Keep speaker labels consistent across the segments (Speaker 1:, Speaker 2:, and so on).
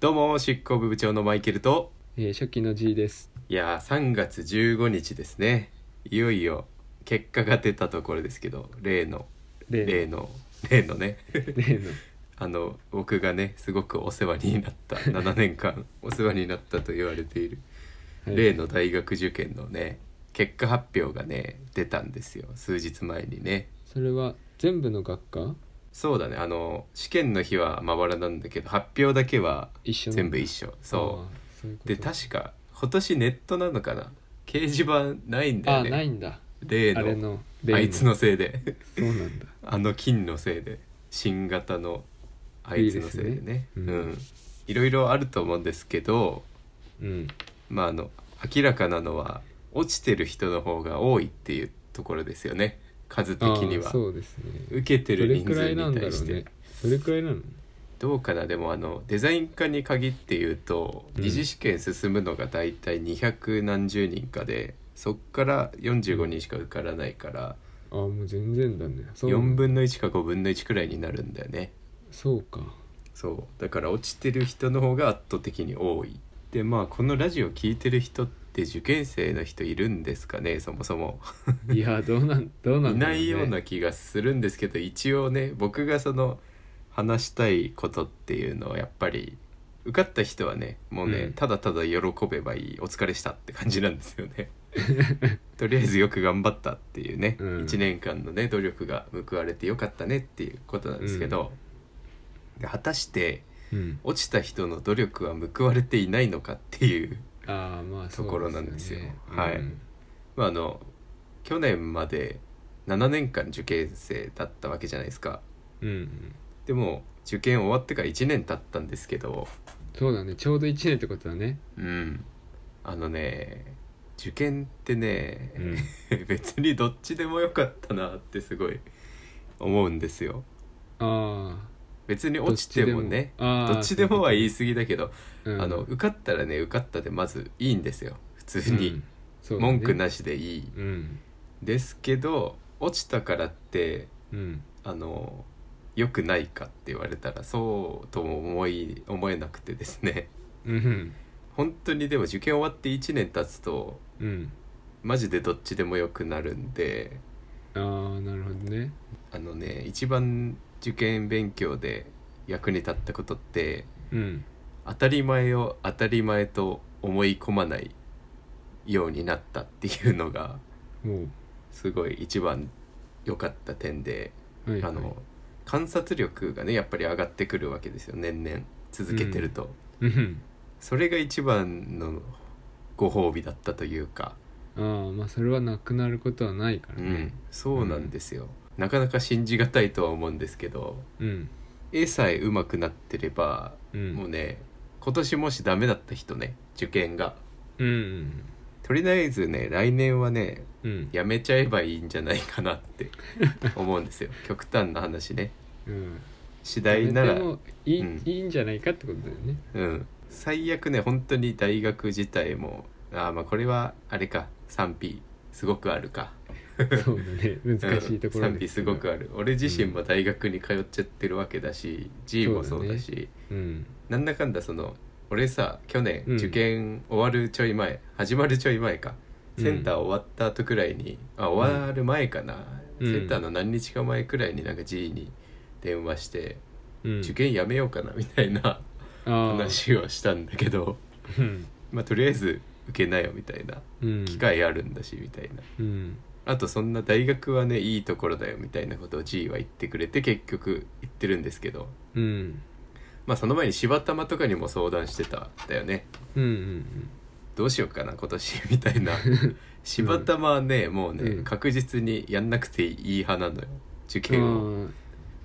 Speaker 1: どうも執行部部長のマイケルと
Speaker 2: えー初期の G です。
Speaker 1: いやー3月15日ですねいよいよ結果が出たところですけど例の例
Speaker 2: 例
Speaker 1: の例のね
Speaker 2: の例の
Speaker 1: あの僕がねすごくお世話になった7年間お世話になったと言われている
Speaker 2: はい
Speaker 1: 例の大学受験のね結果発表がね出たんですよ数日前にね
Speaker 2: それは全部の学科
Speaker 1: そうだねあの試験の日はまばらなんだけど発表だけは
Speaker 2: 一緒の
Speaker 1: 全部一緒そう
Speaker 2: あーそういうこと
Speaker 1: で確か今年ネットなのかな掲示板ないんだ
Speaker 2: あ
Speaker 1: よ
Speaker 2: ーな
Speaker 1: ね
Speaker 2: いんだ。
Speaker 1: 例
Speaker 2: あれ
Speaker 1: の
Speaker 2: の
Speaker 1: あいつのせいで
Speaker 2: そうなんだ。
Speaker 1: あの金のせいで新型のあいつのせいで
Speaker 2: いいです
Speaker 1: ね
Speaker 2: ね
Speaker 1: う
Speaker 2: うん
Speaker 1: んいろいろあると思うんですけど
Speaker 2: うん
Speaker 1: まああの明らかなのは落ちてる人の方が多いっていうところですよね数的
Speaker 2: あ
Speaker 1: に
Speaker 2: ー
Speaker 1: は
Speaker 2: そうですね。
Speaker 1: 受けて
Speaker 2: ど
Speaker 1: る
Speaker 2: れ
Speaker 1: 人
Speaker 2: くら
Speaker 1: 数
Speaker 2: いなん
Speaker 1: に
Speaker 2: だろ
Speaker 1: 対し
Speaker 2: う
Speaker 1: て
Speaker 2: ね。どれくらいなの？
Speaker 1: どうかなでもあのデザイン科に限って言うと
Speaker 2: うん
Speaker 1: 二次試験進むのが大体200何十人かでそっから45人しか受からないから
Speaker 2: あーもう全然だね。そう
Speaker 1: 4分の1か5分の1くらいになるんだよね
Speaker 2: そうか。
Speaker 1: そうだから落ちてる人の方が圧倒的に多いでまあこのラジオ聞いてる人って受験生の人いるんですかねそもそも
Speaker 2: いやどう なんどうなん
Speaker 1: い
Speaker 2: だ
Speaker 1: な
Speaker 2: ろね
Speaker 1: いような気がするんですけど一応ね僕がその話したいことっていうのはやっぱり受かった人はねもうね、
Speaker 2: うん
Speaker 1: ただただ喜べばいいお疲れしたって感じなんですよね とりあえずよく頑張ったっていうね、
Speaker 2: うん
Speaker 1: 1年間のね努力が報われてよかったねっていうことなんですけど、で果たして
Speaker 2: うん。
Speaker 1: 落ちた人の努力は報われていないのかっていう
Speaker 2: ああまあそう
Speaker 1: ところなんですよ
Speaker 2: ね
Speaker 1: はい
Speaker 2: うん
Speaker 1: まあ、あの去年まで7年間受験生だったわけじゃないですか
Speaker 2: うんうん。
Speaker 1: でも受験終わってから1年経ったんですけど
Speaker 2: そうだね。ちょうど一年ってことだね。
Speaker 1: うんあのね受験ってね、
Speaker 2: う ん
Speaker 1: 別にどっちでもよかったなってすごい思うんですよ
Speaker 2: ああ。
Speaker 1: 別に落ちてもね
Speaker 2: ど
Speaker 1: どっちでもは言
Speaker 2: い、
Speaker 1: い過ぎだけど、
Speaker 2: うん
Speaker 1: あの受かったらね受かったでまずいいんですよ普通
Speaker 2: う
Speaker 1: に
Speaker 2: ん、そうだね
Speaker 1: 文句なしでいい
Speaker 2: うん
Speaker 1: ですけど落ちたからって
Speaker 2: うん
Speaker 1: あの良くないかって言われたらそうとも思い思えなくてですね
Speaker 2: うん
Speaker 1: 本当にでも受験終わって1年経つと
Speaker 2: うん
Speaker 1: マジでどっちでも良くなるんで
Speaker 2: ああなるほどね
Speaker 1: あのね一番受験勉強で役に立ったことって
Speaker 2: うん
Speaker 1: 当たり前を当たり前と思い込まないようになったっていうのが
Speaker 2: も
Speaker 1: すごい一番良かった点で
Speaker 2: うはいは
Speaker 1: あ
Speaker 2: い
Speaker 1: の観察力がねやっぱり上がってくるわけですよ年々続けてると、
Speaker 2: うん
Speaker 1: それが一番のご褒美だったというか、
Speaker 2: ああまあそれはなくなることはないから
Speaker 1: うん
Speaker 2: ね、
Speaker 1: そうなんですよ、なかなか信じがたいとは思うんですけど
Speaker 2: うん
Speaker 1: 絵さえ上手くなってれば、
Speaker 2: うん
Speaker 1: もうね今年もしダメだった人ね受験が
Speaker 2: うんうん
Speaker 1: とりあえずね来年はね
Speaker 2: うん
Speaker 1: やめちゃえばいいんじゃないかなって 思うんですよ極端な話ね
Speaker 2: うん
Speaker 1: 次第なら
Speaker 2: でもいい,、
Speaker 1: うん
Speaker 2: いいんじゃないかってことだよ ね
Speaker 1: うん、最悪ね本当に大学自体もあーまあこれはあれか賛否すごくあるか
Speaker 2: そうだね難しいとこ
Speaker 1: う
Speaker 2: ろ
Speaker 1: ん賛否すごく
Speaker 2: あ
Speaker 1: ある俺自身も大学に通っちゃってるわけだし、G もそうだし
Speaker 2: うん
Speaker 1: なんだかんだその俺さ去年
Speaker 2: うん
Speaker 1: 受験終わるちょい前、始まるちょい前かセンター終わった後くらいに、あ終わる前かな、
Speaker 2: うん
Speaker 1: センターの何日か前くらいになんか G に電話して、
Speaker 2: うん
Speaker 1: 受験やめようかなみたいな
Speaker 2: ああ
Speaker 1: 話をしたんだけど。
Speaker 2: うん
Speaker 1: まあ、とりあえず受けなよみたいな
Speaker 2: うん
Speaker 1: 機会あるんだしみたいな、
Speaker 2: うん
Speaker 1: あとそんな大学はねいいところだよみたいなことを G は言ってくれて結局言ってるんですけど
Speaker 2: うん
Speaker 1: まあその前に柴玉とかにも相談してたんだよね
Speaker 2: うんうん
Speaker 1: どうしようかな今年みたい な柴玉はねもうね、
Speaker 2: うん
Speaker 1: 確実にやんなくていい派なのよ受
Speaker 2: うん
Speaker 1: 験を、
Speaker 2: あ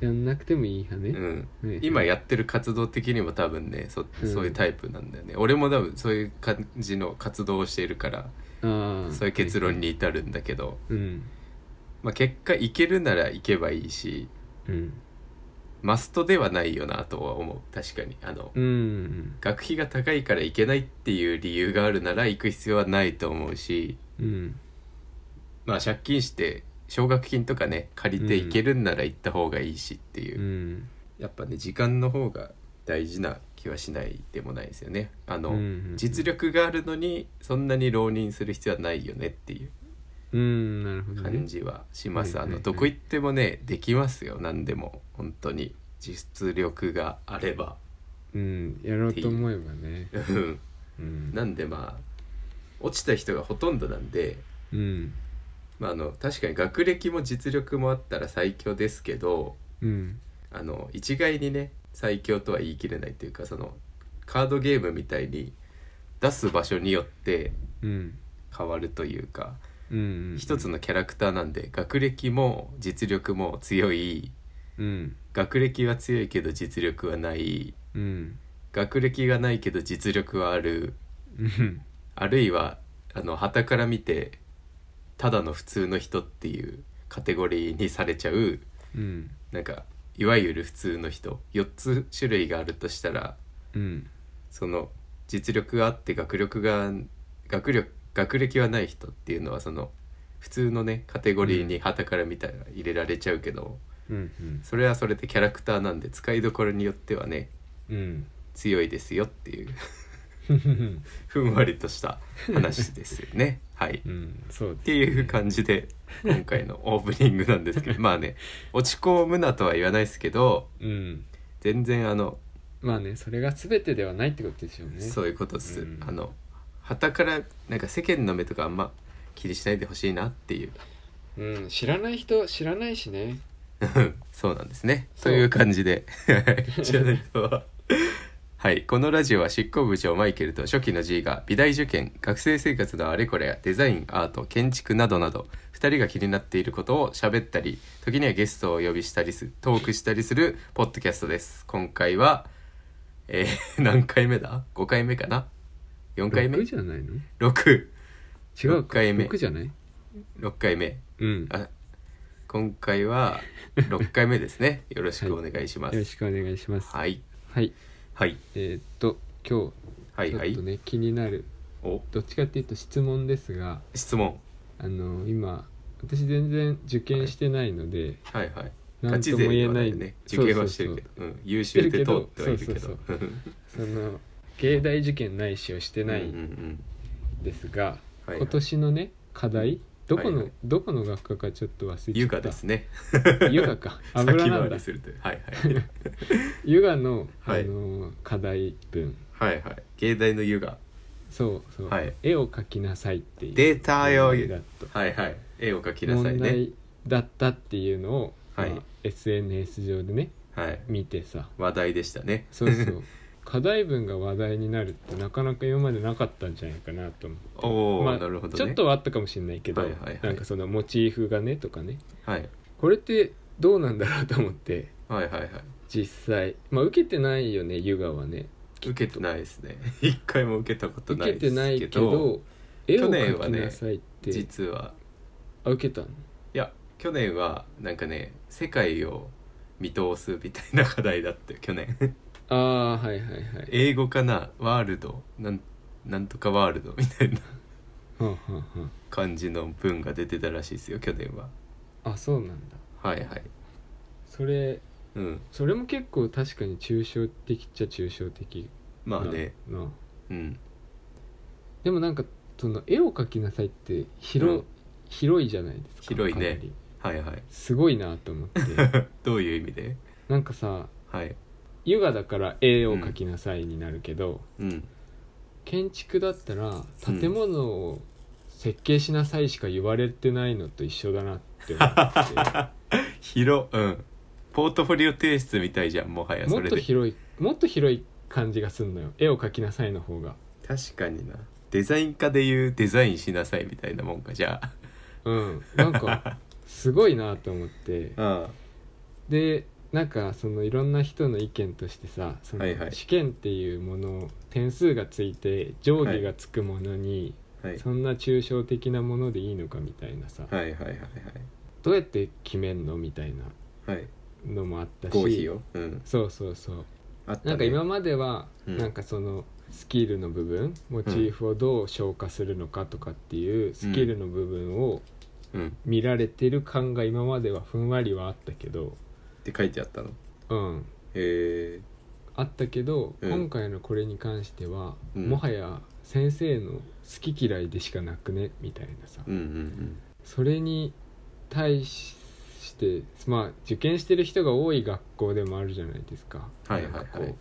Speaker 2: あやんなくてもいい派
Speaker 1: う
Speaker 2: ね、
Speaker 1: ん、
Speaker 2: はいはい
Speaker 1: 今やってる活動的にも多分ねそ
Speaker 2: うん
Speaker 1: そういうタイプなんだよね、俺も多分そういう感じの活動をしているから
Speaker 2: ああ
Speaker 1: そういう結論に至るんだけど、
Speaker 2: うん
Speaker 1: まあ、結果行けるなら行けばいいし
Speaker 2: うん
Speaker 1: マストではないよなとは思う確かにあの、
Speaker 2: うん
Speaker 1: 学費が高いから行けないっていう理由があるなら行く必要はないと思うし
Speaker 2: うん
Speaker 1: まあ借金して奨学金とかね借りて行けるんなら行った方がいいしっていうう、
Speaker 2: ん
Speaker 1: やっぱね時間の方が大事な気はしないでもないですよねあの、
Speaker 2: うんうんうん
Speaker 1: 実力があるのにそんなに浪人する必要はないよねっていう
Speaker 2: うんなるほどね
Speaker 1: 感じはします、
Speaker 2: はいはい
Speaker 1: あ
Speaker 2: は
Speaker 1: の
Speaker 2: い
Speaker 1: どこ行ってもねできますよ何でも本当に実力があれば
Speaker 2: うんやろうと思えばね
Speaker 1: うん
Speaker 2: うん
Speaker 1: なんでまあ落ちた人がほとんどなんで、
Speaker 2: うん
Speaker 1: まあ、あの確かに学歴も実力もあったら最強ですけど
Speaker 2: うん
Speaker 1: あの一概にね最強とは言い切れないというかそのカードゲームみたいに出す場所によって
Speaker 2: うん
Speaker 1: 変わるというか
Speaker 2: うん
Speaker 1: 一つのキャラクターなんで学歴も実力も強い
Speaker 2: うん
Speaker 1: 学歴は強いけど実力はない
Speaker 2: うん
Speaker 1: 学歴がないけど実力はある
Speaker 2: うん
Speaker 1: あるいはあの傍から見てただの普通の人っていうカテゴリーにされちゃう
Speaker 2: うん
Speaker 1: なんかいわゆる普通の人4つ種類があるとしたら
Speaker 2: うん
Speaker 1: その実力があって学力が学力学歴はない人っていうのはその普通のねカテゴリーに傍から見たら入れられちゃうけど、
Speaker 2: うん
Speaker 1: それはそれでキャラクターなんで使いどころによってはね
Speaker 2: うん
Speaker 1: 強いですよっていう
Speaker 2: うん
Speaker 1: ふんわりとした話ですよね。はい
Speaker 2: うんそう
Speaker 1: っていう感じで今回のオープニングなんです けどまあね落ち込むなとは言わないですけど
Speaker 2: うん
Speaker 1: 全然あの、
Speaker 2: まあねそれが全てではないってことでしょうね
Speaker 1: そういうことです、
Speaker 2: うん
Speaker 1: あの傍からなんか世間の目とかあんま気にしないでほしいなっていう
Speaker 2: うん知らない人知らないしね
Speaker 1: そうなんですね
Speaker 2: そ
Speaker 1: と
Speaker 2: う
Speaker 1: いう感じで 知らない人は。はい、このラジオは執行部長マイケルと初期の G が美大受験学生生活のあれこれやデザインアート建築などなど2人が気になっていることを喋ったり時にはゲストをお呼びしたりすトークしたりするポッドキャストです今回は、えー 何回目だ ?5 回目かな ?4 回目
Speaker 2: 6じゃないの
Speaker 1: ?6
Speaker 2: 違う
Speaker 1: 六
Speaker 2: か
Speaker 1: 回目
Speaker 2: 6じゃない
Speaker 1: 6回目
Speaker 2: うんよ
Speaker 1: あ今回は6回目ですねよろしくお願いします
Speaker 2: ろしくお願いします
Speaker 1: はい
Speaker 2: はい
Speaker 1: はい
Speaker 2: えーっと今
Speaker 1: は
Speaker 2: 日
Speaker 1: い
Speaker 2: ちょ
Speaker 1: は
Speaker 2: っ
Speaker 1: い
Speaker 2: とね気になる
Speaker 1: お
Speaker 2: どっちかっていうと質問ですが
Speaker 1: 質問
Speaker 2: あの今私全然受験してないので
Speaker 1: はいはい
Speaker 2: 何とも言えない
Speaker 1: ね受験はしてるけどうん優秀で通ってはいるけ
Speaker 2: そう
Speaker 1: ど
Speaker 2: そうそうそうその芸大受験ないしをしてな
Speaker 1: うんう
Speaker 2: い
Speaker 1: ん
Speaker 2: ですが
Speaker 1: うんはい
Speaker 2: 今年のね課題どこの、
Speaker 1: はいはい
Speaker 2: どこの学科かちょっと忘れちゃった
Speaker 1: 優雅ですね
Speaker 2: 湯河か
Speaker 1: 先
Speaker 2: 油なん
Speaker 1: 回
Speaker 2: だ
Speaker 1: りするというはいはい
Speaker 2: 湯河の、
Speaker 1: はい
Speaker 2: あのー課題文
Speaker 1: はいはい芸大の優雅
Speaker 2: そうそう、
Speaker 1: はい
Speaker 2: 絵を描きなさいっていう
Speaker 1: データよ
Speaker 2: 問題だった
Speaker 1: はいはい絵を描きなさい
Speaker 2: 問
Speaker 1: ね
Speaker 2: 題だったっていうのを、
Speaker 1: はい
Speaker 2: まあ SNS 上でね
Speaker 1: はい
Speaker 2: 見てさ
Speaker 1: 話題でしたね
Speaker 2: そうそう 課題文が話題になるってなかなか今までなかったんじゃないかなと思って
Speaker 1: おお
Speaker 2: まあ
Speaker 1: なるほどね
Speaker 2: ちょっとはあったかもしれないけど、
Speaker 1: はいはいはい
Speaker 2: なんかそのモチーフがねとかね
Speaker 1: はい
Speaker 2: これってどうなんだろうと思って
Speaker 1: はいはいはい
Speaker 2: 実際まあ受けてないよね湯川はね
Speaker 1: 受けてないですね 一回も受けたことな
Speaker 2: 受
Speaker 1: い
Speaker 2: け
Speaker 1: で
Speaker 2: てない
Speaker 1: す
Speaker 2: け
Speaker 1: けど
Speaker 2: ど絵を
Speaker 1: 去年は
Speaker 2: 描き
Speaker 1: ね
Speaker 2: なさいって、
Speaker 1: 実は
Speaker 2: あ受けたの
Speaker 1: いや去年はなんかね世界を見通すみたいな課題だったよ去 年
Speaker 2: ああはいはいはい
Speaker 1: 英語かなワールドなんなんとかワールドみたいな
Speaker 2: はあ、はあは
Speaker 1: 感じの文が出てたらしいですよ去年は
Speaker 2: あ、あそうなんだ
Speaker 1: はいはい
Speaker 2: それ
Speaker 1: うん
Speaker 2: それも結構確かに抽象的っちゃ抽象的
Speaker 1: まあね
Speaker 2: なな
Speaker 1: うん
Speaker 2: でもなんかその絵を描きなさいって広,、
Speaker 1: うん
Speaker 2: 広いじゃないですか
Speaker 1: 広いね
Speaker 2: かなり
Speaker 1: はいはい
Speaker 2: すごいなと思って
Speaker 1: どういう意味で
Speaker 2: なんかさ
Speaker 1: はい
Speaker 2: ヨガだから絵を描きなさいになるけど、
Speaker 1: うん
Speaker 2: 建築だったら建物を設計しなさいしか言われてないのと一緒だなって思 っ
Speaker 1: 広うんポートフォリオ提出みたいじゃんもは
Speaker 2: て
Speaker 1: や
Speaker 2: も
Speaker 1: そ
Speaker 2: っ
Speaker 1: れ
Speaker 2: と
Speaker 1: で
Speaker 2: 広いもっと広い感じがすんのよ絵を描きなさいの方が、
Speaker 1: 確かになデザイン科でいうデザインしなさいみたいなもんかじゃ
Speaker 2: うん、なんか すごいなと思って
Speaker 1: ああ
Speaker 2: でなんかそのいろんな人の意見としてさその
Speaker 1: はいはい
Speaker 2: 試験っていうもの点数がついて定規がつくものに、
Speaker 1: はい
Speaker 2: そんな抽象的なものでいいのかみたいなさ、
Speaker 1: はいはいはい
Speaker 2: どうやって決めんのみたいな
Speaker 1: はいはい
Speaker 2: のもあったし
Speaker 1: 合否をうん
Speaker 2: そうそうそう
Speaker 1: あったね
Speaker 2: なんか今までは、
Speaker 1: うん
Speaker 2: なんかそのスキルの部分モチーフをどう消化するのかとかっていうスキルの部分を
Speaker 1: うん
Speaker 2: 見られてる感が今まではふんわりはあったけど
Speaker 1: って書いてあったの
Speaker 2: うん
Speaker 1: へえ
Speaker 2: あったけど、
Speaker 1: うん
Speaker 2: 今回のこれに関しては、
Speaker 1: うん
Speaker 2: もはや先生の好き嫌いでしかなくねみたいなさ、
Speaker 1: うんうん
Speaker 2: それに対してまあ受験してる人が多い学校でもあるじゃないですか
Speaker 1: はいはいはい
Speaker 2: なんかこう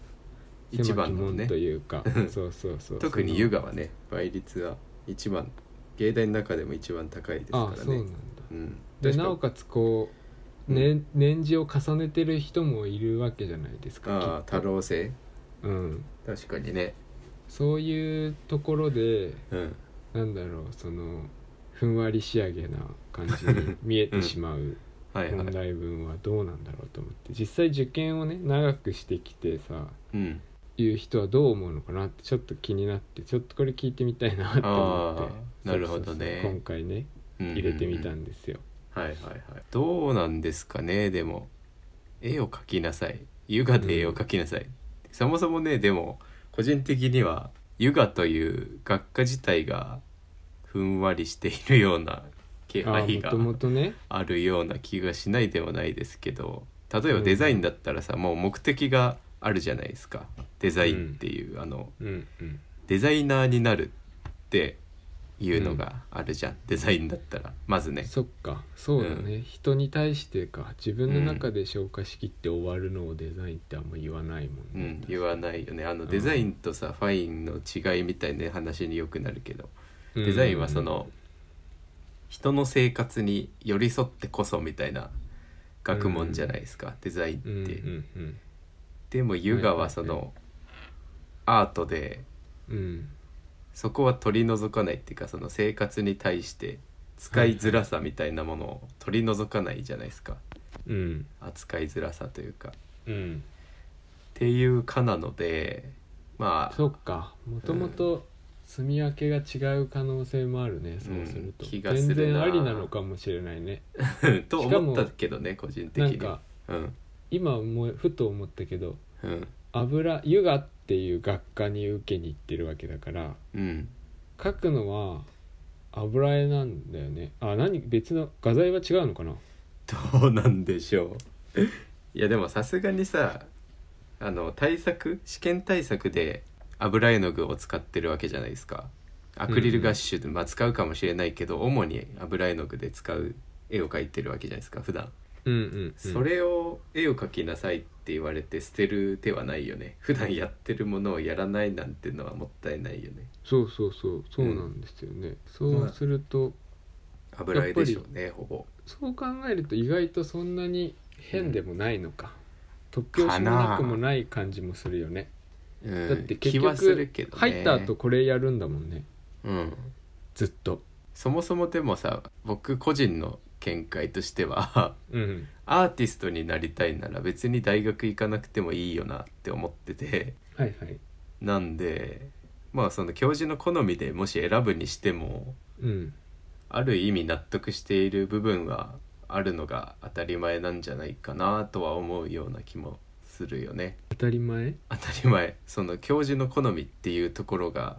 Speaker 1: 一
Speaker 2: 狭
Speaker 1: 番
Speaker 2: き
Speaker 1: の
Speaker 2: 門
Speaker 1: ね
Speaker 2: というかそうそうそう
Speaker 1: 特に
Speaker 2: その
Speaker 1: 湯川ね倍率は一番芸大の中でも一番高いですから
Speaker 2: あそうな
Speaker 1: ね
Speaker 2: んだ
Speaker 1: うん
Speaker 2: で
Speaker 1: 確
Speaker 2: なおかつこ
Speaker 1: う
Speaker 2: う、
Speaker 1: ん
Speaker 2: ね、年次を重ねてる人もいるわけじゃないですか
Speaker 1: ああ
Speaker 2: きっ
Speaker 1: 多郎性
Speaker 2: とうん、
Speaker 1: 確かにね
Speaker 2: そういうところで
Speaker 1: うん
Speaker 2: なんだろうそのふんわり仕上げな感じに見えてしまう
Speaker 1: はいは
Speaker 2: 問
Speaker 1: い
Speaker 2: 題文はどうなんだろうと思って実際受験をね長くしてきてさ
Speaker 1: うん
Speaker 2: いう人はどう思うのかなってちょっと気になってちょっとこれ聞いてみたいなって思っ
Speaker 1: あ
Speaker 2: て
Speaker 1: ーなるほどね
Speaker 2: そうそうそう今回ね入れてみた
Speaker 1: うんうん
Speaker 2: んですよ、
Speaker 1: うんはいはいはいどうなんですかねでも絵を描きなさい湯河で絵を描きなさい、そもそもねでも個人的には湯河という学科自体がふんわりしているような気
Speaker 2: ああ
Speaker 1: 配
Speaker 2: も
Speaker 1: が
Speaker 2: ともとね
Speaker 1: あるような気がしないではないですけど例えばデザインだったらさ、もう目的があるじゃないですかデザインっていう、あの
Speaker 2: うんうん
Speaker 1: デザイナーになるっていうのがあるじゃん、デザインだったらまずね
Speaker 2: そっかそうだね、人に対してか自分の中で消化しきって終わるのをデザインってあんま言わないもん
Speaker 1: う
Speaker 2: ね、
Speaker 1: ん、言わないよねあのデザインとさ、ファインの違いみたいな話によくなるけど、
Speaker 2: うん
Speaker 1: デザインはその人の生活に寄り添ってこそみたいな学問じゃないですか、デザインって、
Speaker 2: うんうんうん
Speaker 1: でもユガはそ
Speaker 2: はい
Speaker 1: のアートで
Speaker 2: うん
Speaker 1: そこは取り除かないっていうかその生活に対して使いづらさみたいなものを取り除かないじゃないですか
Speaker 2: うん
Speaker 1: 扱いづらさというかっ
Speaker 2: うん
Speaker 1: ていうかなのでまあ
Speaker 2: そっかもともと住み分けが違う可能性もあるね、そうすると
Speaker 1: 気がするな
Speaker 2: 全然ありなのかもしれないね
Speaker 1: と思ったけどね個人的
Speaker 2: なん
Speaker 1: に
Speaker 2: か
Speaker 1: うん
Speaker 2: 今もうふと思ったけど
Speaker 1: うん
Speaker 2: 油湯河っていう学科に受けに行ってるわけだから
Speaker 1: うん
Speaker 2: 書くのは油絵なんだよねあ何別の画材は違うのかな
Speaker 1: どうなんでしょういやでもさすがにさあの対策試験対策で油絵の具を使ってるわけじゃないですかアクリルガッシュで、まあ、使うかもしれないけど主に油絵の具で使う絵を描いてるわけじゃないですか普段
Speaker 2: うんうん、
Speaker 1: それを絵を描きなさいって言われて捨てる手はないよね普段やってるものをやらないなんてのはもったいないよね
Speaker 2: そうそうそうそうなんですよね、そうすると
Speaker 1: 油絵でしょうねほぼ
Speaker 2: そう考えると意外とそんなに変でもないのか、突拍子もなくもない感じもするよね
Speaker 1: うん
Speaker 2: だって結
Speaker 1: 気はする
Speaker 2: 局
Speaker 1: けどね
Speaker 2: 入った後これやるんだもんね
Speaker 1: うん
Speaker 2: ずっと
Speaker 1: そもそもでもさ僕個人の見解としては
Speaker 2: うん
Speaker 1: アーティストになりたいなら別に大学行かなくてもいいよなって思ってて
Speaker 2: はいはい
Speaker 1: なんでまあその教授の好みでもし選ぶにしても
Speaker 2: うん
Speaker 1: ある意味納得している部分はあるのが当たり前なんじゃないかなとは思うような気もするよね
Speaker 2: 当たり前
Speaker 1: 当たり前その教授の好みっていうところが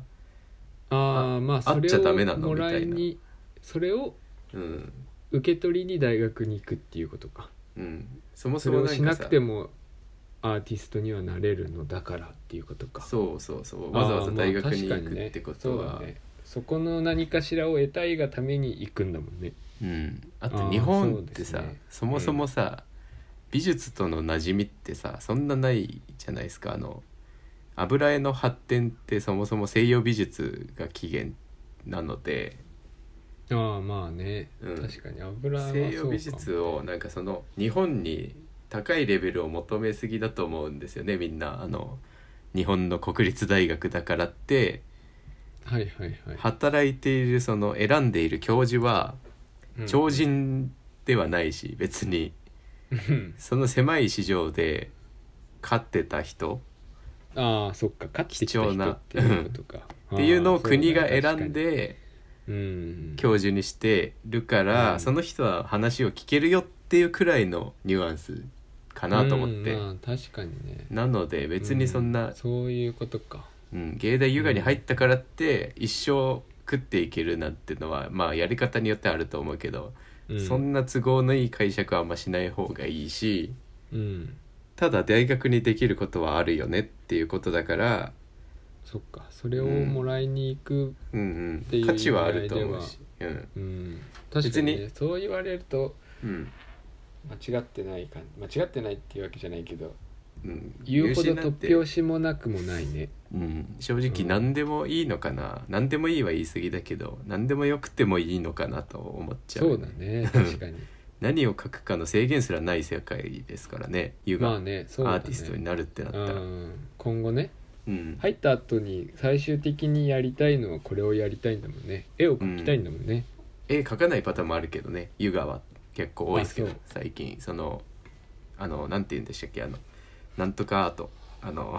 Speaker 2: ああまあ
Speaker 1: あ
Speaker 2: そ
Speaker 1: っ
Speaker 2: れ
Speaker 1: ちゃダメな
Speaker 2: を
Speaker 1: の
Speaker 2: もらい
Speaker 1: みたい
Speaker 2: にそれを
Speaker 1: うん
Speaker 2: 受け取りに大学に行くっていうことか
Speaker 1: うんそもそ
Speaker 2: それ
Speaker 1: も
Speaker 2: を
Speaker 1: なんかさ
Speaker 2: しなくてもアーティストにはなれるのだからっていうことか
Speaker 1: そうそうそうわざわざ大学に
Speaker 2: あ
Speaker 1: 行
Speaker 2: ーまあ確か
Speaker 1: く
Speaker 2: ね
Speaker 1: ってこと
Speaker 2: そ
Speaker 1: は
Speaker 2: うだねそこの何かしらを得たいがために行くんだもんね
Speaker 1: うんあ
Speaker 2: あ
Speaker 1: と
Speaker 2: ー
Speaker 1: 日本って
Speaker 2: そ
Speaker 1: さ
Speaker 2: う
Speaker 1: そ,、
Speaker 2: ですね
Speaker 1: もそもさ、美術との馴染みってさそんなないじゃないですかあの油絵の発展ってそもそも西洋美術が起源なので
Speaker 2: ああまあね、
Speaker 1: うん
Speaker 2: 確かに油はそうかも
Speaker 1: 西洋美術をなんかその日本に高いレベルを求めすぎだと思うんですよねみんなあの日本の国立大学だからって
Speaker 2: はいはいはい、
Speaker 1: 働いているその選んでいる教授は
Speaker 2: うん
Speaker 1: 超人ではないし別に
Speaker 2: うん
Speaker 1: その狭い市場で飼ってた人
Speaker 2: ああそっか勝ってきた
Speaker 1: 貴重
Speaker 2: 人
Speaker 1: な
Speaker 2: っていうことか
Speaker 1: っていうのを国が
Speaker 2: ああ
Speaker 1: 選んで
Speaker 2: そうだねうん
Speaker 1: 教授にしてるから、
Speaker 2: うん
Speaker 1: その人は話を聞けるよっていうくらいのニュアンスかなと思って、
Speaker 2: うんまあ確かにね
Speaker 1: なので別にそんな、
Speaker 2: うそういうことか
Speaker 1: うん芸大優雅に入ったからって一生食っていけるなんてのはまあやり方によってはあると思うけど、
Speaker 2: うん
Speaker 1: そんな都合のいい解釈はあんましない方がいいし
Speaker 2: うん
Speaker 1: ただ大学にできることはあるよねっていうことだから、
Speaker 2: そっかそれをもらいに行く
Speaker 1: うん
Speaker 2: って
Speaker 1: う
Speaker 2: い
Speaker 1: ん、
Speaker 2: う
Speaker 1: 価値はあると思うし、うん
Speaker 2: うん、確かに,、ね、
Speaker 1: 別
Speaker 2: そう言われると
Speaker 1: うん
Speaker 2: 間違ってない感じ間違ってないっていうわけじゃないけど
Speaker 1: うん、
Speaker 2: 言うほ
Speaker 1: 入
Speaker 2: ど
Speaker 1: 試なんて
Speaker 2: 突拍子もなくもないね
Speaker 1: うん、正直何でもいいのかな、何でもいいは言い過ぎだけど何でもよくてもいいのかなと思っちゃう
Speaker 2: そうだね 確かに
Speaker 1: 何を書くかの制限すらない世界ですからね優
Speaker 2: まあ
Speaker 1: が
Speaker 2: ねそうだね
Speaker 1: アーティストになるってなったら、
Speaker 2: うん今後ね
Speaker 1: うん
Speaker 2: 入った後に最終的にやりたいのはこれをやりたいんだもんね絵を描きたいんだもんね、
Speaker 1: 絵描かないパターンもあるけどね優雅は結構多いですけど
Speaker 2: あそう
Speaker 1: 最近そのあのなんて言うんでしたっけあのなんとかアートあ の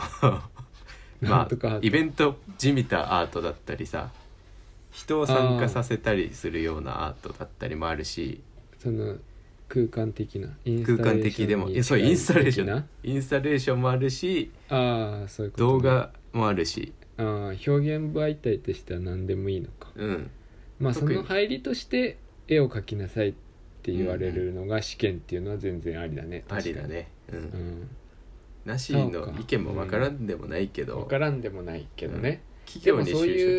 Speaker 2: な
Speaker 1: ま
Speaker 2: んとか
Speaker 1: あイベントじみたアートだったりさ人を参加させたりするようなアートだったりもあるし
Speaker 2: その空間的なインス
Speaker 1: 空
Speaker 2: タレーシ
Speaker 1: 間的
Speaker 2: ョン
Speaker 1: でも
Speaker 2: に
Speaker 1: いやそうインスタレーショ
Speaker 2: 近い
Speaker 1: ン
Speaker 2: 的
Speaker 1: インスタレーションもあるし
Speaker 2: なああそういうことね、
Speaker 1: 動画もあるし、
Speaker 2: ああ表現媒体としては何でもいいのか
Speaker 1: うん、
Speaker 2: まあそ
Speaker 1: 特に
Speaker 2: の入りとして絵を描きなさいって言われるのが試験っていうのは全然ありだね
Speaker 1: ありだ
Speaker 2: 確かに
Speaker 1: ね、うん
Speaker 2: うん
Speaker 1: なしの意見もわからんでもないけど
Speaker 2: 分、からんでもないけどね、
Speaker 1: 企業に就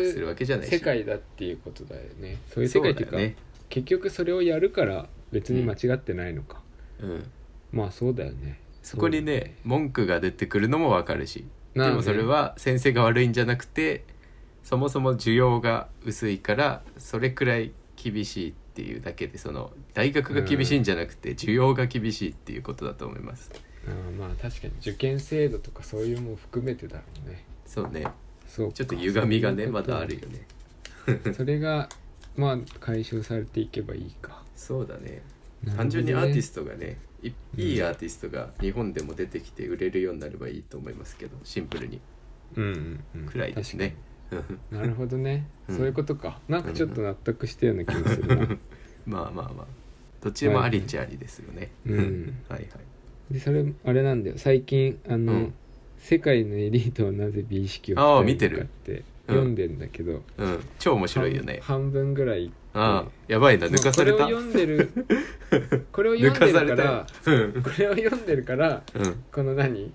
Speaker 1: 職するわけじゃないし
Speaker 2: 世界だっていうことだよねそういう世界っていう
Speaker 1: そ
Speaker 2: か
Speaker 1: うだよね
Speaker 2: 結局それをやるから別に間違ってないのか、
Speaker 1: うん、
Speaker 2: まあそうだよね
Speaker 1: そこにね文句が出てくるのもわかるし
Speaker 2: なあ
Speaker 1: でもそれは先生が悪いんじゃなくてそもそも需要が薄いからそれくらい厳しいっていうだけでその大学が厳しいんじゃなくて需要が厳しいっていうことだと思います。
Speaker 2: ああまあ確かに受験制度とかそういうもん含めてだろうね
Speaker 1: そうね
Speaker 2: そうか
Speaker 1: ちょっと歪みが
Speaker 2: そうい
Speaker 1: ね
Speaker 2: うこ
Speaker 1: ま
Speaker 2: と
Speaker 1: だあるよね。
Speaker 2: それがまあ解消されていけばいいか
Speaker 1: そうだね単純にアーティストがねいいいアーティストが日本でも出てきて売れるようになればいいと思いますけどシンプルに
Speaker 2: トうんうんうん
Speaker 1: くらいですね。
Speaker 2: 確かになるほどね、
Speaker 1: うん
Speaker 2: そういうことかなんかちょっと納得したような気がするな、
Speaker 1: まあまあまあどっちもありっちゃありですよね。
Speaker 2: うん
Speaker 1: はいはい。
Speaker 2: でそれあれなんだよ最近あの、
Speaker 1: うん
Speaker 2: 世界のエリートはなぜ美意識を鍛えるのか
Speaker 1: ああ見てる
Speaker 2: って
Speaker 1: うん
Speaker 2: 読んでんだけど、
Speaker 1: うん超面白いよね。
Speaker 2: 半分ぐらい
Speaker 1: ああやばいな
Speaker 2: まあ
Speaker 1: 抜かされた。
Speaker 2: これを読ん でるこれを
Speaker 1: 抜
Speaker 2: 読
Speaker 1: か
Speaker 2: んで
Speaker 1: さ
Speaker 2: る
Speaker 1: れた
Speaker 2: から
Speaker 1: よ。うん
Speaker 2: これを読んでるから
Speaker 1: うん
Speaker 2: この何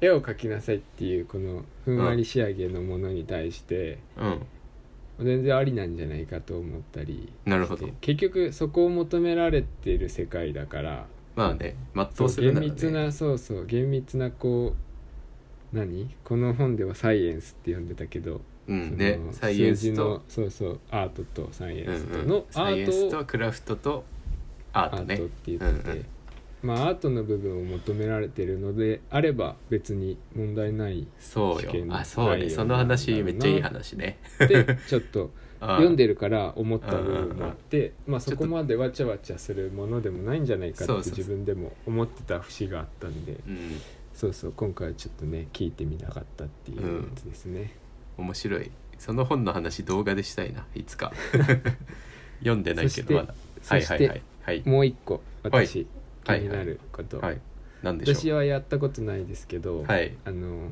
Speaker 2: 絵を描きなさいっていうこのふんわり仕上げのものに対して、
Speaker 1: うん
Speaker 2: 全然ありなんじゃないかと思ったり
Speaker 1: なるほど。
Speaker 2: 結局そこを求められている世界だから
Speaker 1: まあね全
Speaker 2: そう
Speaker 1: うする
Speaker 2: 厳
Speaker 1: なら
Speaker 2: 密
Speaker 1: ね。
Speaker 2: なそうそう厳密なこう何この本ではサイエンスって呼んでたけど、
Speaker 1: うんね
Speaker 2: その
Speaker 1: サイエン
Speaker 2: 数
Speaker 1: ス
Speaker 2: 字
Speaker 1: と
Speaker 2: のそうそうアートとサイエ
Speaker 1: うん
Speaker 2: ンスと
Speaker 1: うん
Speaker 2: のア
Speaker 1: サイエンス
Speaker 2: ートを
Speaker 1: とクラフトとア
Speaker 2: ア
Speaker 1: ート
Speaker 2: ー
Speaker 1: ね
Speaker 2: トって。言ってて、
Speaker 1: うんうん
Speaker 2: まあアートの部分を求められてるのであれば別に問題ない
Speaker 1: そうよ
Speaker 2: 試。験
Speaker 1: あそう
Speaker 2: 内
Speaker 1: ね
Speaker 2: 容
Speaker 1: その話
Speaker 2: なんだ
Speaker 1: めっちゃい
Speaker 2: ろうな
Speaker 1: い話ね。
Speaker 2: ってちょっと
Speaker 1: ああ
Speaker 2: 読んでるから思った部分もあってまあそこまでわちゃわちゃするものでもないんじゃないかって
Speaker 1: そうそうそう
Speaker 2: 自分でも思ってた節があったんで
Speaker 1: うん
Speaker 2: そうそう今回はちょっとね聞いてみなかったっていうやつですね。
Speaker 1: 面白いその本の話動画でしたいないつ か読んでないけ
Speaker 2: そして
Speaker 1: どまだは
Speaker 2: そ
Speaker 1: い
Speaker 2: し
Speaker 1: は
Speaker 2: て、
Speaker 1: いはいはい
Speaker 2: もう一個私、
Speaker 1: は
Speaker 2: 気
Speaker 1: い
Speaker 2: になること、
Speaker 1: はい何でし
Speaker 2: 私
Speaker 1: ょ
Speaker 2: はやったことないですけど、
Speaker 1: うはい
Speaker 2: あ の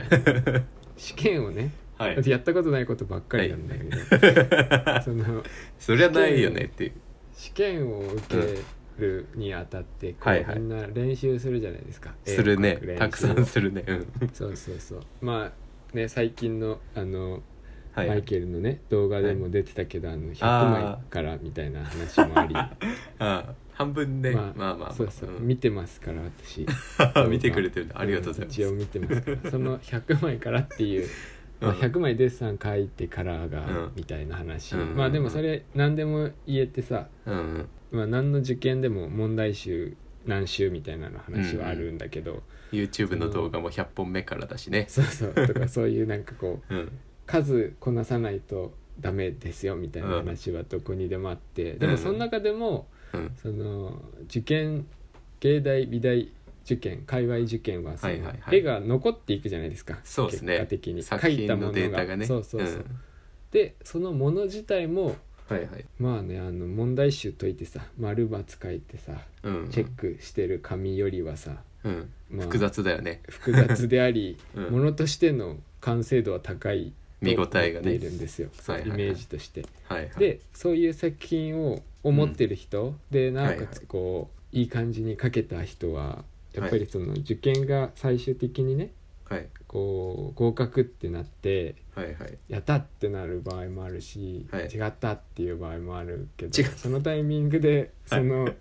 Speaker 2: 試験をね
Speaker 1: は
Speaker 2: だって
Speaker 1: い
Speaker 2: やったことないことばっかりなんだけど、 その
Speaker 1: そりゃないよねっていう
Speaker 2: 試験を受けるにあたってこう、
Speaker 1: はいはい
Speaker 2: みんな練習するじゃないですか
Speaker 1: する
Speaker 2: 絵を
Speaker 1: ね
Speaker 2: 描練習
Speaker 1: たくさんするねうん
Speaker 2: そうそうそうまあね最近のあの、
Speaker 1: はいは
Speaker 2: マイ
Speaker 1: い
Speaker 2: ケルのね動画でも出てたけど、あの100枚からみたいな話 もあり
Speaker 1: ああ半分ねま
Speaker 2: ま
Speaker 1: あま
Speaker 2: あ
Speaker 1: あまあ
Speaker 2: そうそう、
Speaker 1: うん
Speaker 2: 見てますから私
Speaker 1: 見てくれて るんだありがとうございます
Speaker 2: 一応見てますから その100枚からっていう、まあ、
Speaker 1: うん
Speaker 2: 100枚デッサン描いてカラー
Speaker 1: う
Speaker 2: が
Speaker 1: ん
Speaker 2: みたいな話、
Speaker 1: うん
Speaker 2: まあでもそれ何でも言えてさ、
Speaker 1: うんうん
Speaker 2: まあ、何の受験でも問題集何週みたいなの話はあるんだけど、
Speaker 1: YouTube の動画も100本目からだしね
Speaker 2: そうそうとかそういうなんかこ う
Speaker 1: うん
Speaker 2: 数こなさないとダメですよみたいな話はどこにでもあって、でもその中でも
Speaker 1: うん
Speaker 2: その受験芸大美大受験界隈受験はその
Speaker 1: はいはいはい
Speaker 2: 絵が残っていくじゃないですか
Speaker 1: そうです
Speaker 2: 結
Speaker 1: ね
Speaker 2: 果的に
Speaker 1: 作
Speaker 2: 書いた
Speaker 1: 品
Speaker 2: もの
Speaker 1: の
Speaker 2: が
Speaker 1: データがね
Speaker 2: そうそうそう、
Speaker 1: ん
Speaker 2: でそのもの自体も
Speaker 1: はいはい
Speaker 2: まあねあの問題集解いてさ丸×書いてさ
Speaker 1: うん
Speaker 2: チェックしてる紙よりはさ、
Speaker 1: うん
Speaker 2: まあ
Speaker 1: 複雑だよね
Speaker 2: 複雑であり、
Speaker 1: うん
Speaker 2: ものとしての完成度は高いと
Speaker 1: 見応えがね
Speaker 2: 思っているんですよ、
Speaker 1: はいはいはい
Speaker 2: イメージとして。
Speaker 1: はいはい
Speaker 2: でそういう作品を思ってる人、でなおか
Speaker 1: はいは
Speaker 2: つこう、いい感じに描けた人はやっぱりその受験が最終的にね
Speaker 1: はい
Speaker 2: こう合格ってなって
Speaker 1: はいはい
Speaker 2: やったってなる場合もあるし、
Speaker 1: はい
Speaker 2: 違ったっていう場合もあるけど
Speaker 1: 違った
Speaker 2: そのタイミングでその、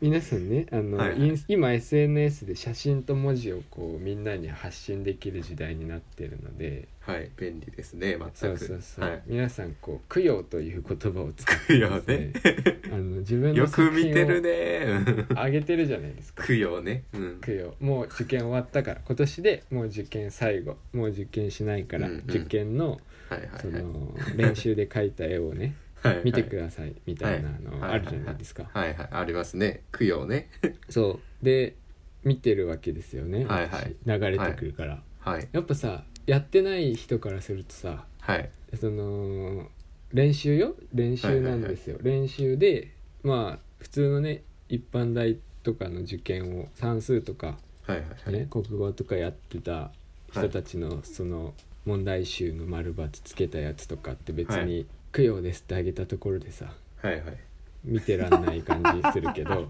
Speaker 2: 皆さんねあの、
Speaker 1: はいはい
Speaker 2: インス今 SNS で写真と文字をこうみんなに発信できる時代になってるので
Speaker 1: はい便利ですね全く
Speaker 2: そうそうそう、
Speaker 1: はい
Speaker 2: 皆さんこう供養という言葉を使っ
Speaker 1: 供
Speaker 2: て
Speaker 1: 養
Speaker 2: で
Speaker 1: ね
Speaker 2: すね あの自分の
Speaker 1: よく
Speaker 2: 作
Speaker 1: 見
Speaker 2: 品
Speaker 1: てる
Speaker 2: を
Speaker 1: ね
Speaker 2: 上げてるじゃないですか。
Speaker 1: 供養ねうん
Speaker 2: 供養もう受験終わったから今年でもう受験最後もう受験しないから、
Speaker 1: うんうん
Speaker 2: 受験の
Speaker 1: はいはい
Speaker 2: そ
Speaker 1: はい
Speaker 2: の練習で描いた絵をね
Speaker 1: はいはい
Speaker 2: 見てくださいみたいなの
Speaker 1: はい
Speaker 2: あるじゃないですか。
Speaker 1: はいはいありますね供養ね
Speaker 2: そうで見てるわけですよね、
Speaker 1: はいはい
Speaker 2: 私流れてくるから、
Speaker 1: はい
Speaker 2: やっぱさやってない人からするとさ
Speaker 1: はい
Speaker 2: その練習よ練習なんですよ、練習でまあ普通のね一般大とかの受験を算数とか、
Speaker 1: はいはいはい
Speaker 2: ね国語とかやってた人たちのその問題集の丸×つけたやつとかって別
Speaker 1: は
Speaker 2: に「供養です」ってあげたところでさ
Speaker 1: はいはい
Speaker 2: 見てらんない感じするけど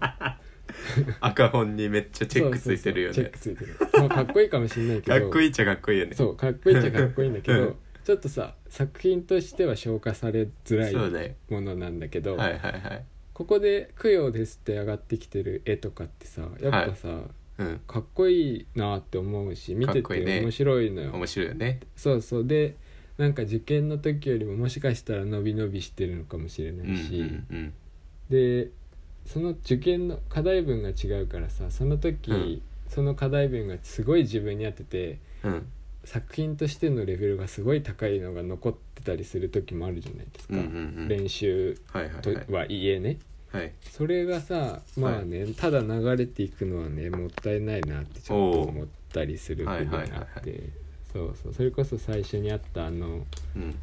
Speaker 1: 赤本にめっ ちゃチェックついてるよ
Speaker 2: そうそうそうチェッ
Speaker 1: ね
Speaker 2: クついてる、まあ、かっこいいかもしんないけ
Speaker 1: か
Speaker 2: ど
Speaker 1: っこいいっちゃかっこいいよね
Speaker 2: そうかっこいいっちゃかっこいいんだけ
Speaker 1: う
Speaker 2: ど
Speaker 1: ん
Speaker 2: ちょっとさ作品としては消化されづら
Speaker 1: そう
Speaker 2: い
Speaker 1: ね
Speaker 2: ものなんだけど、
Speaker 1: はいはいはい
Speaker 2: ここで「供養です」って上がってきてる絵とかってさやっぱさ、
Speaker 1: うん
Speaker 2: かっこいいなって思うし見て
Speaker 1: かっこいい
Speaker 2: て
Speaker 1: ね
Speaker 2: 面白いのよ
Speaker 1: 面白いよね
Speaker 2: そうそうでなんか受験の時よりももしかしたら伸び伸びしてるのかもしれないし、
Speaker 1: うんうん
Speaker 2: でその受験の課題文が違うからさその時、
Speaker 1: うん
Speaker 2: その課題文がすごい自分に合ってて
Speaker 1: うんうん
Speaker 2: 作品としてのレベルがすごい高いのが残ってたりする時もあるじゃないですか、
Speaker 1: うんうんうん
Speaker 2: 練習
Speaker 1: はいはい
Speaker 2: と
Speaker 1: はい
Speaker 2: はいえね
Speaker 1: はい
Speaker 2: それがさまあね、ただ流れていくのはねもったいないなってちょっと思ったりする部分があって、
Speaker 1: おうはいはい
Speaker 2: そうそうそれこそ最初にあったあの
Speaker 1: うん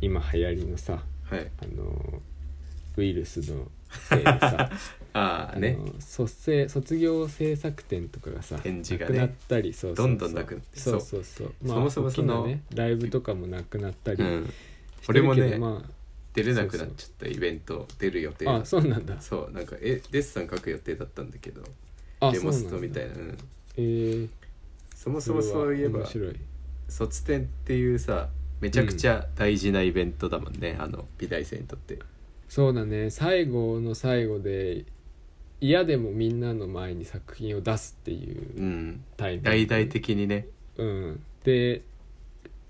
Speaker 2: 今流行りのさ
Speaker 1: はい
Speaker 2: あのウイルスのせいで さ
Speaker 1: ああね
Speaker 2: あの卒生卒業制作展とかがさ
Speaker 1: 展示がね
Speaker 2: なくなったりそうそうそう
Speaker 1: どんどんなくなって
Speaker 2: そうそうそうまあ
Speaker 1: そもそもその
Speaker 2: 大きなねライブとかもなくなった
Speaker 1: う
Speaker 2: り
Speaker 1: ん
Speaker 2: してるけど、
Speaker 1: 俺もね
Speaker 2: ま
Speaker 1: 出れなくなっちゃったイベント出る予定
Speaker 2: ああそうなんだ
Speaker 1: そうなんかえデッサン書く予定だったんだけど
Speaker 2: あ
Speaker 1: デモス
Speaker 2: そ
Speaker 1: ト
Speaker 2: うなんだ
Speaker 1: みたいなうん
Speaker 2: えー、
Speaker 1: そもそもそういえば
Speaker 2: それは面白い
Speaker 1: 卒展っていうさめちゃくちゃ大事なイベントだもんね、あの美大生にとって
Speaker 2: そうだね最後の最後で嫌でもみんなの前に作品を出すっていう
Speaker 1: う
Speaker 2: うんタイミング
Speaker 1: 大々的にね
Speaker 2: うん、で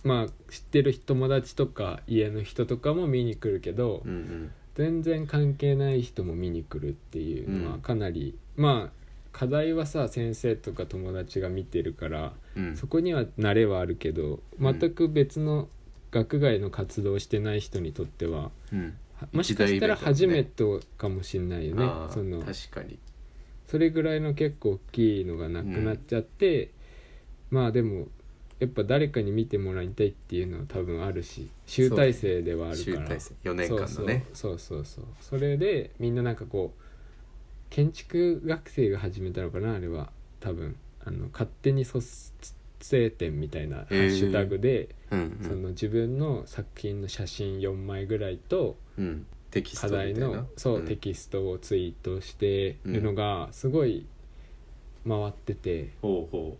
Speaker 2: まあ知ってる友達とか家の人とかも見に来るけど、
Speaker 1: うんうん
Speaker 2: 全然関係ない人も見に来るっていうの
Speaker 1: う
Speaker 2: は
Speaker 1: ん
Speaker 2: かなり、まあ課題はさ先生とか友達が見てるから、
Speaker 1: うん
Speaker 2: そこには慣れはあるけど
Speaker 1: うん
Speaker 2: 全く別の学外の活動をしてない人にとっては、
Speaker 1: うん
Speaker 2: はもしかしたら
Speaker 1: 一大イベントだね
Speaker 2: 初めてかもしれないよね
Speaker 1: ああ
Speaker 2: その
Speaker 1: 確かに
Speaker 2: それぐらいの結構大きいのがなくなっちゃって、まあでもやっぱ誰かに見てもらいたいっていうのは多分あるし集大成ではある
Speaker 1: 集
Speaker 2: から
Speaker 1: 大成4年間のね
Speaker 2: そうそうそうそうそれでみんななんかこう建築学生が始めたのかなあれは多分あの勝手に卒生展みたいなハッシュタグで、
Speaker 1: うんう
Speaker 2: そ
Speaker 1: ん
Speaker 2: の自分の作品の写真4枚ぐらいと
Speaker 1: うんテキスト
Speaker 2: 課
Speaker 1: みたい
Speaker 2: 題
Speaker 1: な
Speaker 2: のそう、
Speaker 1: ん
Speaker 2: テキストをツイートしてるのがすごい回ってて、
Speaker 1: ほうほ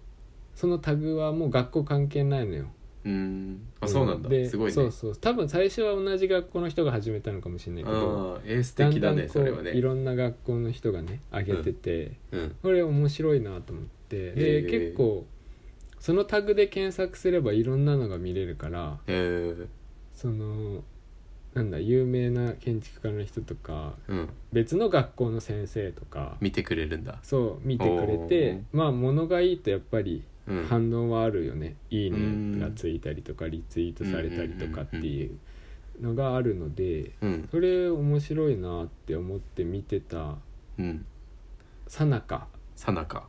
Speaker 2: そのタグはもう学校関係ないのよ
Speaker 1: ううんあそうなんだ
Speaker 2: です
Speaker 1: ごいね
Speaker 2: そうそう多分最初は同じ学校の人が始めたのかもしれないけど
Speaker 1: ああえー素
Speaker 2: だ
Speaker 1: 敵
Speaker 2: んだ
Speaker 1: だ
Speaker 2: ん
Speaker 1: ね
Speaker 2: こ
Speaker 1: それは
Speaker 2: う、
Speaker 1: ね
Speaker 2: いろんな学校の人がね上げてて、
Speaker 1: うん
Speaker 2: これ面白いなと思ってで
Speaker 1: へー
Speaker 2: 結構そのタグで検索すればいろんなのが見れるから
Speaker 1: えー
Speaker 2: そのなんだ有名な建築家の人とか
Speaker 1: うん
Speaker 2: 別の学校の先生とか
Speaker 1: 見てくれるんだ
Speaker 2: そう見てくれてまあ物がいいとやっぱり
Speaker 1: うん
Speaker 2: 反応はあるよね「いいうね」
Speaker 1: ん
Speaker 2: がついたりとかリツイートされたりとかっていうのがあるので
Speaker 1: うん
Speaker 2: それ面白いなって思って見てた
Speaker 1: うん
Speaker 2: さなか
Speaker 1: さなか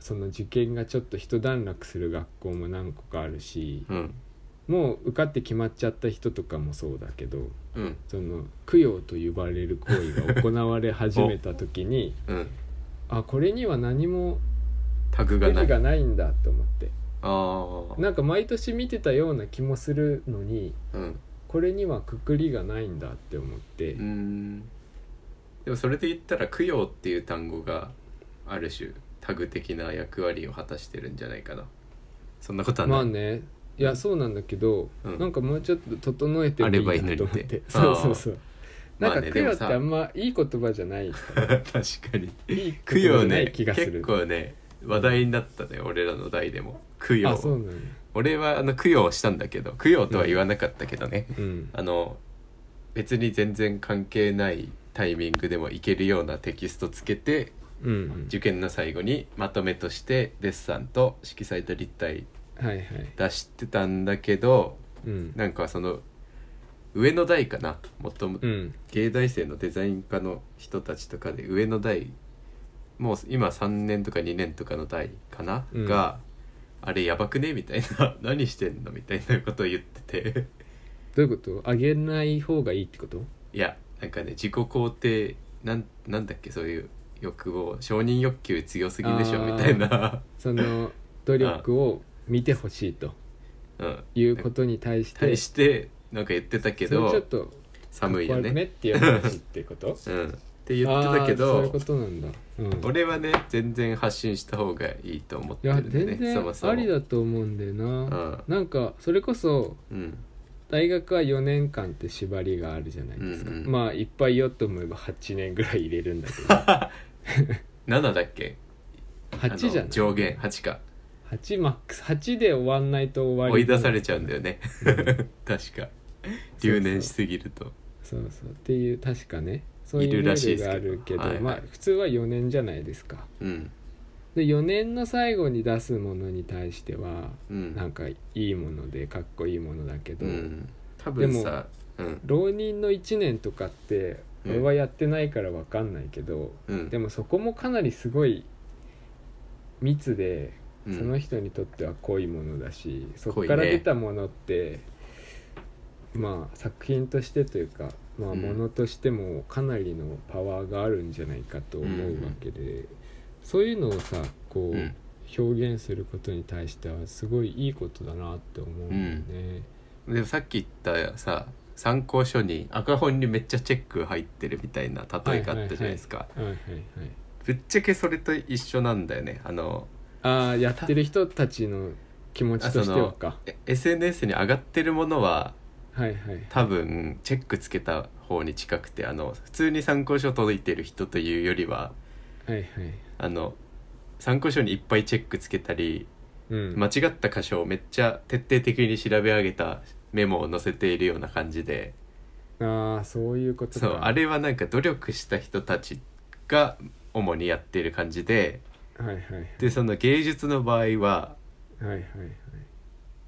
Speaker 2: その受験がちょっと一段落する学校も何個かあるし
Speaker 1: うん
Speaker 2: もう受かって決まっちゃった人とかもそうだけど
Speaker 1: うん
Speaker 2: その供養と呼ばれる行為が行われ始めた 時に
Speaker 1: うん
Speaker 2: あこれには何も
Speaker 1: タグが
Speaker 2: 意
Speaker 1: な
Speaker 2: 味
Speaker 1: い
Speaker 2: がないんだと思って
Speaker 1: ああ
Speaker 2: なんか毎年見てたような気もするのに
Speaker 1: うん
Speaker 2: これにはくくりがないんだって思って、
Speaker 1: うーんでもそれで言ったら「供養」っていう単語がある種タグ的な役割を果たしてるんじゃないかなそんなことはない、
Speaker 2: まあねいやそうなんだけど、
Speaker 1: うん
Speaker 2: なんかもうちょっと整えて
Speaker 1: あればいいの
Speaker 2: な
Speaker 1: に
Speaker 2: と
Speaker 1: っ
Speaker 2: 思ってて
Speaker 1: あ
Speaker 2: そ
Speaker 1: ー
Speaker 2: うそうそうなん
Speaker 1: まあ
Speaker 2: か
Speaker 1: ね
Speaker 2: 供養って
Speaker 1: でもさ
Speaker 2: あんまいい言葉じ ゃない
Speaker 1: 確かに
Speaker 2: いい
Speaker 1: 供
Speaker 2: 言葉じ
Speaker 1: 養
Speaker 2: ゃな
Speaker 1: ね
Speaker 2: い気がする
Speaker 1: 結構ね話題になったね俺らの代でも供養
Speaker 2: あそうなんだ
Speaker 1: 俺はあの供養したんだけど供養とは言わなかったけどね、
Speaker 2: うん
Speaker 1: あの別に全然関係ないタイミングでもいけるようなテキストつけて
Speaker 2: うん
Speaker 1: 受験の最後にまとめとしてデッサンと色彩と立体
Speaker 2: はいはい
Speaker 1: 出してたんだけど
Speaker 2: うん
Speaker 1: なんかその上の代かなもともと
Speaker 2: うん
Speaker 1: 芸大生のデザイン科の人たちとかで上の代もう今3年とか2年とかの代かな、
Speaker 2: うん
Speaker 1: があれやばくねみたいな 何してんのみたいなことを言ってて
Speaker 2: どういうことあげない方がいいってこと
Speaker 1: いやなんかね自己肯定なんなんだっけそういう欲望承認欲求強すぎでしょ
Speaker 2: あー
Speaker 1: みたいな、
Speaker 2: その努力を見てほしいと
Speaker 1: うん、
Speaker 2: いうことに対して
Speaker 1: 対してなんか言ってたけ
Speaker 2: それ
Speaker 1: ど
Speaker 2: ちょっと
Speaker 1: 寒いよ
Speaker 2: かっこ悪くね
Speaker 1: ね。
Speaker 2: っていう話ってこと
Speaker 1: うん、って 言ってたけ
Speaker 2: あーそうい
Speaker 1: ど
Speaker 2: うことなんだ、うん、
Speaker 1: 俺はね全然発信した方がいいと思っ
Speaker 2: い
Speaker 1: てる
Speaker 2: や
Speaker 1: んでね
Speaker 2: 全然ありだと思うんだよな
Speaker 1: うん
Speaker 2: なんかそれこそ
Speaker 1: うん
Speaker 2: 大学は4年間って縛りがあるじゃないですか、
Speaker 1: うんうん
Speaker 2: まあいっぱいよと思えば8年ぐらい入れるんだけど
Speaker 1: 7だっけ
Speaker 2: 8じゃ
Speaker 1: あ
Speaker 2: な
Speaker 1: の
Speaker 2: い
Speaker 1: 上限8か
Speaker 2: 8マックス8で終わんないと終わり
Speaker 1: 追い出されちゃうんだよね 確か留年し
Speaker 2: そう
Speaker 1: すぎると
Speaker 2: そうそうっていう確かねそういう
Speaker 1: いる
Speaker 2: ル
Speaker 1: らしいで
Speaker 2: ール
Speaker 1: す
Speaker 2: があ
Speaker 1: けど
Speaker 2: るけど
Speaker 1: はいはい
Speaker 2: まあ普通は4年じゃないですか
Speaker 1: うん
Speaker 2: で4年の最後に出すものに対しては
Speaker 1: う
Speaker 2: なんんかいいものでかっこいいものだけ
Speaker 1: う
Speaker 2: ど、
Speaker 1: ん多分さうん
Speaker 2: 浪人の1年とかって
Speaker 1: うん
Speaker 2: 俺はやってないからわかんないけど、
Speaker 1: うん
Speaker 2: でもそこもかなりすごい密で、
Speaker 1: うん
Speaker 2: その人にとっては濃いものだしそこ
Speaker 1: 濃いね
Speaker 2: から出たものって、まあ作品としてというか、まあ、
Speaker 1: うん
Speaker 2: ものとしてもかなりのパワーがあるんじゃないかと思うわけで、そういうのをさこう、
Speaker 1: うん
Speaker 2: 表現することに対してはすごいいいことだなって思うんだよね。
Speaker 1: でもさっき言ったさ参考書に赤本にめっちゃチェック入ってるみたいな例えがあったじゃないですか
Speaker 2: はいはいはい
Speaker 1: ぶっちゃけそれと一緒なんだよねあの
Speaker 2: ああやってる人たちの気持ちとしてはか
Speaker 1: え SNS に上がってるものは
Speaker 2: はいはい
Speaker 1: 多分チェックつけた方に近くてあの普通に参考書届いてる人というよりは
Speaker 2: はいはい
Speaker 1: あの参考書にいっぱいチェックつけたり
Speaker 2: うん
Speaker 1: 間違った箇所をめっちゃ徹底的に調べ上げたメモを載せているような感じで
Speaker 2: ああそういうことか
Speaker 1: そうあれはなんか努力した人たちが主にやっている感じで
Speaker 2: はいはいはい
Speaker 1: でその芸術の場合は
Speaker 2: はいはい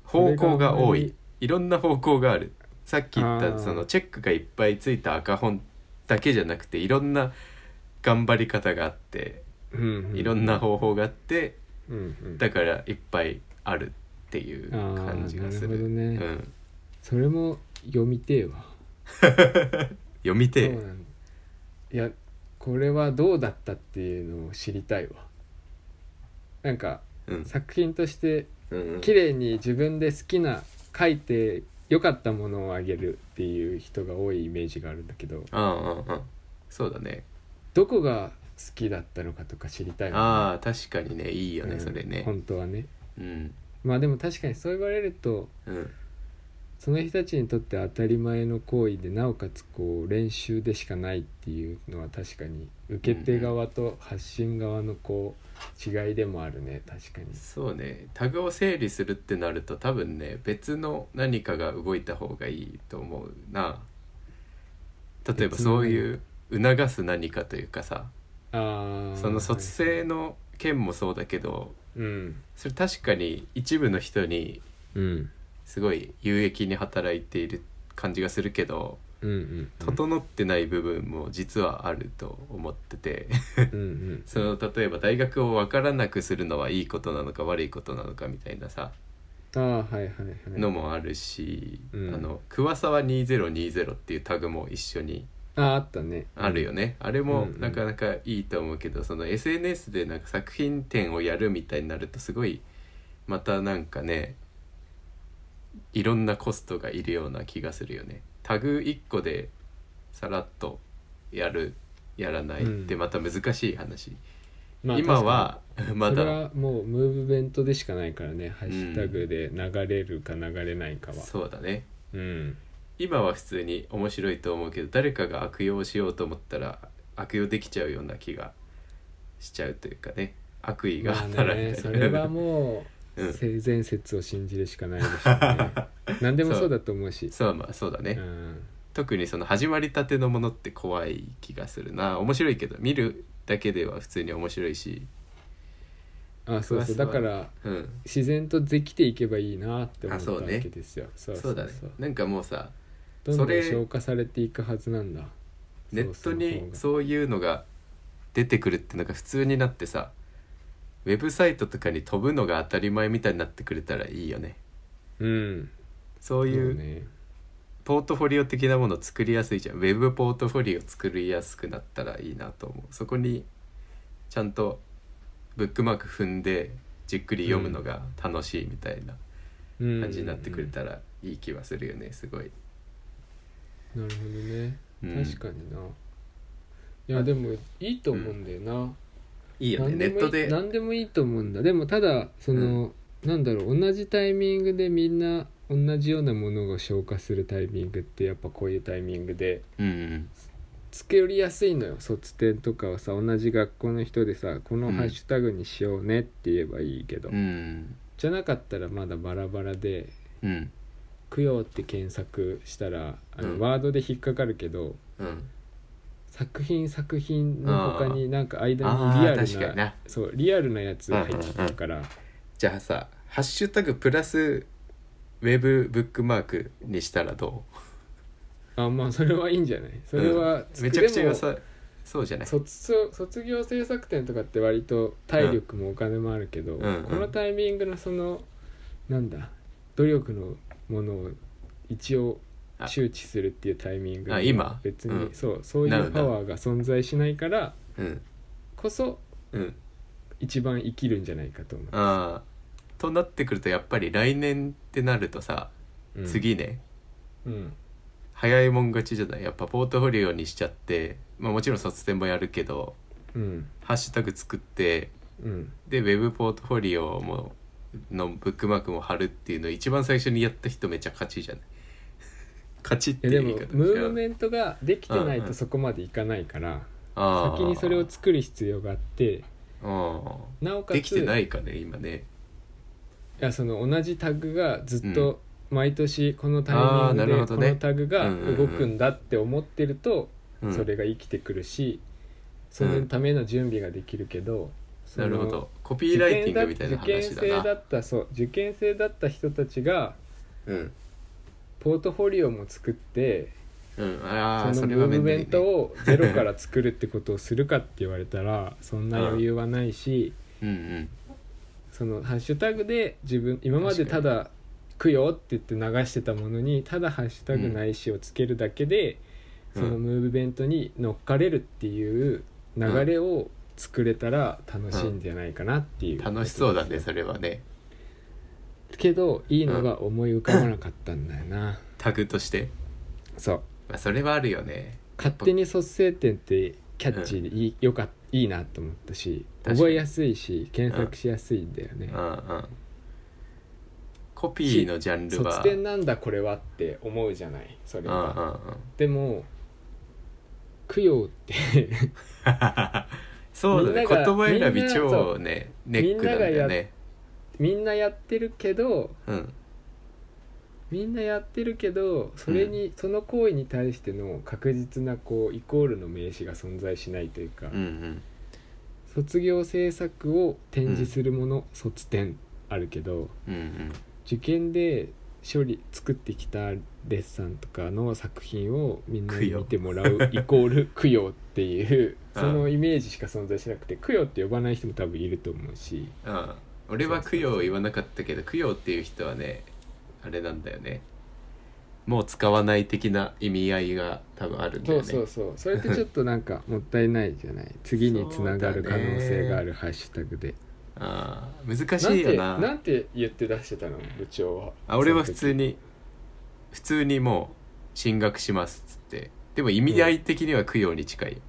Speaker 1: 方向が多い
Speaker 2: それが
Speaker 1: いろんな方向があるさっき言っ
Speaker 2: あ
Speaker 1: た
Speaker 2: ー
Speaker 1: そのチェックがいっぱいついた赤本だけじゃなくていろんな頑張り方があって
Speaker 2: うんうん
Speaker 1: いろんな方法があって
Speaker 2: うんうん
Speaker 1: だからいっぱいあるっていう感じがする
Speaker 2: あーなるほど
Speaker 1: うん、
Speaker 2: それも読みてえわ
Speaker 1: 読みて
Speaker 2: そう
Speaker 1: え
Speaker 2: なんいやこれはどうだったっていうのを知りたいわなんか
Speaker 1: うん
Speaker 2: 作品として
Speaker 1: うん
Speaker 2: 綺麗に自分で好きな書いて良かったものをあげるっていう人が多いイメージがあるんだけど
Speaker 1: うんうんうんそうだね
Speaker 2: どこが好きだったのかとか知りたいもんね
Speaker 1: ああ確かにねいいよね、
Speaker 2: うん
Speaker 1: それね
Speaker 2: 本当はね
Speaker 1: うん
Speaker 2: まあでも確かにそう言われると
Speaker 1: うん
Speaker 2: その人たちにとって当たり前の行為でなおかつこう練習でしかないっていうのは確かに受け手側と発信側のこう違いでもあるね確かに
Speaker 1: そうねタグを整理するってなると多分ね別の何かが動いた方がいいと思うな例えば
Speaker 2: 別の
Speaker 1: そう
Speaker 2: 何
Speaker 1: いう促す何かというかさ
Speaker 2: ああ
Speaker 1: その卒生の件もそうだけど
Speaker 2: うん
Speaker 1: それ確かに一部の人に
Speaker 2: うん
Speaker 1: すごい有益に働いている感じがするけど
Speaker 2: うんうん
Speaker 1: 整ってない部分も実はあると思って て
Speaker 2: うんうん
Speaker 1: その例えば大学を分からなくするのはいいことなのか悪いことなのかみたいなさ
Speaker 2: ああはいはいはい
Speaker 1: のもあるし、
Speaker 2: うん
Speaker 1: あの桑沢2020っていうタグも一緒に
Speaker 2: あああったね
Speaker 1: あるよね、あれも
Speaker 2: うんうん
Speaker 1: なかなかいいと思うけど、その SNS でなんか作品展をやるみたいになるとすごいまたなんかねいろんなコストがいるような気がするよねタグ1個でさらっとやるやらないって
Speaker 2: うん
Speaker 1: また難しい話
Speaker 2: まあ
Speaker 1: 今は ま
Speaker 2: 確かにそれ
Speaker 1: だ
Speaker 2: はもうムーブメントでしかないからね、ハッシュタグで流れるか流れないかは
Speaker 1: そうだね
Speaker 2: うん
Speaker 1: 今は普通に面白いと思うけど誰かが悪用しようと思ったら悪用できちゃうような気がしちゃうというかね悪意が
Speaker 2: まあ
Speaker 1: 働い
Speaker 2: ね
Speaker 1: て
Speaker 2: そ
Speaker 1: る、
Speaker 2: れはも
Speaker 1: う
Speaker 2: うん性善説を信じるしかないでしょうね 何でもそうだと思うし
Speaker 1: そうまあそうだね、
Speaker 2: うん
Speaker 1: 特にその始まりたてのものって怖い気がするな面白いけど見るだけでは普通に面白いし
Speaker 2: あそうそうだから
Speaker 1: うん
Speaker 2: 自然とできていけばいいなって思
Speaker 1: あ
Speaker 2: った
Speaker 1: そう
Speaker 2: わ
Speaker 1: ね
Speaker 2: けですよそ
Speaker 1: そう
Speaker 2: うそう
Speaker 1: だね
Speaker 2: そう
Speaker 1: なんかもうさ
Speaker 2: どんどん
Speaker 1: それ
Speaker 2: 消化されていくはずなんだ
Speaker 1: ネットに
Speaker 2: そう
Speaker 1: そういうのが出てくるってのが普通になってさウェブサイトとかに飛ぶのが当たり前みたいになってくれたらいいよね
Speaker 2: その方がうん
Speaker 1: そう
Speaker 2: そ
Speaker 1: いう
Speaker 2: ね
Speaker 1: ポートフォリオ的なものを作りやすいじゃんウェブポートフォリオ作りやすくなったらいいなと思うそこにちゃんとブックマーク踏んでじっくり読むのが楽しいみたいな
Speaker 2: うん
Speaker 1: 感じになってくれたらいい気はするよねすごい、
Speaker 2: なるほどね
Speaker 1: うん
Speaker 2: 確かにな、いやでもいいと思うんだよな、
Speaker 1: いいよね
Speaker 2: 何
Speaker 1: ネ
Speaker 2: でも
Speaker 1: ッ
Speaker 2: い
Speaker 1: ト
Speaker 2: い
Speaker 1: で
Speaker 2: 何でもいいと思うんだでもただその、なんだろう同じタイミングでみんな同じようなものを消化するタイミングってやっぱこういうタイミングで
Speaker 1: うんうん
Speaker 2: 作りやすいのよ卒典とかはさ同じ学校の人でさこのハッシュタグにしようねって言えばいいけど、
Speaker 1: うん
Speaker 2: じゃなかったらまだバラバラで
Speaker 1: うん
Speaker 2: 「供養」って検索したらあの、
Speaker 1: うん
Speaker 2: ワードで引っかかるけど
Speaker 1: うん
Speaker 2: 作品作品の他になんか間
Speaker 1: あー
Speaker 2: にリア
Speaker 1: 確か
Speaker 2: ル
Speaker 1: に
Speaker 2: な
Speaker 1: な
Speaker 2: そうリアルなやつが入ってくるから、
Speaker 1: じゃあさハッシュタグプラスウェブブックマークにしたらどう
Speaker 2: あまあそれはいいんじゃないそれ
Speaker 1: う
Speaker 2: は、
Speaker 1: んめちゃくちゃ良
Speaker 2: で
Speaker 1: さそうじゃな
Speaker 2: も
Speaker 1: い
Speaker 2: 卒卒業制作展とかって割と体力もお金もあるけど、
Speaker 1: んうん
Speaker 2: このタイミングのそのなんだ努力のものを一応
Speaker 1: あ
Speaker 2: 周知するっていうタイミングに
Speaker 1: あ今
Speaker 2: 別に、
Speaker 1: うん
Speaker 2: そうそうい
Speaker 1: なる
Speaker 2: う
Speaker 1: ほど
Speaker 2: パワーが存在しないから
Speaker 1: うん
Speaker 2: こそ
Speaker 1: うん
Speaker 2: 一番生きるんじゃないかと思
Speaker 1: ああとなってくるとやっぱり来年ってなるとさ、
Speaker 2: う、うん、
Speaker 1: 次ね
Speaker 2: うん
Speaker 1: 早いもん勝ちじゃないやっぱポートフォリオにしちゃって、まあ、もちろん卒展もやるけど
Speaker 2: うん
Speaker 1: ハッシュタグ作って
Speaker 2: うん
Speaker 1: でウェブポートフォリオものブックマークも貼るっていうの一番最初にやった人めっちゃ勝ちじゃない 勝ちっ
Speaker 2: い
Speaker 1: て
Speaker 2: や
Speaker 1: い
Speaker 2: で
Speaker 1: う言
Speaker 2: も
Speaker 1: い方
Speaker 2: ム
Speaker 1: 違
Speaker 2: ーブ
Speaker 1: う
Speaker 2: メントができてない
Speaker 1: うんう
Speaker 2: と
Speaker 1: ん
Speaker 2: そこまでいかないから、
Speaker 1: ああ
Speaker 2: 先にそれを作る必要があって
Speaker 1: あ
Speaker 2: なお
Speaker 1: あ
Speaker 2: かつ
Speaker 1: できてないかね今ね
Speaker 2: いやその同じタグがずっと毎年このタ
Speaker 1: あ
Speaker 2: イ
Speaker 1: ー
Speaker 2: ミン
Speaker 1: なるほ
Speaker 2: グで
Speaker 1: ど
Speaker 2: こ
Speaker 1: ね
Speaker 2: のタグが
Speaker 1: うんうんうん
Speaker 2: 動くんだって思ってると
Speaker 1: うん
Speaker 2: それが生きてくるしそのための準備ができるけどそ
Speaker 1: な
Speaker 2: の
Speaker 1: るほどコピーライティングみたいな話
Speaker 2: 受験
Speaker 1: だ
Speaker 2: 生だ
Speaker 1: な
Speaker 2: ったそう受験生だった人たちが
Speaker 1: うん
Speaker 2: ポートフォリオも作って
Speaker 1: うんああ
Speaker 2: そ
Speaker 1: そ
Speaker 2: の
Speaker 1: れ
Speaker 2: ム
Speaker 1: は
Speaker 2: ーブ
Speaker 1: 面
Speaker 2: メ
Speaker 1: 倒い
Speaker 2: ン
Speaker 1: ね
Speaker 2: トをゼロから作るってことをするかって言われたらそんな余裕はないし。
Speaker 1: うんうん
Speaker 2: そのハッシュタグで自分今までただ「供養」って言って流してたものにただ「ハッシュタグないし」をつけるだけで、
Speaker 1: うん
Speaker 2: そのムーブメントに乗っかれるっていう流れを作れたら楽しいんじゃないかなっていう、
Speaker 1: 楽しそうだねそれはね
Speaker 2: けどいいのが思い浮かばなかったんだよな、
Speaker 1: タグとして、
Speaker 2: そう
Speaker 1: まあ、それはあるよね
Speaker 2: 勝手に卒生点ってキャッチーでいい,、よかっいいなと思ったし
Speaker 1: 確かに
Speaker 2: 覚えやすいし検索しやすいんだよね、
Speaker 1: うんうんコピーのジャンルは
Speaker 2: 卒点なんだこれはって思うじゃないそれ
Speaker 1: うんうん
Speaker 2: は、
Speaker 1: うん
Speaker 2: でも供養って
Speaker 1: そうだ
Speaker 2: み
Speaker 1: ね
Speaker 2: ん
Speaker 1: 言葉選
Speaker 2: ながみん
Speaker 1: び
Speaker 2: なそ
Speaker 1: 超
Speaker 2: う
Speaker 1: ねネックなんだよね
Speaker 2: みんなやってるけど
Speaker 1: うん
Speaker 2: みんなやってるけどそれに、その行為に対しての確実なこうイコールの名詞が存在しないというか、
Speaker 1: うんうん
Speaker 2: 卒業制作を展示するもの、卒展あるけど
Speaker 1: うんうん
Speaker 2: 受験で処理作ってきたデッサンとかの作品をみんなに
Speaker 1: 供養
Speaker 2: 見てもらうイコール供養っていう
Speaker 1: ああ
Speaker 2: そのイメージしか存在しなくて供養って呼ばない人も多分いると思うし。
Speaker 1: うん俺は供養を言わなかったけど供養っていう人はねあれなんだよねもう使わない的な意味合いが多分あるんだ
Speaker 2: そ
Speaker 1: よ
Speaker 2: う
Speaker 1: ね
Speaker 2: そうそうそれってちょっとなんかもったいないじゃない次につながる可能性があるハッシュタグで、
Speaker 1: ああ難し
Speaker 2: なん
Speaker 1: いよ
Speaker 2: て
Speaker 1: な
Speaker 2: なんて言って出してたの部長は
Speaker 1: あ俺は普通
Speaker 2: に
Speaker 1: に普通にもう進学しますっつってでも意味合い的には供養に近い、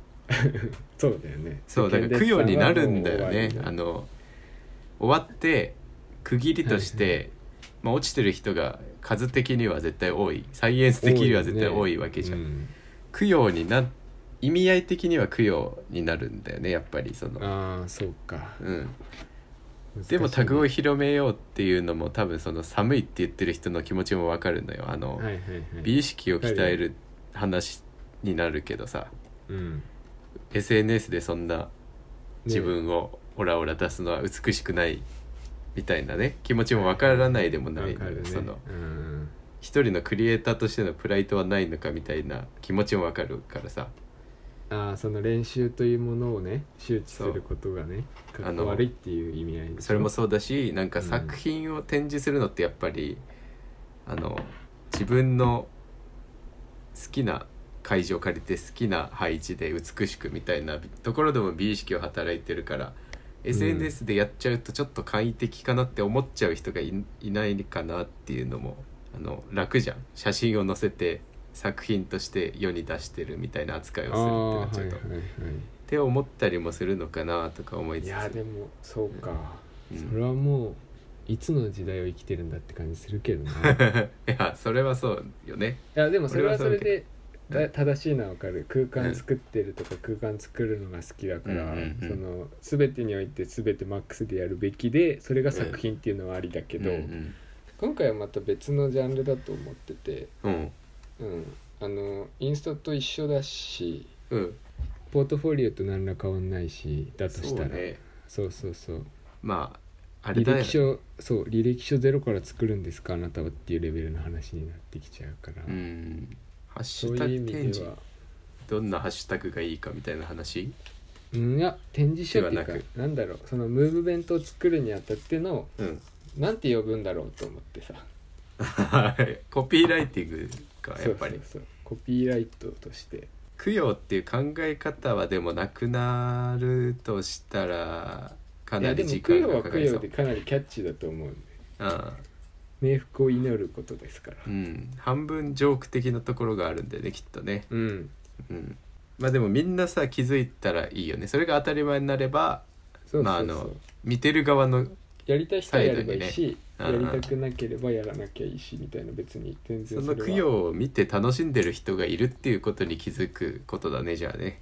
Speaker 2: そうだよね
Speaker 1: そうだから供養になるんだよね
Speaker 2: 世間でさ
Speaker 1: あの終わって区切りとして、まあ、落ちてる人が数的には絶対多いサイエンス的には絶対多いわけじゃん、
Speaker 2: うん
Speaker 1: 供養にな意味合い的には供養になるんだよねやっぱりその、
Speaker 2: ああそうか
Speaker 1: うん、でもタグを広めようっていうのも多分その寒いって言ってる人の気持ちもわかるのよあの、
Speaker 2: はいはいはい
Speaker 1: 美意識を鍛える話になるけどさ
Speaker 2: うんね
Speaker 1: SNS でそんな自分をオラオラ出すのは美しくないみたいなね気持ちもわからないでもない
Speaker 2: わか
Speaker 1: のよ、
Speaker 2: るね
Speaker 1: その
Speaker 2: うん
Speaker 1: 一人のクリエイターとしてのプライドはないのかみたいな気持ちもわかるからさ
Speaker 2: ああその練習というものをね周知することがね
Speaker 1: う
Speaker 2: かっ
Speaker 1: あ
Speaker 2: こ
Speaker 1: の
Speaker 2: 悪いっていう意味合いでしょ
Speaker 1: それもそうだしなんか
Speaker 2: うん
Speaker 1: 作品を展示するのってやっぱり、あの自分の好きな会場を借りて好きな配置で美しくみたいなところでも美意識を働いてるから、SNS でやっちゃうとちょっと簡易的かなって思っちゃう人がいいないかなっていうのもあの楽じゃん写真を載せて作品として世に出してるみたいな扱いをするってなっ
Speaker 2: あ
Speaker 1: ちゃ
Speaker 2: あは
Speaker 1: う
Speaker 2: い
Speaker 1: と、
Speaker 2: はいは
Speaker 1: って思ったりもするのかなとか思い
Speaker 2: い
Speaker 1: つ
Speaker 2: い
Speaker 1: つ
Speaker 2: やでもそうか、
Speaker 1: うん
Speaker 2: それはもういつの時代を生きてるんだって感じする けどない
Speaker 1: いやそれはそうよね
Speaker 2: やでもそれはそれで
Speaker 1: 俺はそうだけど
Speaker 2: だ正しいのはわかる空間作ってるとか空間作るのが好きだから、
Speaker 1: うんうんうん
Speaker 2: その全てにおいて全てマックスでやるべきでそれが作品っていうのはありだけど、
Speaker 1: うん
Speaker 2: 今回はまた別のジャンルだと思ってて、
Speaker 1: うん
Speaker 2: うん、あのインスタと一緒だし
Speaker 1: うん
Speaker 2: ポートフォリオと何ら変わんないしだと
Speaker 1: そ
Speaker 2: し
Speaker 1: う
Speaker 2: たら
Speaker 1: ね
Speaker 2: そうそうそう
Speaker 1: まああれ
Speaker 2: 履
Speaker 1: だ
Speaker 2: 歴
Speaker 1: よ、
Speaker 2: 書そう履歴書ゼロから作るんですかあなたはっていうレベルの話になってきちゃうから、
Speaker 1: うん、ハッシ
Speaker 2: そ
Speaker 1: ュ
Speaker 2: う
Speaker 1: タグ
Speaker 2: いう意
Speaker 1: 展
Speaker 2: 味で
Speaker 1: 示
Speaker 2: は
Speaker 1: どんなハッシュタグがいいかみたいな話
Speaker 2: うんいや展示書っていうか
Speaker 1: ではな
Speaker 2: なんだろうそのムーブメントを作るにあたっての
Speaker 1: うん
Speaker 2: なんて呼ぶんだろうと思ってさ
Speaker 1: コピーライティングかやっぱり
Speaker 2: そうそうそうコピーライトとして
Speaker 1: 供養っていう考え方はでもなくなるとしたらか
Speaker 2: い
Speaker 1: な
Speaker 2: やで
Speaker 1: り
Speaker 2: も
Speaker 1: 時
Speaker 2: 供
Speaker 1: 間
Speaker 2: 養
Speaker 1: が
Speaker 2: は
Speaker 1: か
Speaker 2: 供
Speaker 1: かりそ
Speaker 2: 養
Speaker 1: う
Speaker 2: でかなりキャッチーだと思うんで
Speaker 1: あ
Speaker 2: 冥福を祈ることですから
Speaker 1: あうん半分ジョーク的なところがあるんだよねきっとね
Speaker 2: うん
Speaker 1: うんまあでもみんなさ気づいたらいいよねそれが当たり前になれば
Speaker 2: そうそうそう、
Speaker 1: まああの見てる側の
Speaker 2: やりたい人はやればいいし、
Speaker 1: サイドにね
Speaker 2: やりたくなければやらなきゃいいしみたいな別に全
Speaker 1: そ
Speaker 2: 然
Speaker 1: の
Speaker 2: れは
Speaker 1: 供養を見て楽しんでる人がいるっていうことに気づくことだねじゃあね、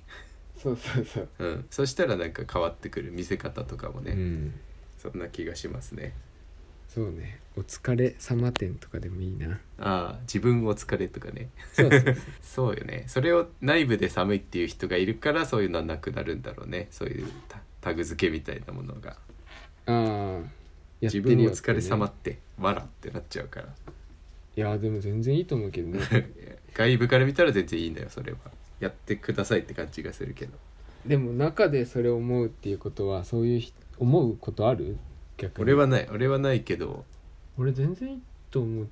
Speaker 2: そうそうそう、
Speaker 1: うん、そしたらなんか変わってくる見せ方とかもね、
Speaker 2: うん
Speaker 1: そんな気がしますね
Speaker 2: そうねお疲れ様店とかでもいいな
Speaker 1: ああ自分お疲れとかね
Speaker 2: そうそうそう
Speaker 1: そうよねそれを内部で寒いっていう人がいるからそういうのはなくなるんだろうねそういうタタグ付けみたいなものが、
Speaker 2: ああやっ
Speaker 1: 自
Speaker 2: てる
Speaker 1: 分お
Speaker 2: よって
Speaker 1: 疲れ様っ
Speaker 2: ね
Speaker 1: てわらってなっちゃうから
Speaker 2: いやでも全然いいと思うけどね
Speaker 1: 外部から見たら全然いいんだよそれはやってくださいって感じがするけど
Speaker 2: でも中でそれを思うっていうことはそういうひ思うことある逆に
Speaker 1: 俺はない俺はないけど
Speaker 2: 俺全然いいと思う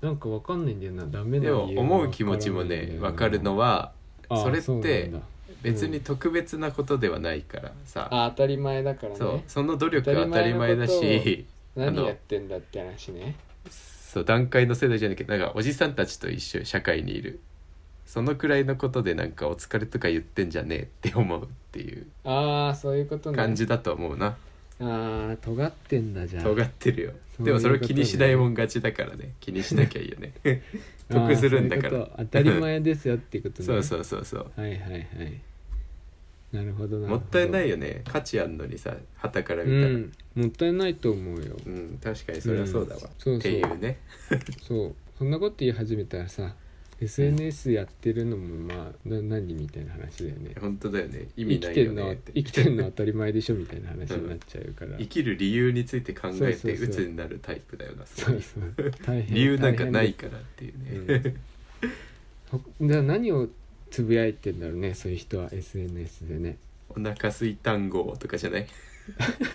Speaker 2: なんかわかんないんだよなダメな
Speaker 1: で
Speaker 2: 理
Speaker 1: も
Speaker 2: 由が
Speaker 1: 思う気持ちもね分かるの
Speaker 2: は
Speaker 1: はそれっ
Speaker 2: うなん
Speaker 1: て
Speaker 2: だ
Speaker 1: 別に特別なことではないからさ、
Speaker 2: あ当たり前だからね
Speaker 1: そうその努力は当たり前だ
Speaker 2: 当たり前
Speaker 1: しあ
Speaker 2: 何
Speaker 1: の
Speaker 2: やってんだって話ね
Speaker 1: そう段階の世代じゃなきゃなんかおじさんたちと一緒社会にいるそのくらいのことでなんか「お疲れ」とか言ってんじゃねえって思うっていう
Speaker 2: ああそういうことね
Speaker 1: 感じだと思うな、
Speaker 2: ああ尖ってんだじゃん
Speaker 1: 尖ってるよ
Speaker 2: そう
Speaker 1: でもそれ
Speaker 2: いうこと
Speaker 1: 気にしないもん勝ちだからね気にしなきゃいいよ ね得するんだから
Speaker 2: あーそういうこと当たり前ですよっていうこと ね
Speaker 1: そうそうそうそう
Speaker 2: はいはいはいなるほどなるほど
Speaker 1: もったいないよね価値あんのにさ旗から
Speaker 2: う
Speaker 1: 見たら、
Speaker 2: んもったいないと思うよ
Speaker 1: うん、確かにそれはそうだわ、
Speaker 2: うんそうそう
Speaker 1: っていうね
Speaker 2: そうそんなこと言い始めたらさ SNS やってるのもまあな何みたいな話だよね
Speaker 1: 本当だよね意
Speaker 2: 生
Speaker 1: 味
Speaker 2: き
Speaker 1: ない
Speaker 2: て
Speaker 1: よ
Speaker 2: んの
Speaker 1: ね
Speaker 2: は
Speaker 1: って
Speaker 2: 生きてんのは当たり前でしょみたいな話になっちゃうから、
Speaker 1: 生きる理由について考
Speaker 2: そう
Speaker 1: え
Speaker 2: そ
Speaker 1: て
Speaker 2: うそう
Speaker 1: 鬱になるタイプだよな
Speaker 2: そ
Speaker 1: そう
Speaker 2: うそう大変
Speaker 1: 理由なんか
Speaker 2: 大変
Speaker 1: ない
Speaker 2: です
Speaker 1: からっていう
Speaker 2: う
Speaker 1: ね、
Speaker 2: んほじゃあ何をつぶやいてんだろうねそういう人は SNS でね
Speaker 1: お腹すいたんごとかじゃない、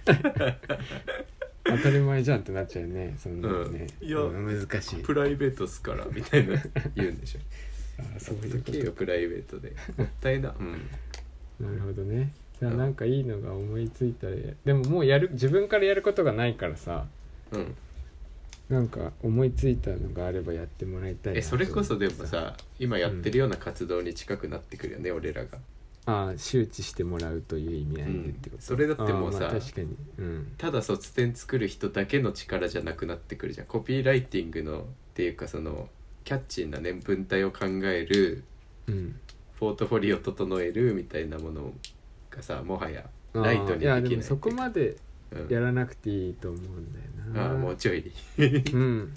Speaker 2: 当たり前じゃんってなっちゃうよねそんなのね、
Speaker 1: うんいや
Speaker 2: うん難しい
Speaker 1: プライベートっすからみたい な言うんでしょ
Speaker 2: あーそういうこと
Speaker 1: 時よプライベートでもったいなうん
Speaker 2: なるほどねじゃあなんかいいのが思いついたらやでももうやる自分からやることがないからさ
Speaker 1: うん
Speaker 2: なんか思いついたのがあればやってもらいたいな
Speaker 1: えそれこそ
Speaker 2: と
Speaker 1: で
Speaker 2: 思って
Speaker 1: もさ今やってるような活動に近くなってくるよね、俺らが
Speaker 2: あああ周知してもらうという意味合いでって
Speaker 1: う
Speaker 2: こと、
Speaker 1: んそれだってもうさ
Speaker 2: ああまあ確かにうん
Speaker 1: ただ卒典作る人だけの力じゃなくなってくるじゃんコピーライティングのっていうかそのキャッチーなね文体を考える
Speaker 2: うん
Speaker 1: ポートフォリオを整えるみたいなものがさもはや
Speaker 2: ああ
Speaker 1: ライトにできない
Speaker 2: やでもそこまで
Speaker 1: うん
Speaker 2: やらなくていいと思うんだよな
Speaker 1: ああもうちょい
Speaker 2: うん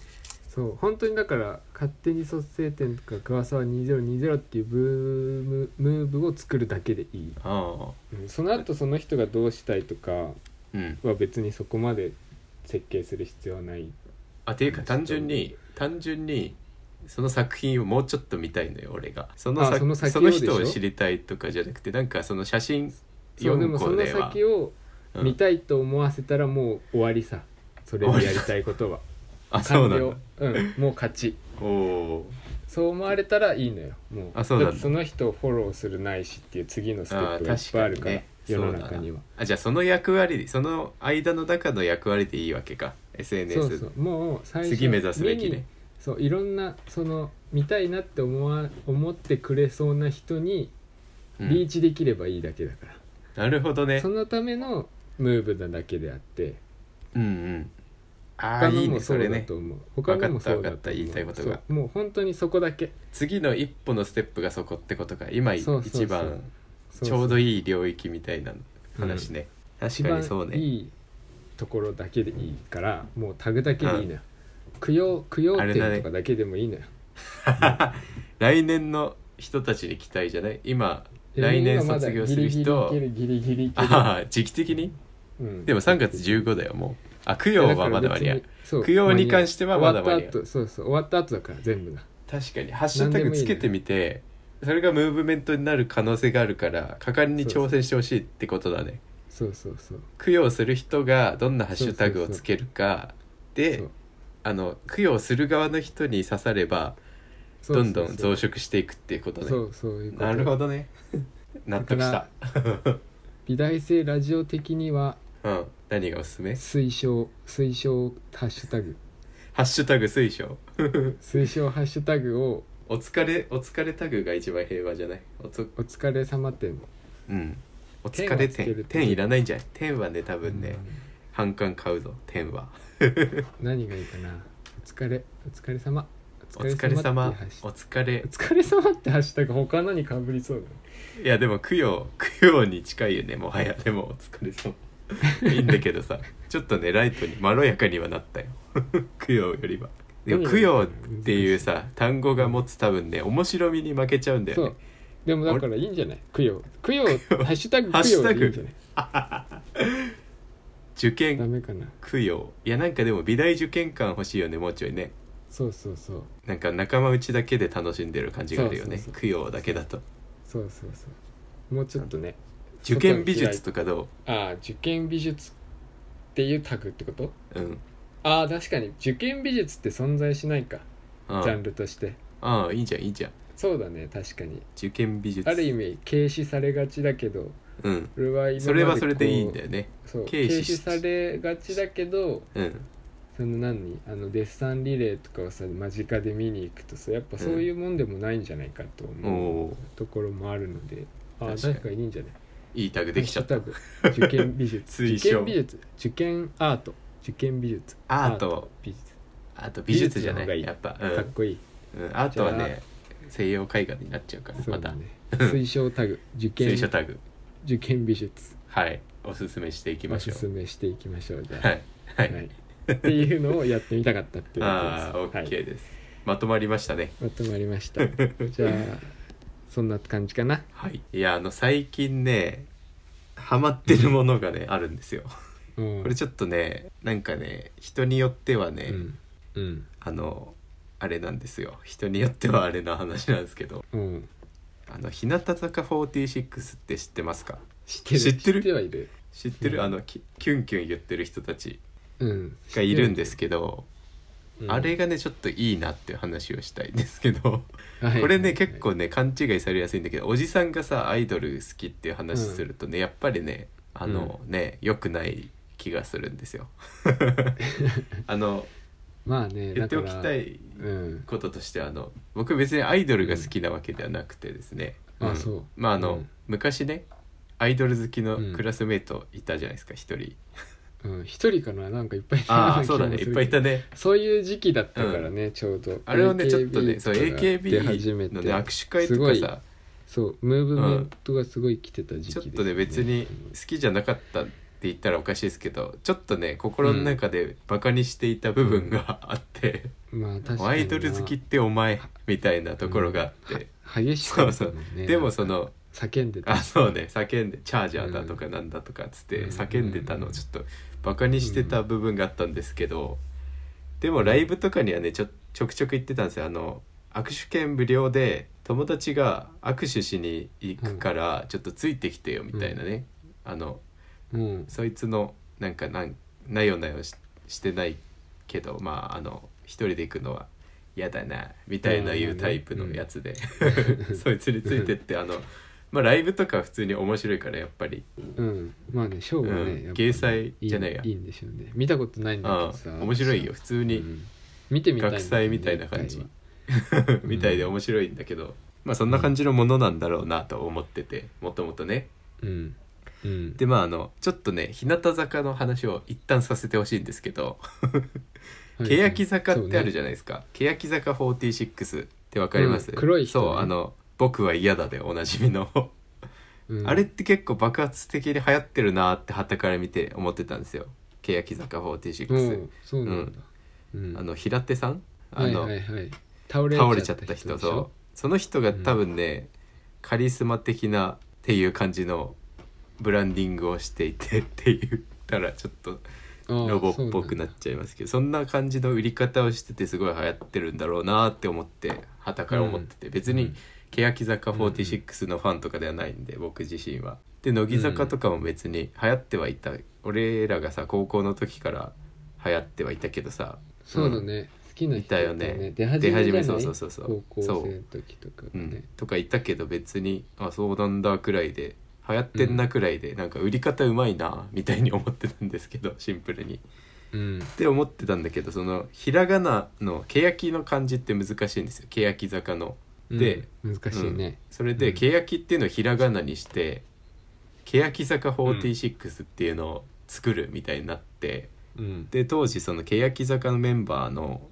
Speaker 2: そう本当にだから勝手に卒生点とか桑沢2020っていうブームムーブを作るだけでいい、
Speaker 1: ああ
Speaker 2: うんその後その人がどうしたいとか
Speaker 1: うん
Speaker 2: は別にそこまで設計する必要はない
Speaker 1: あていうか単純に単純にその作品をもうちょっと見たいのよ俺がその
Speaker 2: あ
Speaker 1: さ
Speaker 2: その先を
Speaker 1: その人
Speaker 2: で
Speaker 1: を
Speaker 2: しょ
Speaker 1: 知りたいとかじゃなくてなんかその写真
Speaker 2: そうで
Speaker 1: 4
Speaker 2: もそ
Speaker 1: 個
Speaker 2: の
Speaker 1: では
Speaker 2: 先を
Speaker 1: うん
Speaker 2: 見たいと思わせたらもう終わりさそれでやりたいことは
Speaker 1: あそう
Speaker 2: 完
Speaker 1: な
Speaker 2: 了
Speaker 1: ん
Speaker 2: うんもう勝ち
Speaker 1: だお
Speaker 2: そう思われたらいいのよもう
Speaker 1: あそうなんだ
Speaker 2: ってその人をフォローするないしっていう次のステ
Speaker 1: あ
Speaker 2: ッ
Speaker 1: ー
Speaker 2: プがいっぱいあるから、世
Speaker 1: そう
Speaker 2: の
Speaker 1: だな
Speaker 2: 中には
Speaker 1: あじゃあその役割その間の中の役割でいいわけか SNS
Speaker 2: そうそうもう最初
Speaker 1: 次目指すべき
Speaker 2: 目に
Speaker 1: ね
Speaker 2: そういろんなその見たいなって思わ思ってくれそうな人に
Speaker 1: うん
Speaker 2: リーチできればいいだけだから、
Speaker 1: なるほどね
Speaker 2: そのためのムーブなだけであって
Speaker 1: うんうんああ
Speaker 2: 他
Speaker 1: い
Speaker 2: の
Speaker 1: い
Speaker 2: も
Speaker 1: ねそ
Speaker 2: そう
Speaker 1: れ
Speaker 2: だ
Speaker 1: ね
Speaker 2: と思う他のもそ
Speaker 1: わかったわ
Speaker 2: うだと思う
Speaker 1: かった言いたいことが
Speaker 2: そうもう本当にそこだけ
Speaker 1: 次の一歩のステップがそこってことか今
Speaker 2: そうそうそう
Speaker 1: 一番
Speaker 2: そ
Speaker 1: ちょう
Speaker 2: そ
Speaker 1: どいい領域みたいな話ね、確かにそう
Speaker 2: 一番
Speaker 1: ね
Speaker 2: いいところだけでいいからもうタグだけでいいのよ供養供養
Speaker 1: あれだね
Speaker 2: 点とかだけでもいいのよ
Speaker 1: 来年の人たちに期待じゃない今来年卒業する人
Speaker 2: ギリギリいけるギリギリいける
Speaker 1: ああ時期的に
Speaker 2: うん
Speaker 1: でも3月15だよもうあ供養はまだ間に合う供養に関してはまだ間に合う
Speaker 2: 終わった後そうそう終わった後だから全部が
Speaker 1: 確かにハッシュタグつけてみてそれがムーブメントになる可能性があるから果敢に挑戦してほしいってことだね
Speaker 2: そうそうそう
Speaker 1: 供養する人がどんなハッシュタグをつけるか
Speaker 2: そ
Speaker 1: で
Speaker 2: う
Speaker 1: あの供養する側の人に刺されば
Speaker 2: そう
Speaker 1: どんどん増
Speaker 2: そう
Speaker 1: 殖していくっていうこと
Speaker 2: そ
Speaker 1: ね
Speaker 2: うそういうこと
Speaker 1: なるほど ね納得し
Speaker 2: だ
Speaker 1: た
Speaker 2: 美大生ラジオ的には
Speaker 1: うん何がおすすめ
Speaker 2: 推奨推奨ハッシュタグ
Speaker 1: ハッシュタグ推奨
Speaker 2: 推奨ハッシュタグを
Speaker 1: お疲れお疲れタグが一番平和じゃないおつ
Speaker 2: お疲れ様点
Speaker 1: うんお疲れ
Speaker 2: 天はつけるって
Speaker 1: 点点いらないんじゃない点はね多分ね、反感買うぞ天は
Speaker 2: 何がいいかなお疲れお疲れ様お
Speaker 1: お疲れ様
Speaker 2: っていうハッシ
Speaker 1: お
Speaker 2: ュ
Speaker 1: 疲れ
Speaker 2: お疲れ様ってハッシュタグ他のにかぶりそうだね
Speaker 1: いやでも供養供養に近いよねもはやでもお疲れ様いいんだけどさちょっとねライトにまろやかにはなったよ 供養よりはでも供養っていうさ単語が持つ多分ね面白みに負けちゃうんだ
Speaker 2: そ
Speaker 1: よ
Speaker 2: う
Speaker 1: ね
Speaker 2: でもだからいいんじゃない供養供養ハッシュタグ
Speaker 1: ハッ
Speaker 2: 供
Speaker 1: シュ
Speaker 2: 養
Speaker 1: タ
Speaker 2: で
Speaker 1: グ
Speaker 2: いいんじゃない
Speaker 1: 受
Speaker 2: ダ
Speaker 1: 験
Speaker 2: メかな
Speaker 1: 供養いやなんかでも美大受験感欲しいよねもうちょいね
Speaker 2: そうそうそう
Speaker 1: なんか仲間内だけで楽しんでる感じがあるよね
Speaker 2: そうそうそう
Speaker 1: 供養だけだと
Speaker 2: そうそうそうもうちょっとね
Speaker 1: 受験美術とかど
Speaker 2: ああ受験美術っていうタグってこと
Speaker 1: ううん
Speaker 2: ああ確かに受験美術って存在しないか
Speaker 1: あ
Speaker 2: ジャンルとして
Speaker 1: あああいいじゃんいいじゃん
Speaker 2: そうだね確かに
Speaker 1: 受験美術
Speaker 2: ある意味軽視されがちだけど
Speaker 1: うん
Speaker 2: 俺は今までこう
Speaker 1: それはそれでいいんだよね
Speaker 2: そう
Speaker 1: 軽
Speaker 2: 軽
Speaker 1: 視
Speaker 2: 視
Speaker 1: し
Speaker 2: されがちだけど
Speaker 1: うん
Speaker 2: その何あのデッサンリレーとかをさ間近で見に行くとさやっぱそういうもんでもないんじゃないかと
Speaker 1: お
Speaker 2: 思う、
Speaker 1: お
Speaker 2: ところもあるのでああ
Speaker 1: 確かに
Speaker 2: 確かにいいんじゃない
Speaker 1: ーいいタグできちゃった
Speaker 2: ハッシュタグ受験美 術
Speaker 1: 推
Speaker 2: 受
Speaker 1: 奨
Speaker 2: 験美術受験アート受験美術
Speaker 1: アート
Speaker 2: 美術
Speaker 1: あと美術じゃな
Speaker 2: 美術の方が
Speaker 1: い
Speaker 2: いい
Speaker 1: やっぱ、う
Speaker 2: かっ
Speaker 1: ん
Speaker 2: こいい、
Speaker 1: うん、アートは
Speaker 2: じゃ
Speaker 1: ね西洋絵画になっちゃうから
Speaker 2: そ
Speaker 1: ま
Speaker 2: うだ
Speaker 1: た
Speaker 2: ね 推奨 タグ受験
Speaker 1: 水書タグ
Speaker 2: 受験美術
Speaker 1: はいおすすめしていきま
Speaker 2: お
Speaker 1: しょ
Speaker 2: すす
Speaker 1: う
Speaker 2: めしていきましょうじゃあ
Speaker 1: はいはい、
Speaker 2: はいっていうのをやってみたかったっていう
Speaker 1: ああ
Speaker 2: こ
Speaker 1: オ
Speaker 2: と
Speaker 1: ッ
Speaker 2: で
Speaker 1: ケ
Speaker 2: す、
Speaker 1: ーです、まとまりましたね
Speaker 2: はい、まとまりました じゃあそんな感じかな
Speaker 1: はいいやあの最近ねハマってるものがねあるんですよ
Speaker 2: うん
Speaker 1: これちょっとねなんかね人によってはね、
Speaker 2: うんうん
Speaker 1: あのあれなんですよ人によってはあれの話なんですけど
Speaker 2: うん
Speaker 1: あの日向坂46って知ってますか
Speaker 2: 知ってる
Speaker 1: 知ってる
Speaker 2: はいる
Speaker 1: 知ってる、
Speaker 2: うん
Speaker 1: あのきキュンキュン言ってる人たち
Speaker 2: うん
Speaker 1: がいるんですけど、
Speaker 2: うん
Speaker 1: あれがねちょっといいなっていう話をしたいんですけど、
Speaker 2: はい
Speaker 1: これね結構ね勘違いされやすいんだけどおじさんがさアイドル好きっていう話するとね、やっぱりねあのね良、くない気がするん ですよ。あの
Speaker 2: まあね
Speaker 1: 言っておき
Speaker 2: だか
Speaker 1: た
Speaker 2: ら
Speaker 1: い
Speaker 2: うん
Speaker 1: こととしてあの僕別にアイドルが好きなわけではなくてですね、
Speaker 2: あ
Speaker 1: ん
Speaker 2: そう
Speaker 1: まああの、
Speaker 2: うん
Speaker 1: 昔ねアイドル好きの
Speaker 2: うん
Speaker 1: クラスメートいたじゃないですか一人
Speaker 2: うん一人かななんかいっぱいいたよ
Speaker 1: あ
Speaker 2: な
Speaker 1: あ
Speaker 2: 気
Speaker 1: そうだね
Speaker 2: もす
Speaker 1: い
Speaker 2: る
Speaker 1: っぱいいたね
Speaker 2: そういう時期だったからね、ちょうど
Speaker 1: あれをねちょっとね
Speaker 2: AKB
Speaker 1: そう
Speaker 2: とか出始め
Speaker 1: AKB
Speaker 2: て
Speaker 1: のね握手会
Speaker 2: す
Speaker 1: と
Speaker 2: ご
Speaker 1: か
Speaker 2: い
Speaker 1: さ
Speaker 2: そうムーブメントがすごい来てた時期
Speaker 1: ち
Speaker 2: で
Speaker 1: ょっ
Speaker 2: す、
Speaker 1: とね別に好きじゃなかったって言ったらおかしいですけどちょっとね心の中でバカにしていた部分があって、
Speaker 2: まあ確かにな
Speaker 1: アイドル好きってお前みたいなところがあって、
Speaker 2: は激しかったもんね
Speaker 1: でもそ
Speaker 2: なんか
Speaker 1: の
Speaker 2: 叫んでた
Speaker 1: あそうね叫んでチャージャーだとかなんだとかっつって
Speaker 2: うん
Speaker 1: 叫んでたのをちょっとバカにしてた部分があったんですけどでもライブとかにはねちょちょくちょく行ってたんですよあの握手券無料で友達が握手しに行くからちょっとついてきてよみたいなね、あの
Speaker 2: うん
Speaker 1: そいつのなんかなんなよなよししてないけどまああの一人で行くのは嫌だなみたいないうタイプのやつで、 そいつについてってあのまあライブとか普通に面白いからやっぱり
Speaker 2: うんまあねショーはね、
Speaker 1: うん
Speaker 2: やっぱ
Speaker 1: 芸祭じゃないや
Speaker 2: いいいんでしょうね見たことないんだけ
Speaker 1: あ
Speaker 2: どさ
Speaker 1: あ面白いよ普通
Speaker 2: う
Speaker 1: に
Speaker 2: ん見てみたいん
Speaker 1: 学
Speaker 2: だよね
Speaker 1: 祭みたいな感じ
Speaker 2: 一ん
Speaker 1: みたいで面白いんだけどまあそんな感じのものなんだろうなと思っててもともとね
Speaker 2: 回はうんうん
Speaker 1: でまああのちょっとね日向坂の話を一旦させてほしいんですけど
Speaker 2: はい
Speaker 1: 欅坂ってあるじ
Speaker 2: ゃ
Speaker 1: ゃないですか、欅坂46ってわかります、
Speaker 2: うん黒い人ね
Speaker 1: そうあの「僕は嫌だ」でおなじみの、
Speaker 2: ん、うん
Speaker 1: あれって結構爆発的に流行ってるなーってはたから見て思ってたんですよ欅坂
Speaker 2: お
Speaker 1: 46
Speaker 2: う、そうなんだ、うん
Speaker 1: あの平手さんあ
Speaker 2: はい
Speaker 1: の、
Speaker 2: はいはい、倒れ
Speaker 1: 倒れちゃった人
Speaker 2: でしょ
Speaker 1: とその人が多分ね、カリスマ的なっていう感じのブランディングをしていてって言ったらちょっと
Speaker 2: ああ
Speaker 1: ロボっぽくなっちゃいますけどそんな感じの売り方をしててすごい流行ってるんだろうなって思ってはたから思ってて、別
Speaker 2: う
Speaker 1: に
Speaker 2: ん
Speaker 1: 欅坂46のファンとかではないんで、僕自身は。で乃木坂とかも別に流行ってはいた、俺らがさ高校の時から流行ってはいたけどさ
Speaker 2: そうだね、好きな人
Speaker 1: いたよね
Speaker 2: 出始めじゃ
Speaker 1: 出始
Speaker 2: な
Speaker 1: め
Speaker 2: い
Speaker 1: そうそうそうそう
Speaker 2: 高校生の時とか
Speaker 1: う
Speaker 2: ね
Speaker 1: ん、とかいたけど別にあそうなんだくらいで流行ってんなくらいで、なんか売り方うまいなみたいに思ってたんですけどシンプルに。
Speaker 2: うん
Speaker 1: って思ってたんだけどそのひらがなの欅の漢字って難しいんですよ欅坂の。で、
Speaker 2: うん難しい
Speaker 1: うん
Speaker 2: ね、
Speaker 1: それで、
Speaker 2: うん
Speaker 1: 欅っていうのをひらがなにして欅坂46っていうのを作るみたいになって、
Speaker 2: うん
Speaker 1: で当時その欅坂のメンバーの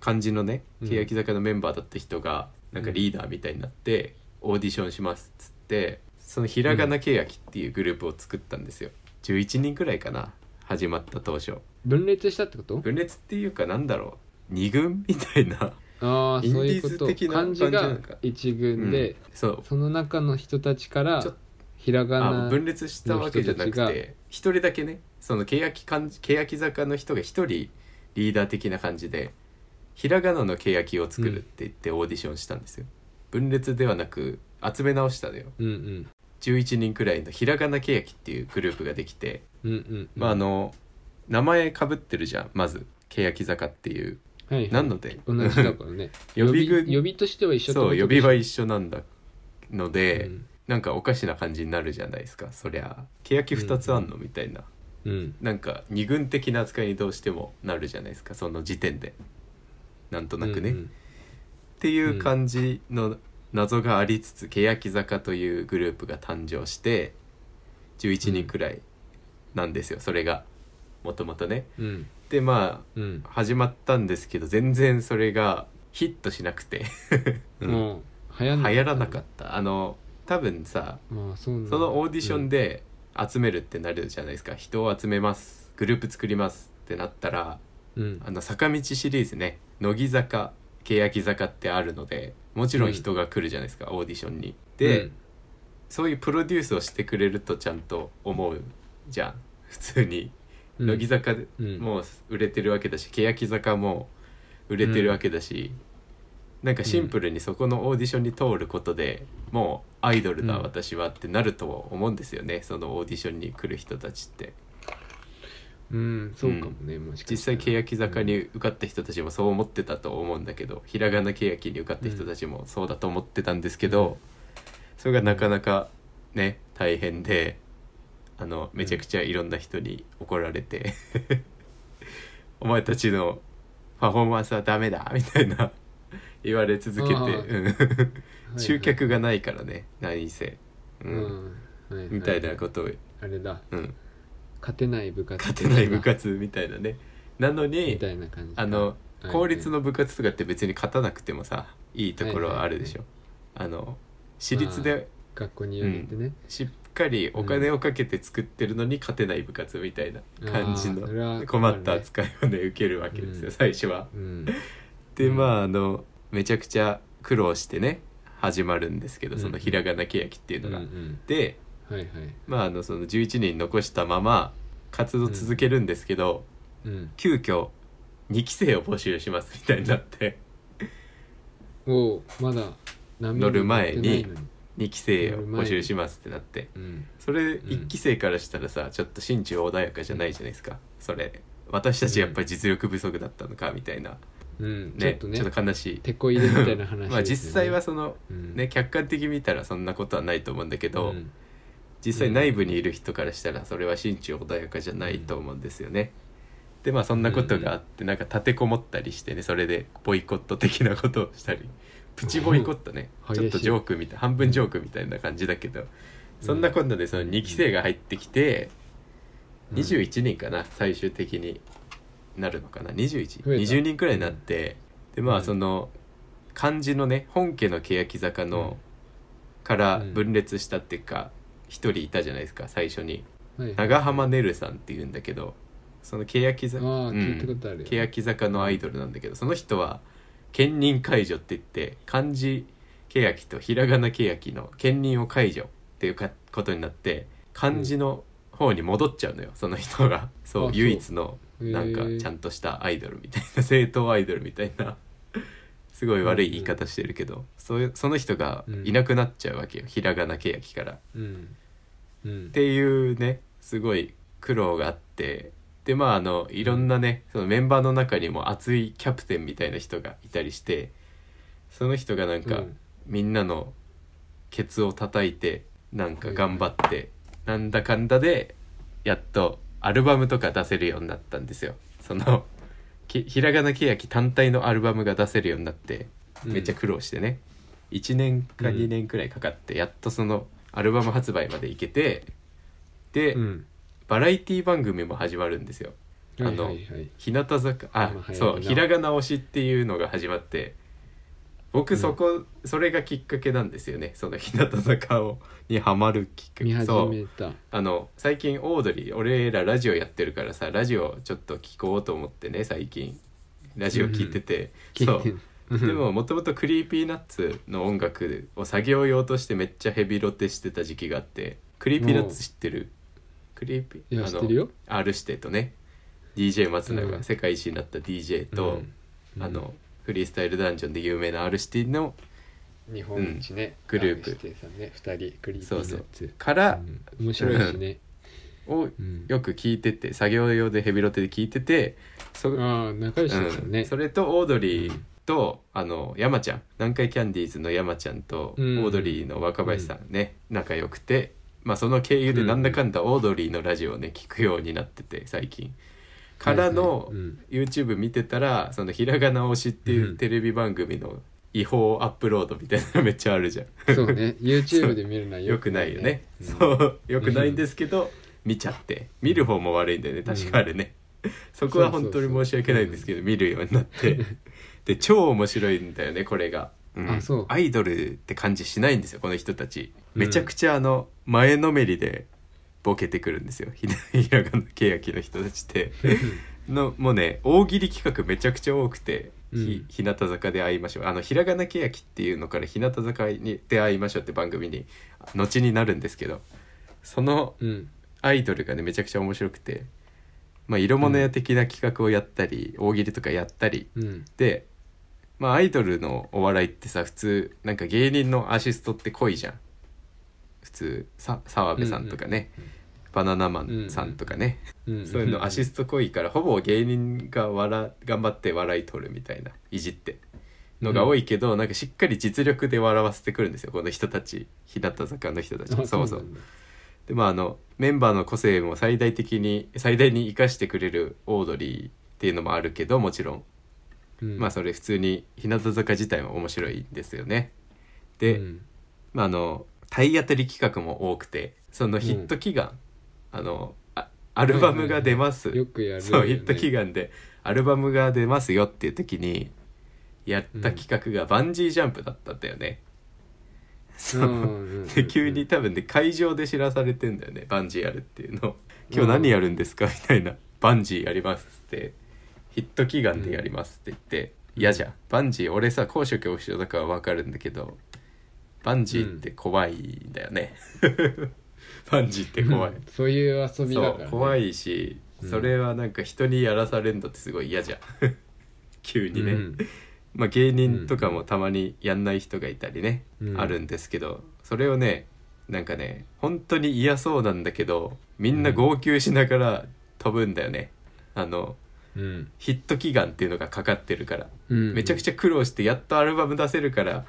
Speaker 1: 漢字のね
Speaker 2: うん
Speaker 1: 欅坂のメンバーだった人がなんかリーダーみたいになって、オーディションしますっつってそのひらがな欅っていうグループを作ったんですよ。11人くらいかな始まった当初。
Speaker 2: 分裂したってこと
Speaker 1: 分裂っていうかなんだろう二軍みたいな、
Speaker 2: ああそういうこ
Speaker 1: イ
Speaker 2: と
Speaker 1: ンディーズ的な
Speaker 2: 漢字
Speaker 1: 感じな
Speaker 2: が
Speaker 1: のか
Speaker 2: 一
Speaker 1: う
Speaker 2: 軍
Speaker 1: ん
Speaker 2: で、
Speaker 1: そう
Speaker 2: その中の人たちから
Speaker 1: ちょっと
Speaker 2: ひらが
Speaker 1: あ
Speaker 2: な
Speaker 1: 分裂したわけじゃなく
Speaker 2: の人たち
Speaker 1: て一人だけねその欅かん欅坂の人が一人リーダー的な感じでひらがなの欅を作るって言ってオーディションしたんですよ、分裂ではなく集め直したのよ
Speaker 2: うんうん
Speaker 1: 11人くらいのひらがな欅っていうグループができて、
Speaker 2: うんうん
Speaker 1: まああの名前かぶってるじゃんまず欅坂っていう
Speaker 2: はいはい
Speaker 1: なので
Speaker 2: 同じだからね
Speaker 1: 予備軍
Speaker 2: 予備予備としては一緒ってこ
Speaker 1: そ
Speaker 2: と
Speaker 1: う
Speaker 2: でし
Speaker 1: 呼
Speaker 2: ょ
Speaker 1: びは一緒なんだので、
Speaker 2: うん
Speaker 1: なんかおかしな感じになるじゃないですかそりゃ欅2つあんのみたいな
Speaker 2: うん
Speaker 1: なんか二軍的な扱いにどうしてもなるじゃないですかその時点でなんとなくね、
Speaker 2: うん
Speaker 1: っ
Speaker 2: うん
Speaker 1: ていう感じの謎がありつつ欅坂というグループが誕生して11人くらいなんですよそれがもともとね
Speaker 2: うん
Speaker 1: でま
Speaker 2: うん
Speaker 1: あ始まったんですけど全然それがヒットしなくて、うん
Speaker 2: もう流行ん
Speaker 1: 流行らなかったあの多分さ
Speaker 2: まあそうなんだ
Speaker 1: そのオーディションで集めるってなるじゃないですか、人を集めますグループ作りますってなったら
Speaker 2: うんうん
Speaker 1: あの坂道シリーズね乃木坂欅坂ってあるのでもちろん人が来るじゃないですか、オーディションに。で、
Speaker 2: うん
Speaker 1: そういうプロデュースをしてくれるとちゃんと思うじゃん普通に。乃木坂で
Speaker 2: うん
Speaker 1: もう売れてるわけだし欅坂も売れてるわけだし、なんかシンプルにそこのオーディションに通ることで、もうアイドルだ
Speaker 2: うん
Speaker 1: 私はってなるとは思うんですよね、そのオーディションに来る人たちって
Speaker 2: うんそうかもね、もしか
Speaker 1: 実
Speaker 2: したら
Speaker 1: 際欅坂に受かった人たちもそう思ってたと思うんだけどひらがな欅に受かった人たちもそうだと思ってたんですけど、それがなかなかね大変であのめちゃくちゃいろんな人に怒られて「お前たちのパフォーマンスはダメだ」みたいな言われ続けて、
Speaker 2: あー
Speaker 1: うん
Speaker 2: い
Speaker 1: 集客がないからね何せ、う
Speaker 2: うんんはいはい
Speaker 1: みたいなことを、
Speaker 2: あれだ
Speaker 1: うん、
Speaker 2: 勝てない部活
Speaker 1: 勝てない部活みたいなねなの
Speaker 2: み
Speaker 1: に
Speaker 2: たいな感じか
Speaker 1: あの
Speaker 2: はい
Speaker 1: 公立の部活とかって別に勝たなくてもさいいところはあるでしょ、あの私立で
Speaker 2: 学校によってね、
Speaker 1: しっかりお金をかけて作ってるのに勝てない部活みたいな感じ
Speaker 2: あーそれは困る
Speaker 1: の
Speaker 2: ね
Speaker 1: 困った扱いをね受けるわけですよ、
Speaker 2: うん
Speaker 1: 最初は。
Speaker 2: うん、
Speaker 1: で
Speaker 2: うん
Speaker 1: まああのめちゃくちゃ苦労してね始まるんですけどそのひらがなけやきっていうのが。
Speaker 2: うんうん
Speaker 1: で
Speaker 2: はいはい、
Speaker 1: まああのその11人残したまま活動続けるんですけど、
Speaker 2: うん、
Speaker 1: 急遽2期生を募集しますみたいになって
Speaker 2: おうまだ波
Speaker 1: 乗る前に
Speaker 2: 乗ってないの
Speaker 1: 2期生を募集しますってなって
Speaker 2: うん、
Speaker 1: それ
Speaker 2: ん
Speaker 1: 1期生からしたらさちょっと心中穏やかじゃないじゃないですかそれ私たちやっぱり実力不足だったのかみたいな
Speaker 2: うん、ちょ
Speaker 1: ね
Speaker 2: っとね
Speaker 1: ちょっと悲しい
Speaker 2: てこ入れみたいな話ですよ ね、
Speaker 1: まあ実際はその
Speaker 2: うん、
Speaker 1: ね客観的に見たらそんなことはないと思うんだけ
Speaker 2: う
Speaker 1: ど
Speaker 2: ん
Speaker 1: 実際内部にいる人からしたらそれは心中穏やかじゃないと思うんですよね。でまあそんなことがあってなんか立てこもったりしてねそれでボイコット的なことをしたりプチボイコットね
Speaker 2: うん
Speaker 1: ちょっと
Speaker 2: 激しい
Speaker 1: ジョークみたい半分ジョークみたいな感じだけどそんなこんなでその2期生が入ってきて
Speaker 2: うん
Speaker 1: 21人かな最終的になるのかな
Speaker 2: 増えた
Speaker 1: 2120人くらいになってでま
Speaker 2: う
Speaker 1: あ
Speaker 2: ん
Speaker 1: その漢字のね本家の欅坂のから分裂したっていうか一人いたじゃないですか最初に
Speaker 2: はいはい、
Speaker 1: 長浜ねるさんっていうんだけどその欅
Speaker 2: ああ
Speaker 1: 坂
Speaker 2: 聞いたことあるよ、
Speaker 1: 欅坂のアイドルなんだけどその人は兼任解除って言って漢字欅とひらがな欅の兼任を解除っていうかことになって漢字の方に戻っちゃうのよその人がそう
Speaker 2: あそう
Speaker 1: 唯一のなんか
Speaker 2: へえ
Speaker 1: ちゃんとしたアイドルみたいな 正統アイドルみたいな すごい悪い言い方してるけどそういうその人がいなくなっちゃうわけよひらがな欅から。
Speaker 2: うんうん
Speaker 1: っていうねすごい苦労があってでまああのいろんなねそのメンバーの中にも熱いキャプテンみたいな人がいたりしてその人がなんか、
Speaker 2: うん
Speaker 1: みんなのケツを叩いてなんか頑張ってなんだかんだでやっとアルバムとか出せるようになったんですよ。そのきひらがなけやき単体のアルバムが出せるようになって
Speaker 2: うん
Speaker 1: めっちゃ苦労してね、1年か
Speaker 2: うん
Speaker 1: 2年くらいかかってやっとそのアルバム発売までいけてで、
Speaker 2: うん
Speaker 1: バラエティ番組も始まるんですよ。あの
Speaker 2: はいはいはい
Speaker 1: 日向坂あ
Speaker 2: まあ流行り
Speaker 1: そう
Speaker 2: の
Speaker 1: ひらがな推しっていうのが始まって僕そこ、それがきっかけなんですよねその日向坂をにハマるきっか
Speaker 2: 見
Speaker 1: け
Speaker 2: 始
Speaker 1: そう
Speaker 2: めた
Speaker 1: あの最近オードリー俺らラジオやってるからさラジオちょっと聞こうと思ってね最近ラジオ聞いてて、そ
Speaker 2: 聞いうて
Speaker 1: でももともとクリーピーナッツの音楽を作業用としてめっちゃヘビロテしてた時期があってクリーピーナッツ知ってるクリーピ
Speaker 2: い
Speaker 1: ー
Speaker 2: や知ってるよ
Speaker 1: R シテとね DJ 松永、
Speaker 2: うん
Speaker 1: 世界一になった DJ と、
Speaker 2: うん
Speaker 1: あのフリースタイルダンジョンで有名な R シティの
Speaker 2: 日本一ね、
Speaker 1: グループ
Speaker 2: ラブ指定さんね2人クリーピー
Speaker 1: そ
Speaker 2: ナ
Speaker 1: うそう
Speaker 2: ッツ
Speaker 1: から
Speaker 2: うん面白いしね、
Speaker 1: を
Speaker 2: うん、
Speaker 1: よく聞いてて作業用でヘビロテで聞いててそ,、う
Speaker 2: ああ仲良しですよね、
Speaker 1: ん、それとオードリーと、あの山ちゃん南海キャンディーズの山ちゃんと、
Speaker 2: うん
Speaker 1: オードリーの若林さんね、仲良くて、まあ、その経由でなんだかんだオードリーのラジオをね聞くようになってて最近。からの、
Speaker 2: はいはいうん
Speaker 1: YouTube 見てたらそのひらがな推しっていううんテレビ番組の違法アップロードみたいなのめっ ちゃあるじゃん。
Speaker 2: そう ね YouTube で見るのは
Speaker 1: よくないよね。
Speaker 2: うん
Speaker 1: そうよくないんですけど見ちゃって見る方も悪いんだよね確かあれね。そこは本当に申し訳ないんですけど見るようにな ってで超面白いんだよねこれが。うん
Speaker 2: あそう
Speaker 1: アイドルって感じしないんですよこの人たち。
Speaker 2: うん
Speaker 1: めちゃくちゃあの前のめりでボケてくるんですよひら ひらがなけやきの人たちって。のもうね大喜利企画めちゃくちゃ多くて、ひ
Speaker 2: うん
Speaker 1: 日向坂で会いましょうあのひらがなけやきっていうのから日向坂にで会いましょうって番組に後になるんですけどその
Speaker 2: うん
Speaker 1: アイドルがねめちゃくちゃ面白くて、まあ、色物屋的な企画をやったり、大喜利とかやったり
Speaker 2: うん
Speaker 1: で、まあ、アイドルのお笑いってさ普通なんか芸人のアシストって濃いじゃん普通さ澤部さんとかね、バナナマンさんとかね、
Speaker 2: うん
Speaker 1: そういうのアシ
Speaker 2: ス
Speaker 1: スト濃いからほぼ芸人が笑頑張って笑い取るみたいないじってのが多いけど、なんかしっかり実力で笑わせてくるんですよこの人たち日向坂の人たちそうそうでまああのメンバーの個性も最大的に最大に生かしてくれるオードリーっていうのもあるけどもちろん
Speaker 2: うん
Speaker 1: まあそれ普通に日向坂自体も面白いんですよね。で、
Speaker 2: うん
Speaker 1: まあ、あの体当たり企画も多くてそのヒット祈願、あのあアルバムが出ます、
Speaker 2: よくやる
Speaker 1: そうヒット
Speaker 2: 気
Speaker 1: 祈願でアルバムが出ますよっていう時にやった企画がバンジージャンプだったんだよね。そう で急に多分ね会場で知らされてんだよねバンジーやるっていうのを「今日何やるんですか?」みたいな「バンジーやります」って「ヒット祈願でやります」って言って「
Speaker 2: うん
Speaker 1: 嫌じゃんバンジー俺さ高所恐怖症だから分かるんだけどバンジーって怖いんだよ ね」バンジーって怖い。
Speaker 2: そういう遊び
Speaker 1: そ
Speaker 2: だから、
Speaker 1: う怖いし、
Speaker 2: うん
Speaker 1: それはなんか人にやらされるのってすごい嫌じゃん 急にね、
Speaker 2: うん
Speaker 1: まあ、芸人とかもたまにやんない人がいたりね、
Speaker 2: うん
Speaker 1: あるんですけどそれをねなんかね本当に嫌そうなんだけどみんな
Speaker 2: うん
Speaker 1: 号泣しながら飛ぶんだよね、あの
Speaker 2: うん
Speaker 1: ヒット祈願っていうのがかかってるから、
Speaker 2: うん、
Speaker 1: めちゃく
Speaker 2: ゃ
Speaker 1: ちゃ苦労してやっとアルバム出せるから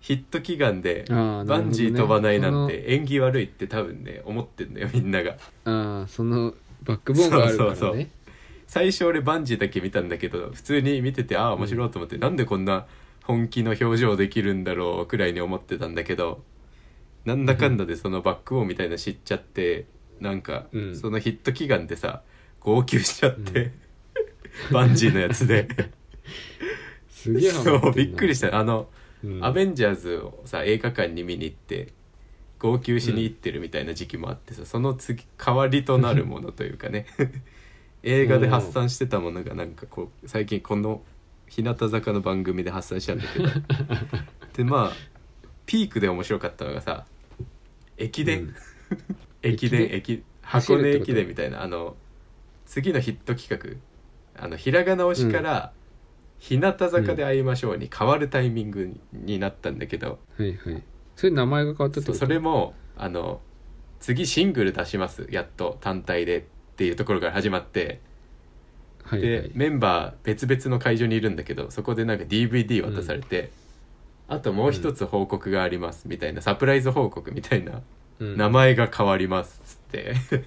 Speaker 1: ヒット祈願で
Speaker 2: バ
Speaker 1: バンジー飛ばないなんて縁起悪いって多分ね思ってんだよみんなが。
Speaker 2: ああそのバックボーンがあるからね
Speaker 1: そうそうそう最初俺バンジーだけ見たんだけど普通に見ててああ面白いと思って、なんでこんな本気の表情できるんだろうくらいに思ってたんだけどなんだかんだでそのバックボーンみたいな知っちゃってなんか、
Speaker 2: うん
Speaker 1: そのヒット祈願でさ号泣しちゃって、
Speaker 2: う
Speaker 1: バンジーのやつで
Speaker 2: すげえハマ
Speaker 1: そう
Speaker 2: てんな
Speaker 1: びっくりしたあの、
Speaker 2: うん
Speaker 1: アベンジャーズをさ映画館に見に行って号泣しに行ってるみたいな時期もあってさ、その次代わりとなるものというか ね映画で発散してたものがなんかこう最近この日向坂の番組で発散したんだ けどでまあピークで面白かったのがさ駅伝、
Speaker 2: うん
Speaker 1: 駅伝駅
Speaker 2: 走
Speaker 1: 箱
Speaker 2: る
Speaker 1: 根
Speaker 2: ってこと
Speaker 1: 駅伝みたいなあの次のヒット企画あのひらがな推しから、日向坂で会いましょう」に変わるタイミングになったんだけど、
Speaker 2: はいはいそれ名前が変わったって
Speaker 1: そ
Speaker 2: こと
Speaker 1: それもあの次シングル出しますやっと単体でっていうところから始まって、
Speaker 2: はいはい
Speaker 1: でメンバー別々の会場にいるんだけどそこでなんか DVD 渡されて、あともう一つ報告がありますみたいな、サプライズ報告みたいな
Speaker 2: うん
Speaker 1: 名前が変わりますっつって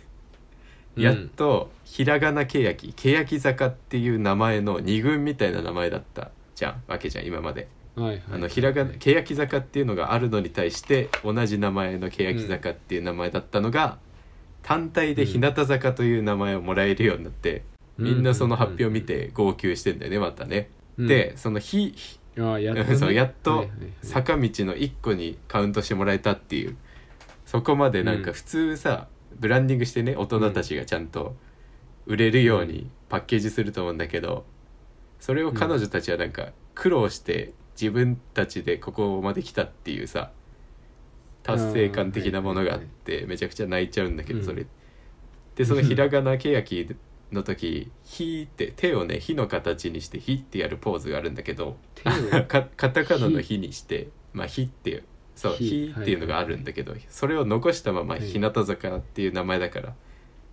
Speaker 2: うん
Speaker 1: やっとひらがなけやきけやき坂っていう名前の二軍みたいな名前だったじゃんわけじゃん今まで
Speaker 2: はいはい
Speaker 1: あのひらがなけやき坂っていうのがあるのに対して同じ名前のけやき坂っていう名前だったのが単体で日向坂という名前をもらえるようになってみんなその発表を見て号泣してんだよねまたね
Speaker 2: うん
Speaker 1: でそのひ
Speaker 2: ああやっとね
Speaker 1: そうやっと
Speaker 2: はいはいはい
Speaker 1: 坂道の1個にカウントしてもらえたっていうそこまでなん
Speaker 2: う
Speaker 1: か
Speaker 2: ん
Speaker 1: 普通さ、ブランディングしてね大人たちがちゃんと売れるようにパッケージすると思うんだけどそれを彼女たちはなんか苦労して自分たちでここまで来たっていうさ達成感的なものがあってめちゃくちゃ泣いちゃうんだけ
Speaker 2: う
Speaker 1: ど
Speaker 2: ん
Speaker 1: それでそのひらが なけやきの時「ひ」って手をね「ひ」の形にして「ひ」ってやるポーズがあるんだけど
Speaker 2: 手 を
Speaker 1: かカタカナの「火にして「まあ、火っていうそう「
Speaker 2: 火
Speaker 1: 火っていうのがあるんだけど、それを残したまま「
Speaker 2: はい
Speaker 1: 日向坂」っていう名前だから、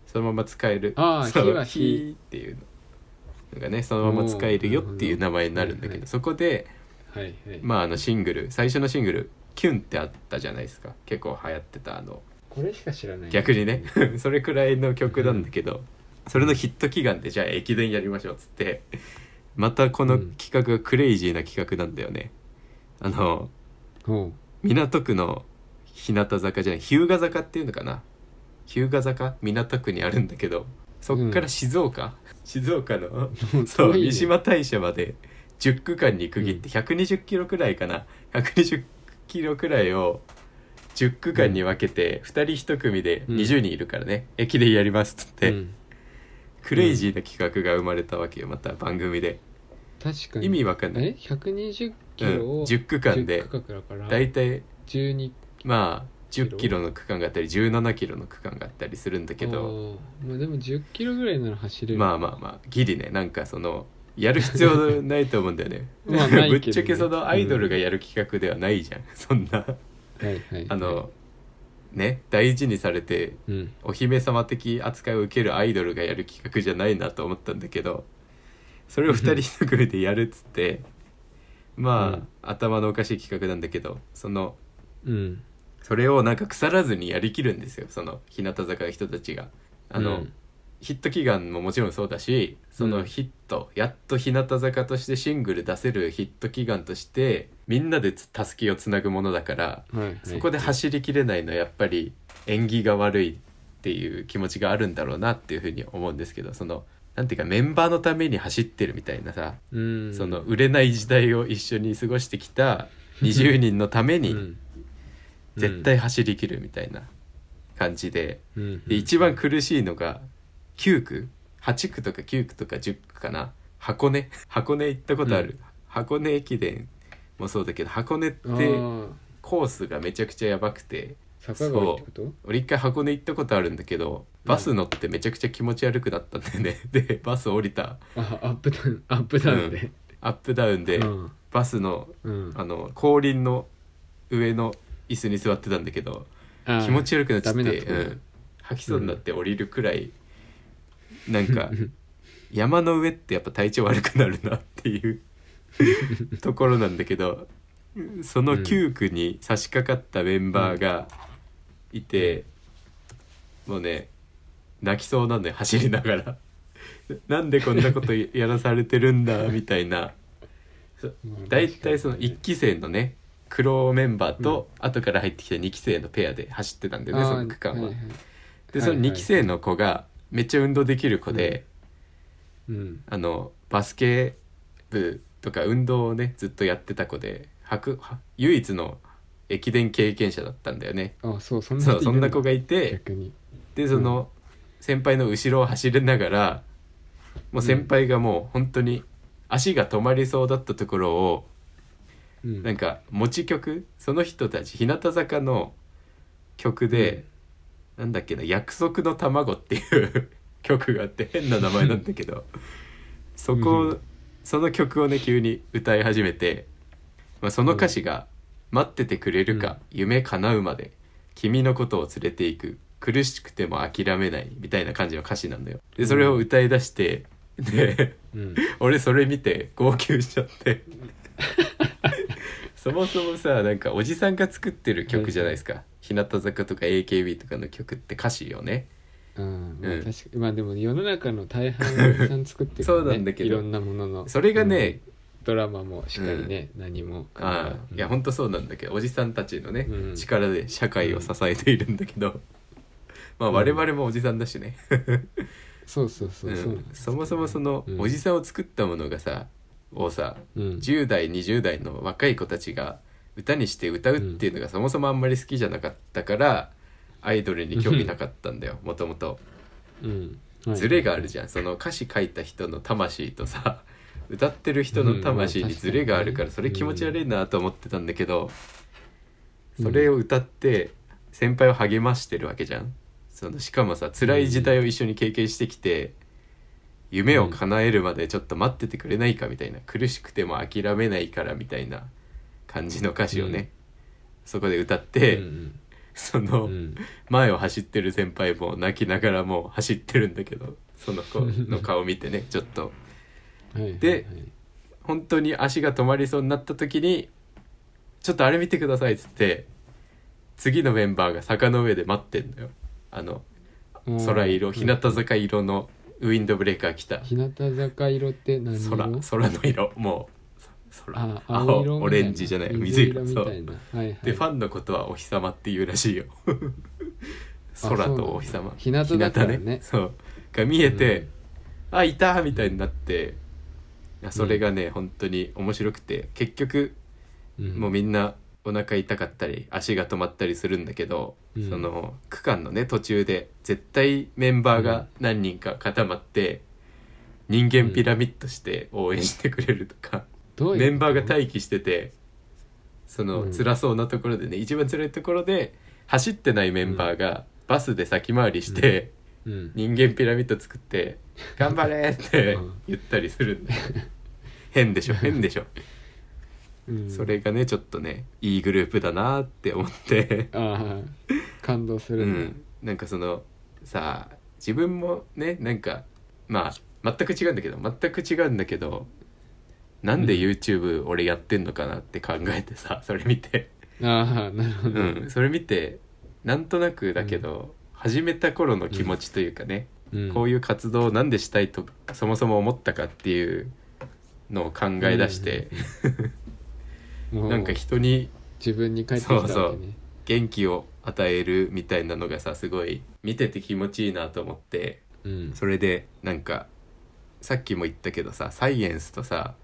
Speaker 1: そのまま使える
Speaker 2: ああ
Speaker 1: そう
Speaker 2: 火は
Speaker 1: 火っていうのがねそのまま使えるよっていう名前になるんだけど
Speaker 2: おーなるほど
Speaker 1: そこで、
Speaker 2: はいはい
Speaker 1: まあ、あのシングル最初のシングル「キュン」ってあったじゃないですか結構流行ってたあの
Speaker 2: これしか知らない
Speaker 1: 逆にね それくらいの曲なんだけど、それのヒット祈願でじゃあ駅伝やりましょうっつってまたこの企画がクレイジーな企画なんだよね。あの
Speaker 2: ほ
Speaker 1: 港区の日向坂じゃない日向坂っていうのかな日向坂港区にあるんだけどそっから静岡、静岡の
Speaker 2: う
Speaker 1: そう、
Speaker 2: 遠いね
Speaker 1: 三島大社まで10区間に区切って120キロくらいかな、120キロくらいを10区間に分けて2人1組で
Speaker 2: うん
Speaker 1: 20人いるからね、駅でやりますっつって、
Speaker 2: うん
Speaker 1: クレイジーな企画が生まれたわけよまた番組で
Speaker 2: 確かに
Speaker 1: 意味わかんない、
Speaker 2: え120
Speaker 1: う
Speaker 2: キ
Speaker 1: ん、
Speaker 2: ロを
Speaker 1: 10区間で
Speaker 2: 10区間だから
Speaker 1: 大体
Speaker 2: 12
Speaker 1: まあ10キロの区間があったり17キロの区間があったりするんだけど
Speaker 2: あーまあでも10キロぐらいなら走れる
Speaker 1: まあまあまあギリねなんかそのやる必要ないと思うんだよね
Speaker 2: まあないけどね
Speaker 1: ぶっちゃけそのアイドルがやる企画ではないじゃん、そんな
Speaker 2: はいはいはい
Speaker 1: あのね大事にされて
Speaker 2: うん
Speaker 1: お姫様的扱いを受けるアイドルがやる企画じゃないなと思ったんだけどそれを2人1組でやるっつってまあ、
Speaker 2: うん
Speaker 1: 頭のおかしい企画なんだけどその
Speaker 2: うん
Speaker 1: それをなんか腐らずにやりきるんですよその日向坂の人たちが。あの、
Speaker 2: うん
Speaker 1: ヒット祈願ももちろんそうだしそうの
Speaker 2: ん
Speaker 1: ヒット、やっと日向坂としてシングル出せるヒット祈願としてみんなでつたすきをつなぐものだから、
Speaker 2: はいはい
Speaker 1: そこで走りきれないのはやっぱり縁起が悪いっていう気持ちがあるんだろうなっていうふうに思うんですけどそのなんていうかメンバーのために走ってるみたいなさ、
Speaker 2: うん
Speaker 1: その売れない時代を一緒に過ごしてきた20人のため
Speaker 2: う
Speaker 1: に
Speaker 2: ん
Speaker 1: 絶対走りきるみたいな感じで。
Speaker 2: うん
Speaker 1: で一番苦しいのが9区8区とか9区とか10区かな箱根箱根行ったことある、
Speaker 2: う
Speaker 1: 箱根駅伝もそうだけど箱根って
Speaker 2: あー
Speaker 1: コースがめちゃくちゃやばくて
Speaker 2: 坂が多いってこと
Speaker 1: 俺一回箱根行ったことあるんだけどバス乗ってめちゃくちゃ気持ち悪くなったんだよね でバス降りた
Speaker 2: あアップダウンアップダウンで、
Speaker 1: アップダウンで、
Speaker 2: うん
Speaker 1: バスの
Speaker 2: うん
Speaker 1: あの後輪の上の椅子に座ってたんだけど
Speaker 2: あー
Speaker 1: 気持ち悪くなっちゃっ
Speaker 2: ダ
Speaker 1: て、
Speaker 2: メなとこ
Speaker 1: う
Speaker 2: だ
Speaker 1: ん、吐きそうになって降りるくらい、なんか 山の上ってやっぱ体調悪くなるなっていう ところなんだけどその9区に差し掛かったメンバーがいて、もうね泣きそうなんだよ走りながら なんでこんなことやらされてるんだみたいな。
Speaker 2: まあ
Speaker 1: 大体その
Speaker 2: 確かに
Speaker 1: 1
Speaker 2: ね
Speaker 1: 期生のね黒メンバーと後から入ってきた2期生のペアで走ってたんだよね
Speaker 2: あー
Speaker 1: その区間は。
Speaker 2: いい
Speaker 1: でその
Speaker 2: はいはい
Speaker 1: 2期生の子がめっちゃ運動できる子で、
Speaker 2: うん
Speaker 1: あのバスケ部とか運動をねずっとやってた子で白は唯一の駅伝経験者だったんだよね。
Speaker 2: あそうそんな
Speaker 1: そうそんな子が
Speaker 2: い
Speaker 1: い
Speaker 2: て
Speaker 1: て
Speaker 2: 逆に
Speaker 1: でその先輩の後ろを走りながらもう先輩がもう本当に足が止まりそうだったところを
Speaker 2: うん
Speaker 1: なんか持ち曲その人たち日向坂の曲で、なんだっけな「約束の卵」っていう曲があって変な名前なんだけどそこ
Speaker 2: う
Speaker 1: をその曲をね急に歌い始めて、まあ、その歌詞が「待っててくれるか、夢叶うまで君のことを連れていく苦しくても諦めない」みたいな感じの歌詞なんだよ。でそれを歌い出してで
Speaker 2: うん
Speaker 1: 俺それ見て号泣しちゃって そもそもさなんかおじさんが作ってる曲じゃないですか、日向坂とか AKB とかの曲って歌詞よね
Speaker 2: うんまあ
Speaker 1: うん
Speaker 2: 確かにまあでも世の中の大半はおじさん作ってるから
Speaker 1: そうなんだけど
Speaker 2: いろんなものの
Speaker 1: それがね、
Speaker 2: うんドラマもしっかりね、何も
Speaker 1: ああいや
Speaker 2: ん
Speaker 1: ほんとそうなんだけどおじさんたちのね、
Speaker 2: うん
Speaker 1: 力で社会を支えているんだけど、まあ我々もおじさんだしね、
Speaker 2: そうそうそううそうなん
Speaker 1: ん
Speaker 2: で、す
Speaker 1: そもそもその
Speaker 2: うん
Speaker 1: おじさんを作ったものがさをさ
Speaker 2: うん
Speaker 1: 10代20代の若い子たちが歌にして歌うっていうのがそもそもあんまり好きじゃなかったから、アイドルに興味なかったんだよもともと
Speaker 2: うんはい
Speaker 1: ズレがあるじゃんその歌詞書いた人の魂とさ 歌ってる人の魂にズレがあるから
Speaker 2: うん
Speaker 1: それ気持ち悪いなと思ってたんだけど、
Speaker 2: うん
Speaker 1: それを歌って先輩を励ましてるわけじゃんそのしかもさ辛い時代を一緒に経験してきて、夢を叶えるまでちょっと待っててくれないかみたいな苦しくても諦めないからみたいな感じの歌詞をね、
Speaker 2: うん
Speaker 1: そこで歌っ
Speaker 2: う
Speaker 1: て、
Speaker 2: ん
Speaker 1: そ
Speaker 2: うん
Speaker 1: の
Speaker 2: うん
Speaker 1: 前を走ってる先輩も泣きながらもう走ってるんだけどその子の顔見て ねちょっと
Speaker 2: はいはい
Speaker 1: で本当に足が止まりそうになった時に「ちょっとあれ見てください」っつって次のメンバーが坂の上で待ってんのよあの
Speaker 2: はい
Speaker 1: 空色日向
Speaker 2: うん
Speaker 1: 坂色のウィンドブレーカー来た
Speaker 2: 日向坂色って何色
Speaker 1: 空空の色もう空
Speaker 2: あ青色
Speaker 1: 青オレンジじゃない水色
Speaker 2: み
Speaker 1: そ
Speaker 2: たいうなはいはい
Speaker 1: でファンのことはお日様っていうらし いよ 空とお日様
Speaker 2: そうなんだ日向だからね
Speaker 1: そうが見えて、
Speaker 2: うん
Speaker 1: あいたみたいになっていやそれがね、本当に面白くて結局
Speaker 2: うん
Speaker 1: もうみんなお腹痛かったり足が止まったりするんだけど、
Speaker 2: うん
Speaker 1: その区間のね途中で絶対メンバーが何人か固まって、人間ピラミッドして応援してくれるとか、
Speaker 2: どういう
Speaker 1: メンバーが待機しててその
Speaker 2: うん
Speaker 1: 辛そうなところでね、一番辛いところで走ってないメンバーがバスで先回りして。
Speaker 2: うん
Speaker 1: 人間ピラミッド作って「頑張れ!」って
Speaker 2: うん
Speaker 1: 言ったりするんだよ変でしょ変でしょ、
Speaker 2: うん
Speaker 1: それがねちょっとねいいグループだなって思って
Speaker 2: ああ感動す
Speaker 1: う
Speaker 2: るね
Speaker 1: んなんかそのさあ自分もねなんかまあ全く違うんだけど全く違うんだけどなんで
Speaker 2: うん
Speaker 1: YouTube 俺やってんのかなって考えてさそれ見て
Speaker 2: ああなるほど
Speaker 1: うんそれ見てなんとなくだけど、始めた頃の気持ちというかね、
Speaker 2: うん
Speaker 1: こういう活動をなんでしたいとそもそも思ったかっていうのを考え出して、
Speaker 2: もう
Speaker 1: なんか人に
Speaker 2: 自分に返ってきたわけね
Speaker 1: そうそう元気を与えるみたいなのがさすごい見てて気持ちいいなと思って
Speaker 2: うん
Speaker 1: それでなんかさっきも言ったけどさサイエンスとさ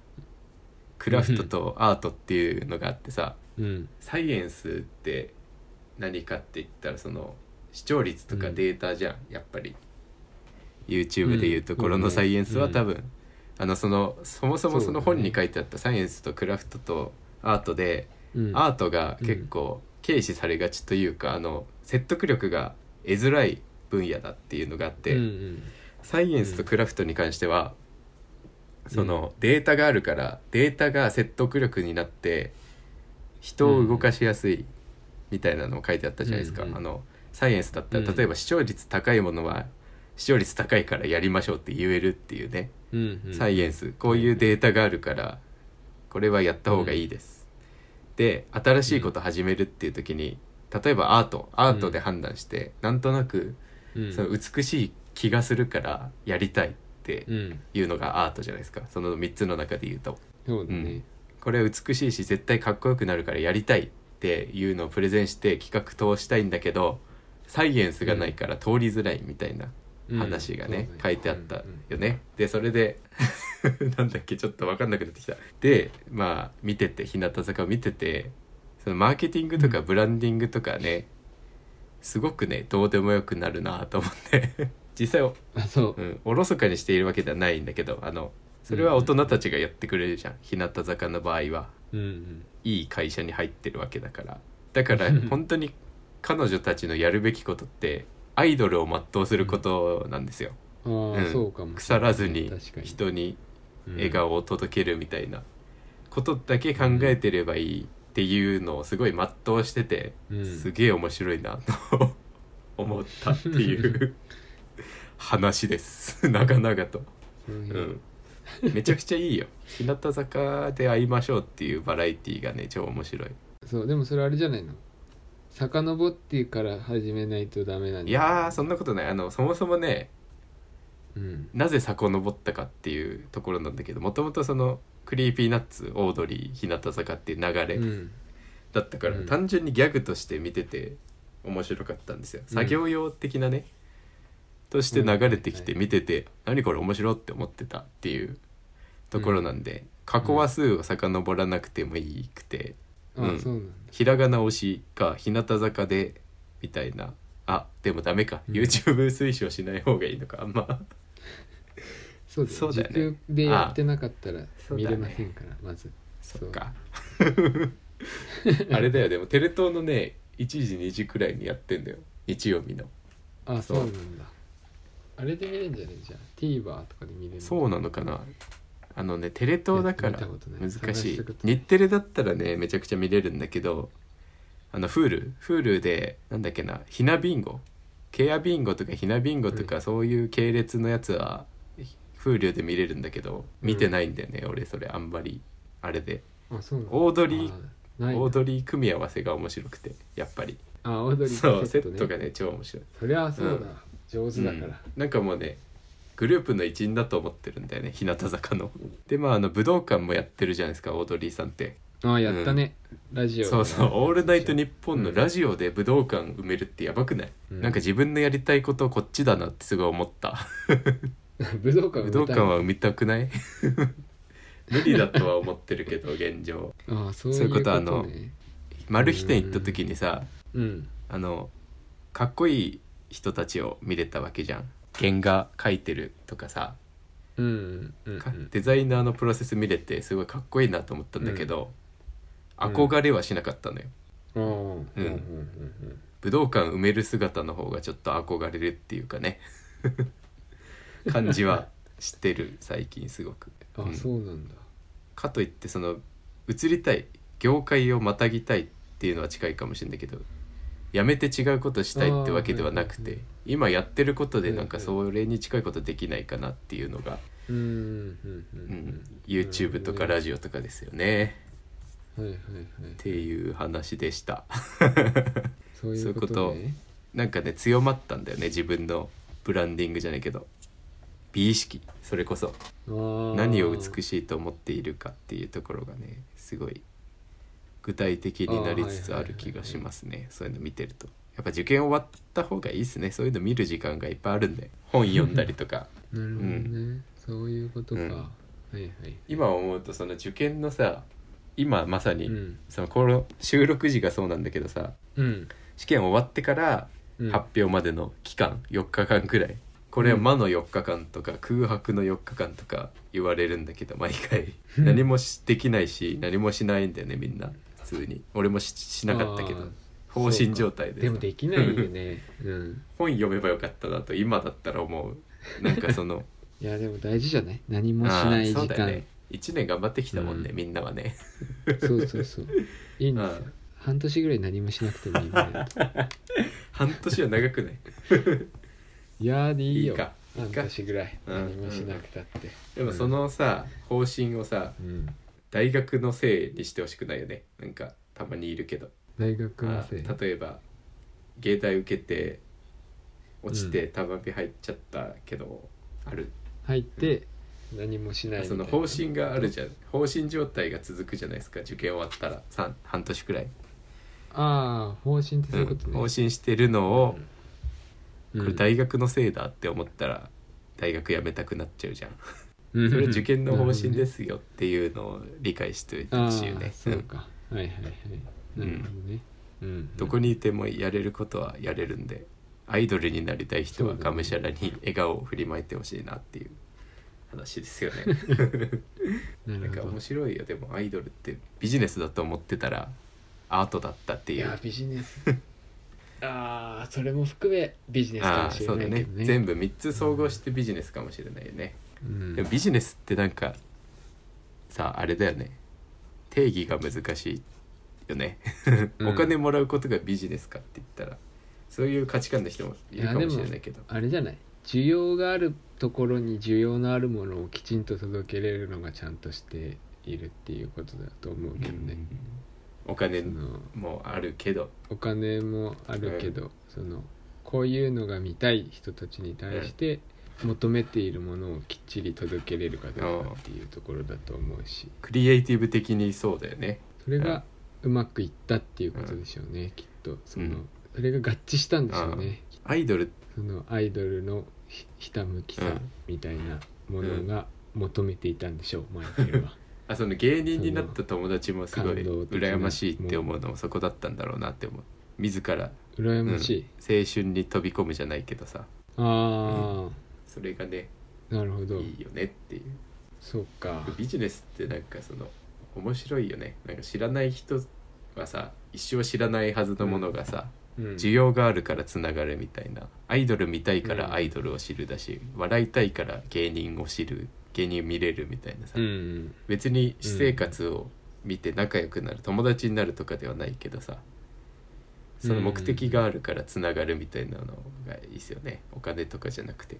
Speaker 1: クラフトとアートっていうのがあってさ
Speaker 2: うん
Speaker 1: サイエンスって何かって言ったらその視聴率とかデータじゃん、やっぱり YouTube でいうところ
Speaker 2: う
Speaker 1: の
Speaker 2: ん
Speaker 1: サイエンスは
Speaker 2: うん
Speaker 1: 多分、あのそのそもそもその
Speaker 2: そうだね
Speaker 1: 本に書いてあったサイエンスとクラフトとアートで、
Speaker 2: うん
Speaker 1: アートが結構軽視されがちというか、あの説得力が得づらい分野だっていうのがあって、
Speaker 2: うんうん
Speaker 1: サイエンスとクラフトに関しては、
Speaker 2: ん
Speaker 1: そのデータがあるからデータが説得力になって人を動かしやすいみたいなのも書いてあったじゃないですか、
Speaker 2: うんうん
Speaker 1: あのサイエンスだった
Speaker 2: う
Speaker 1: ら
Speaker 2: ん
Speaker 1: 例えば視聴率高いものは視聴率高いからやりましょうって言えるっていうね、
Speaker 2: うんうん
Speaker 1: サイエンスこういうデータがあるからこれはやった方がいいです、で新しいこと始めるっていう時に例えばアートアートで判断して、なんとなく
Speaker 2: うん
Speaker 1: その美しい気がするからやりたいって
Speaker 2: うん
Speaker 1: いうのがアートじゃないですかその3つの中で言うと
Speaker 2: そうだ
Speaker 1: う
Speaker 2: ね
Speaker 1: んこれは美しいし絶対かっこよくなるからやりたいっていうのをプレゼンして企画通したいんだけどサイエンスがないから通りづらいみたいな
Speaker 2: うん
Speaker 1: 話がね、
Speaker 2: そうだ
Speaker 1: 書いてあった
Speaker 2: うんうん
Speaker 1: よね、でそれで なんだっけちょっと分かんなくなってきたでまあ見てて日向坂を見ててそのマーケティングとかブランディングとかね、すごくねどうでもよくなるなと思って 実際、
Speaker 2: あそう
Speaker 1: うん、おろそかにしているわけではないんだけどあのそれは大人たちがやってくれるじゃん、日向坂の場合は
Speaker 2: うん
Speaker 1: いい会社に入ってるわけだからだから本当に彼女たちのやるべきことってアイドルを全うすることなんですよ。
Speaker 2: うん
Speaker 1: う
Speaker 2: ああ
Speaker 1: ん
Speaker 2: そうかもし
Speaker 1: 腐
Speaker 2: れない
Speaker 1: らずに
Speaker 2: 確かに
Speaker 1: 人に
Speaker 2: うん
Speaker 1: 笑顔を届けるみたいなことだけ考えてればいいっていうのをすごい全うしてて、
Speaker 2: うん
Speaker 1: すげえ面白いな と思ったっていう話 です長々と、
Speaker 2: その
Speaker 1: う
Speaker 2: 辺
Speaker 1: ん、めちゃくちゃいいよ日向坂で会いましょうっていうバラエティーがね超面白い
Speaker 2: そうでもそれあれじゃないの遡ってから始めないとダメなん
Speaker 1: い
Speaker 2: じゃ
Speaker 1: やーそんなことないあのそもそもね
Speaker 2: うん
Speaker 1: なぜ遡ったかっていうところなんだけどもともとそのクリーピーナッツオードリー日向坂っていう流れ、
Speaker 2: うん
Speaker 1: だったから、
Speaker 2: うん
Speaker 1: 単純にギャグとして見てて面白かったんですよ
Speaker 2: うん
Speaker 1: 作業用的なね、として流れてきて見てて、何これ面白いって思ってたっていうところなんで、過去話数を遡らなくてもいいくて、
Speaker 2: あ、
Speaker 1: うん
Speaker 2: そうなんだ
Speaker 1: ひらがな推しか日向坂でみたいなあでもダメか、
Speaker 2: うん
Speaker 1: YouTube 推奨しない方がいいのかあんま
Speaker 2: そうだよ
Speaker 1: そうだよね
Speaker 2: 時給でやってなかったら
Speaker 1: そう
Speaker 2: 見
Speaker 1: だね
Speaker 2: れませんから、まず
Speaker 1: そっか あれだよでもテレ東のね1時2時くらいにやってんだよ日曜日の。
Speaker 2: あ
Speaker 1: そ
Speaker 2: そううなんだあれで見れるんじゃないじゃあ TVer とかで見れる
Speaker 1: そうなのかなあのねテレ東だか
Speaker 2: やっ
Speaker 1: ら
Speaker 2: てみたことない
Speaker 1: 難し
Speaker 2: 探し
Speaker 1: い
Speaker 2: たことない
Speaker 1: 日テレだったらねめちゃくちゃ見れるんだけどあの HuluHulu でなんだっけなひなビンゴケアビンゴとかひなビンゴとかそういう系列のやつは Hulu で見れるんだけど見てないんだよね俺それあんまりあれで
Speaker 2: あそうなんだ
Speaker 1: オードリー
Speaker 2: あないな
Speaker 1: オードリー組み合わせが面白くてやっぱり
Speaker 2: あオードリー
Speaker 1: そうセ
Speaker 2: ね
Speaker 1: ットがね超面白い
Speaker 2: そりゃあそうだ、
Speaker 1: うん
Speaker 2: 上手だから、
Speaker 1: うんなんかもうねグループの一員だと思ってるんだよね日向坂のでまああの武道館もやってるじゃないですかオードリーさんって
Speaker 2: ああやったね、ラジオ
Speaker 1: そうそう「オールナイトニッポン」のラ
Speaker 2: ジ
Speaker 1: ジオで武道館埋めるってやばくない、
Speaker 2: うん
Speaker 1: なんか自分のやりたいことこっちだなってすごい思った
Speaker 2: オ 武道館
Speaker 1: 武道館
Speaker 2: は
Speaker 1: は埋めたくない 無理だとは思ってるけど現状
Speaker 2: ああそうい
Speaker 1: そうい
Speaker 2: う
Speaker 1: う
Speaker 2: こ
Speaker 1: ことと
Speaker 2: ね
Speaker 1: あのマル秘店行った時にさ
Speaker 2: うん
Speaker 1: あのかっこいい人たちを見れたわけじゃん原画描いてるとかさ
Speaker 2: うんうんうん
Speaker 1: かデザイナーのプロセス見れてすごいかっこいいなと思ったんだけど、憧れはしなかったのよ
Speaker 2: うんうんうんうんうん
Speaker 1: 武道館埋める姿の方がちょっと憧れるっていうか ね感じはしてる最近すごく、
Speaker 2: あ、
Speaker 1: うん
Speaker 2: そうなんだ
Speaker 1: かといってその移りたい業界をまたぎたいっていうのは近いかもしれないけどやめて違うことしたいってわけではなく
Speaker 2: あーは
Speaker 1: て
Speaker 2: いはいはい
Speaker 1: 今やってることでなんか
Speaker 2: はいは
Speaker 1: それに近いことできないかなっていうのが、
Speaker 2: うんうんう
Speaker 1: うんん、YouTube とかラジオとかですよね
Speaker 2: うんはいはいはい
Speaker 1: っていう話でした。
Speaker 2: そういうことね
Speaker 1: なんかね強まったんだよね自分のブランディングじゃないけど美意識それこそ何
Speaker 2: 何
Speaker 1: を美しいと思っているかっていうところがねすごい具体的になりつつある気がしますねそういうの見てるとやっぱ受験終わった方がいいですねそういうの見る時間がいっぱいあるんで本読んだりとか
Speaker 2: なるほどね、そういうことか、
Speaker 1: うん
Speaker 2: はいはい
Speaker 1: 今思うとその受験のさ今まさ
Speaker 2: う
Speaker 1: に
Speaker 2: ん
Speaker 1: そのこの収録時がそうなんだけどさ
Speaker 2: うん
Speaker 1: 試験終わってから
Speaker 2: うん
Speaker 1: 発表までの期間4日間くらいこれは魔の4日間とか空白の4日間とか言われるんだけど毎回
Speaker 2: うん
Speaker 1: 何もしできないし何もしないんだよねみんな普通に俺もししなかったけ
Speaker 2: あ
Speaker 1: ど
Speaker 2: ー
Speaker 1: 放心状態で
Speaker 2: でもできないよ ねうん
Speaker 1: 本読めばよかったなと今だったら思うなんかその
Speaker 2: いやでも大事じゃない何 もしない時
Speaker 1: あーそうだよ
Speaker 2: 間、
Speaker 1: ね1年頑張ってきたもんね、
Speaker 2: うん
Speaker 1: みんなはね
Speaker 2: そうそう そういいんですよ、
Speaker 1: うん
Speaker 2: 半年ぐらい何もしなくてもいいぐ らいだと
Speaker 1: 半年は長 くない
Speaker 2: いやーでいいよ
Speaker 1: いいか
Speaker 2: 半年ぐらい
Speaker 1: うん
Speaker 2: 何もしなくたって
Speaker 1: でもそのさ方針をさ
Speaker 2: うん
Speaker 1: 大学のせいにしてほしくないよねなんかたまにいるけど
Speaker 2: 大学のせい
Speaker 1: あ例えば芸大受けて落ちて玉火入っちゃったけど、ある
Speaker 2: 入って何もしないみた
Speaker 1: そ
Speaker 2: い
Speaker 1: の
Speaker 2: な
Speaker 1: 方針があるじゃん方針状態が続くじゃないですか受験終わったら三半年くらい
Speaker 2: ああ方針ってそういうこと
Speaker 1: うん
Speaker 2: ね、
Speaker 1: 方針してるのを、
Speaker 2: うん
Speaker 1: これ大学のせいだって思ったら大学辞めたくなっちゃうじゃん、
Speaker 2: うん
Speaker 1: それ受験の方針ですすよっていうのを理解しておいて
Speaker 2: あ
Speaker 1: ほ
Speaker 2: あ
Speaker 1: しいよね
Speaker 2: そうかはいはいはい
Speaker 1: うん
Speaker 2: なるほどねうん
Speaker 1: どこにいてもやれることはやれるんでアイドルになりたい人はがむしゃらに笑顔を振りまいてほしいなっていう話ですよね。
Speaker 2: な
Speaker 1: なんか
Speaker 2: るほど
Speaker 1: 面白いよでもアイドルってビジネスだと思ってたらアートだったって
Speaker 2: い
Speaker 1: いう。
Speaker 2: やビジ ネスああそれも含めビジネスか
Speaker 1: あ
Speaker 2: も
Speaker 1: あ
Speaker 2: し
Speaker 1: そ
Speaker 2: れ
Speaker 1: う
Speaker 2: な
Speaker 1: だね
Speaker 2: いけどね
Speaker 1: 全部3つ総合してビジネスかもしれないよね、
Speaker 2: うん
Speaker 1: でもビジネスってなんかさあれだよね定義が難しいよね
Speaker 2: うん
Speaker 1: お金もらうことがビジネスかって言ったらそういう価値観の人もいるかもしれないけど
Speaker 2: あれじゃない需要があるところに需要のあるものをきちんと届けれるのがちゃんとしているっていうことだと思うけどね、
Speaker 1: お金
Speaker 2: その
Speaker 1: もあるけど
Speaker 2: お金もあるけど、そのこういうのが見たい人たちに対して求めているものをきっちり届けれるかどうかっていうところだと思うし
Speaker 1: クリエイティブ的にそうだよね
Speaker 2: それがうまくいったっていうことでしょうね、きっとその、
Speaker 1: うん
Speaker 2: それが合致したんでしょうね、
Speaker 1: アイドル
Speaker 2: そのアイドルのひひたむきさ
Speaker 1: うん
Speaker 2: みたいなものが求めていたんでしょう、マイケルは
Speaker 1: あその芸人になった友達もすごい
Speaker 2: 感動的な
Speaker 1: 羨ましいって思うのもそこだったんだろうなって思う自ら
Speaker 2: 羨ましい、
Speaker 1: 青春に飛び込むじゃないけどさ
Speaker 2: あ
Speaker 1: それがね
Speaker 2: あなるほど
Speaker 1: いいよねっていう
Speaker 2: そうか
Speaker 1: ビジネスってなんかその面白いよねなんか知らない人はさ一生知らないはずのものがさ、
Speaker 2: うん
Speaker 1: 需要があるからつながるみたいなアイドル見たいからアイドルを知るだし、笑いたいから芸人を知る芸人を見れるみたいなさ、
Speaker 2: うん
Speaker 1: 別に私生活を見て仲良くなる、友達になるとかではないけどさその目的があるからつながるみたいなのがいいですよねお金とかじゃなくて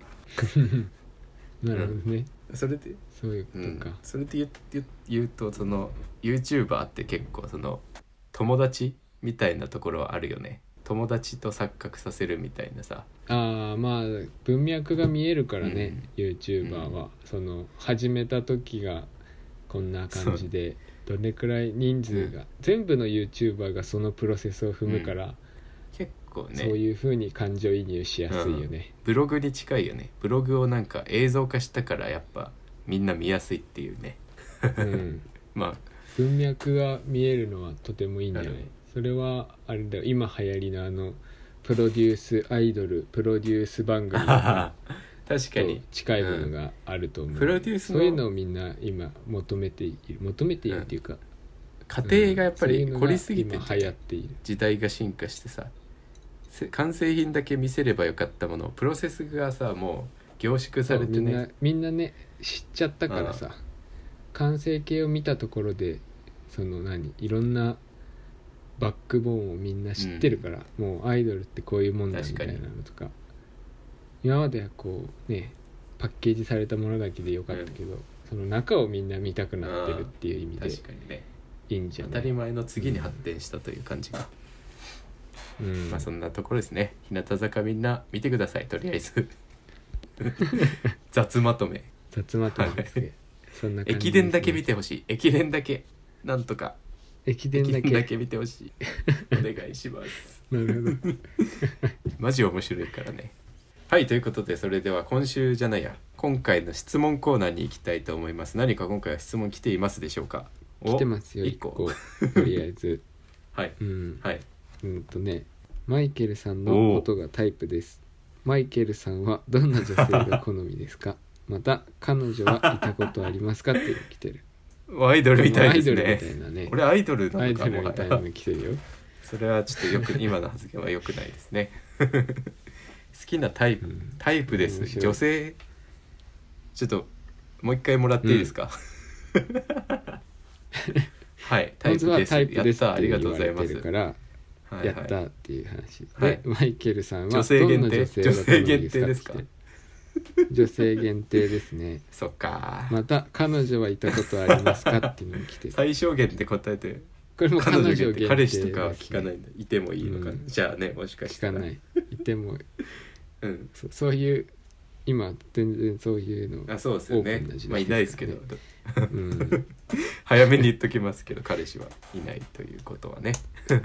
Speaker 2: なるほどね、
Speaker 1: それで、
Speaker 2: そういうこ
Speaker 1: う
Speaker 2: と
Speaker 1: ん
Speaker 2: か、
Speaker 1: それで言う言う言うとその YouTuber って結構その友達みたいなところはあるよね友達と錯覚させるみたいなさ
Speaker 2: ああまあ文脈が見えるからね、YouTuber は、その始めた時がこんな感じでどれくらい人数が、全部の YouTuber がそのプロセスを踏むから、
Speaker 1: 結構ね
Speaker 2: そういうふうに感情移入しやすいよね、
Speaker 1: ブログに近いよねブログをなんか映像化したからやっぱみんな見やすいっていうね
Speaker 2: うん、
Speaker 1: まあ
Speaker 2: 文脈が見えるのはとてもいいんじゃない、
Speaker 1: うん
Speaker 2: それはあれだよ今流行りのあのプロデュースアイドルプロデュース番 組と
Speaker 1: 確かに
Speaker 2: 近いものがあると思う、
Speaker 1: プロデュースの
Speaker 2: そういうのをみんな今求めている求めているっていうか、
Speaker 1: 家庭がやっぱり凝りすぎて
Speaker 2: 今流行っている
Speaker 1: 時代が進化してさせ完成品だけ見せればよかったものをプロセスがさもう凝縮されて
Speaker 2: そうみんな
Speaker 1: ね
Speaker 2: みんなね知っちゃったからさ完成形を見たところでその何いろんなバックボーンをみんな知ってるから、もうアイドルってこういうもんだみ
Speaker 1: 確
Speaker 2: た
Speaker 1: か
Speaker 2: い
Speaker 1: に
Speaker 2: なのとか今まではこうねパッケージされたものだけでよかったけど、その中をみんな見たくなってるっていう意味で
Speaker 1: 確かにね
Speaker 2: いいんじゃ
Speaker 1: 当
Speaker 2: な
Speaker 1: た
Speaker 2: い
Speaker 1: り前の次に発展したという感じが、
Speaker 2: うん
Speaker 1: まあそんなところですね日向坂みんな見てくださいとりあえず 雑まとめ
Speaker 2: 雑まとめですねそんな感じ
Speaker 1: 駅伝だけ見
Speaker 2: て
Speaker 1: てほしい駅伝だけなんとか
Speaker 2: 駅
Speaker 1: 駅
Speaker 2: 伝だ
Speaker 1: 伝
Speaker 2: け
Speaker 1: だけ見てほしいお願いします
Speaker 2: なるほど
Speaker 1: マジ面白いからねはいということでそれでは今週じゃないや今回の質問コーナーに行きたいと思います何か今回は質問来ていますでしょうかお
Speaker 2: 来てますよ
Speaker 1: 一
Speaker 2: 一
Speaker 1: 個
Speaker 2: 個とりあえず
Speaker 1: はい
Speaker 2: うん
Speaker 1: はい
Speaker 2: うんとねマイケルさんのことがタイプですマイケルさんはどんな女性が好みですかまた彼女はいたことありますかって来て る
Speaker 1: アイドルみたいです
Speaker 2: アイドルみ
Speaker 1: ね
Speaker 2: たいなね
Speaker 1: 俺アイドルな
Speaker 2: ア
Speaker 1: の
Speaker 2: イ
Speaker 1: か
Speaker 2: ドル
Speaker 1: も
Speaker 2: みたい
Speaker 1: は
Speaker 2: な
Speaker 1: や
Speaker 2: の来てるよ
Speaker 1: それはちょっとよく今の発言は良くないですね 好きなタイプ、
Speaker 2: うん
Speaker 1: タイプです
Speaker 2: 面白い
Speaker 1: 女性ちょっともう一回もらっていいですか、 はいタイプ
Speaker 2: まずは
Speaker 1: です
Speaker 2: タイプです
Speaker 1: や
Speaker 2: っ
Speaker 1: ったーあり
Speaker 2: て言わ
Speaker 1: がとうござい
Speaker 2: れ
Speaker 1: ま
Speaker 2: て
Speaker 1: す
Speaker 2: るから
Speaker 1: はい
Speaker 2: やっ
Speaker 1: はい
Speaker 2: たっていう話
Speaker 1: はい
Speaker 2: でマイケルさん
Speaker 1: 女
Speaker 2: はどんな
Speaker 1: 性限定
Speaker 2: 女性
Speaker 1: 女
Speaker 2: が好み
Speaker 1: 性限定ですか
Speaker 2: って女性限定で すね
Speaker 1: そっか、
Speaker 2: また彼女はいたことありますかっていうのが来てる
Speaker 1: 最小限って答えて
Speaker 2: これも
Speaker 1: 彼
Speaker 2: 彼女
Speaker 1: 女
Speaker 2: 限定
Speaker 1: 限
Speaker 2: です、
Speaker 1: 定彼
Speaker 2: ね、
Speaker 1: 氏とかは聞かないんだいてもいいのかな、
Speaker 2: うん
Speaker 1: じゃあねもしかし
Speaker 2: 聞
Speaker 1: た
Speaker 2: からないいても
Speaker 1: うん
Speaker 2: そそういう今全然そういうの
Speaker 1: あそうですよね
Speaker 2: オープンな時代ですね
Speaker 1: まあいないですけど
Speaker 2: うん、う
Speaker 1: 早めに言っときますけど彼氏はいないということはね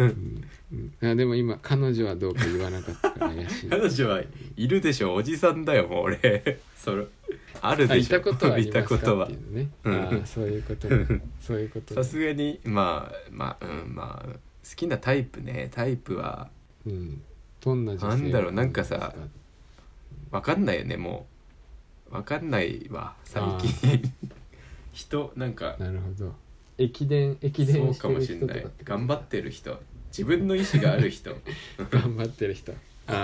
Speaker 2: ん うん、あでも今彼女はどうか言わなかったから怪しい
Speaker 1: 彼女はいるでしょおじさんだよもう俺それある
Speaker 2: あ
Speaker 1: で
Speaker 2: い
Speaker 1: しょ
Speaker 2: たことはありま
Speaker 1: いたこ
Speaker 2: す
Speaker 1: と
Speaker 2: かっ
Speaker 1: は
Speaker 2: ていうのね
Speaker 1: うん
Speaker 2: ああそういうこと
Speaker 1: う
Speaker 2: ね
Speaker 1: ん
Speaker 2: そういうことね
Speaker 1: さすがにまあまあうんまあ好きなタイプねタイプは
Speaker 2: うんどんな女性
Speaker 1: なんだろうなんかさ分かんないよねもう分かんないわ最近 人なんか
Speaker 2: なるほど駅伝駅
Speaker 1: そ
Speaker 2: 伝
Speaker 1: う
Speaker 2: し
Speaker 1: か
Speaker 2: てる
Speaker 1: もしれ
Speaker 2: 人と
Speaker 1: な
Speaker 2: か
Speaker 1: い頑張ってる人自分の意思がある人
Speaker 2: 頑張ってる人 あ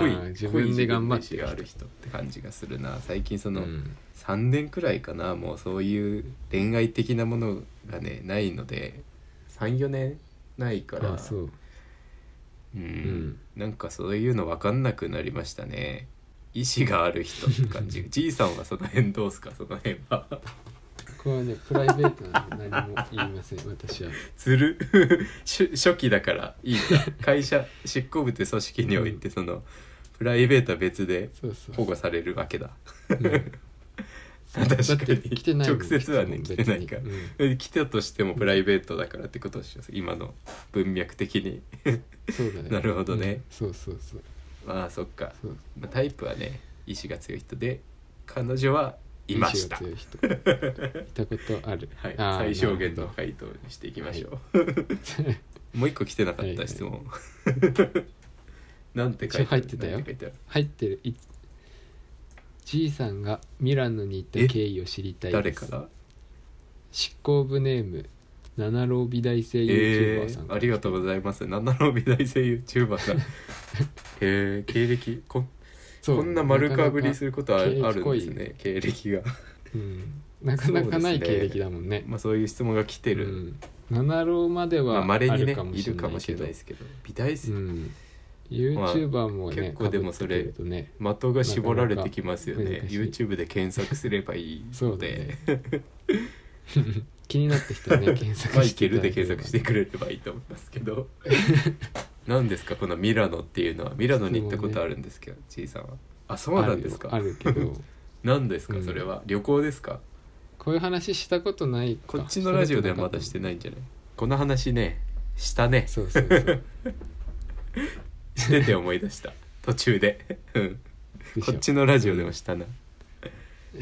Speaker 1: 濃い
Speaker 2: あ自分で頑張っ
Speaker 1: 濃い自
Speaker 2: て
Speaker 1: 分の意思
Speaker 2: る
Speaker 1: があ
Speaker 2: 人
Speaker 1: る人って感じがするな最近そうの、
Speaker 2: ん
Speaker 1: 3年くらいかなもうそういう恋愛的なものがねないので34年ないから
Speaker 2: あそう
Speaker 1: うん
Speaker 2: ん
Speaker 1: なんかそういうの分かんなくなりましたね意志がある人って感 じじいさんはその辺どうすかその辺は
Speaker 2: これはねプライベートなので何も言いません 私は
Speaker 1: ずる初初期だからいいか会社執行部って組織においてそのプライベートは別で
Speaker 2: そうそう
Speaker 1: 保護されるわけだ
Speaker 2: うん
Speaker 1: 確
Speaker 2: だっ
Speaker 1: か
Speaker 2: て
Speaker 1: に
Speaker 2: 来てないもん
Speaker 1: 直接はね来てないから
Speaker 2: 別にうん
Speaker 1: え来たとしてもプライベートだからってことでしょ今の文脈的に
Speaker 2: そうだね
Speaker 1: なるほどね
Speaker 2: うんそうそうそう
Speaker 1: まあそっか、
Speaker 2: そう
Speaker 1: まあ、タイプはね意志が強い人で彼女はいました
Speaker 2: 意志が強い人いたことある
Speaker 1: はい
Speaker 2: あー
Speaker 1: 最小限の
Speaker 2: なる
Speaker 1: 回答にしていきましょう、もう一個来てなか
Speaker 2: は
Speaker 1: っ
Speaker 2: いは
Speaker 1: た
Speaker 2: い
Speaker 1: 質問 なんて書いてある
Speaker 2: 一応入ってたよ
Speaker 1: なん書いてある
Speaker 2: 入ってるいじいさんがミラノに行った経緯を知りたい
Speaker 1: 誰
Speaker 2: です
Speaker 1: から
Speaker 2: 執行部ネーム七郎美大生 YouTuber
Speaker 1: え
Speaker 2: さん
Speaker 1: ー、
Speaker 2: か
Speaker 1: あ
Speaker 2: ら、
Speaker 1: りがとうございます七郎美大生 YouTuber さんへえ経歴こ
Speaker 2: そう
Speaker 1: こんな丸かぶりす
Speaker 2: る
Speaker 1: ることはあ
Speaker 2: なかな
Speaker 1: あ
Speaker 2: か
Speaker 1: るんです
Speaker 2: 経歴
Speaker 1: ね経歴が
Speaker 2: うん、なかなかない経歴だもんね
Speaker 1: まあそういう質問が来てる、
Speaker 2: うん、七郎まで
Speaker 1: まあ
Speaker 2: はあ
Speaker 1: 稀にね
Speaker 2: るかも
Speaker 1: い
Speaker 2: しれ
Speaker 1: るか
Speaker 2: な
Speaker 1: も
Speaker 2: い
Speaker 1: し
Speaker 2: け
Speaker 1: れな
Speaker 2: ど
Speaker 1: いですけど美大
Speaker 2: う
Speaker 1: 生、
Speaker 2: ん、YouTuber もね、
Speaker 1: 結構でもそれ
Speaker 2: 被ってくるとね
Speaker 1: 的が絞られてきますよ
Speaker 2: なか
Speaker 1: ね
Speaker 2: なか難しい
Speaker 1: YouTube で検索すればいい
Speaker 2: そ
Speaker 1: の
Speaker 2: うだね
Speaker 1: で
Speaker 2: 気になった人は ね検索
Speaker 1: マイ
Speaker 2: して
Speaker 1: ケ
Speaker 2: いた
Speaker 1: ル
Speaker 2: だければ
Speaker 1: で検索してくれればいいと思いますけ ど何ですかこのミラノっていうのはミラノに行ったことあるんですけど、じいさんはあそうなんです
Speaker 2: あ
Speaker 1: か
Speaker 2: るよあるけど
Speaker 1: 何ですか
Speaker 2: うん
Speaker 1: それは、旅行ですか
Speaker 2: こういう話したことないか
Speaker 1: こっちのラジオではまだしてないんじゃないこの話ねしたね
Speaker 2: そうそうそう
Speaker 1: してて思い出した 途中でうん
Speaker 2: でし
Speaker 1: こ
Speaker 2: ょ
Speaker 1: っちのラジオでもしたな。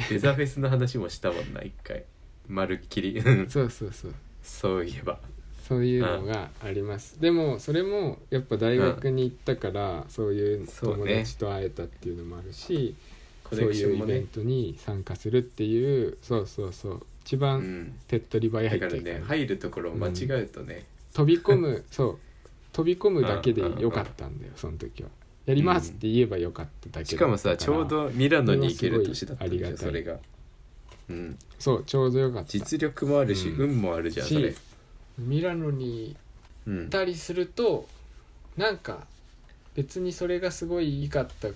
Speaker 1: デザフェスの話もしたもんな、一回。まるっきり。うん
Speaker 2: そうそうそう
Speaker 1: そういえば。
Speaker 2: そういうのがあります、でもそれもやっぱ大学に行ったから、そういう友達と会えたっていうのもあるし
Speaker 1: コ
Speaker 2: そ
Speaker 1: ネ
Speaker 2: う,、
Speaker 1: クシ
Speaker 2: い
Speaker 1: ョ
Speaker 2: う
Speaker 1: ン
Speaker 2: イ
Speaker 1: も
Speaker 2: ベ
Speaker 1: ね
Speaker 2: ン。トに参加するっていうそうそうそう一
Speaker 1: う
Speaker 2: 番
Speaker 1: ん。
Speaker 2: 手っ取り早
Speaker 1: だ
Speaker 2: い
Speaker 1: から
Speaker 2: というか
Speaker 1: ね、入るところを間違うとね。
Speaker 2: 飛び込む そう飛び込むだけでよかったんだよその時はやりますって言えばよかっただけだった
Speaker 1: しかもさ、ちょうどミラノに行ける年だったん
Speaker 2: そ
Speaker 1: だ
Speaker 2: れ
Speaker 1: よ、
Speaker 2: はす
Speaker 1: そ
Speaker 2: ごいあ
Speaker 1: れ
Speaker 2: り
Speaker 1: が。うん。
Speaker 2: そうちょうどよかった
Speaker 1: 実力もあるし、
Speaker 2: うん
Speaker 1: 運もあるじゃん、それ
Speaker 2: し。ミラノに
Speaker 1: う
Speaker 2: 行っ
Speaker 1: ん。
Speaker 2: たりするとなんか別にそれがすごい良かった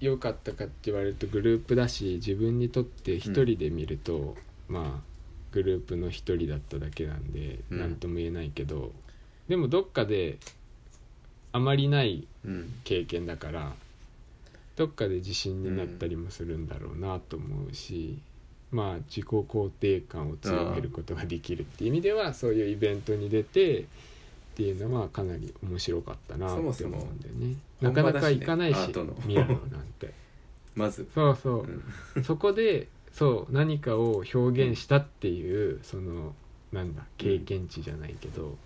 Speaker 2: 良かったかって言われるとグループだし自分にとって一人で見ると、まあグループの一人だっただけなんで
Speaker 1: うん
Speaker 2: 何、なん、とも言えないけどでもどっかであまりない
Speaker 1: うん。
Speaker 2: 経験だからどっかで自信になったりもするんだろうなと思うし、まあ自己肯定感を強めることができるっていう意味ではそういうイベントに出てっていうのはかなり面白かったなって思うんだよね
Speaker 1: そもそも
Speaker 2: なかなか行かないし、
Speaker 1: 本場だしね
Speaker 2: ミラノなんて
Speaker 1: まず、
Speaker 2: そうそう
Speaker 1: う、ん
Speaker 2: そこでそう何かを表現したっていう、そのなんだ経験値じゃないけど、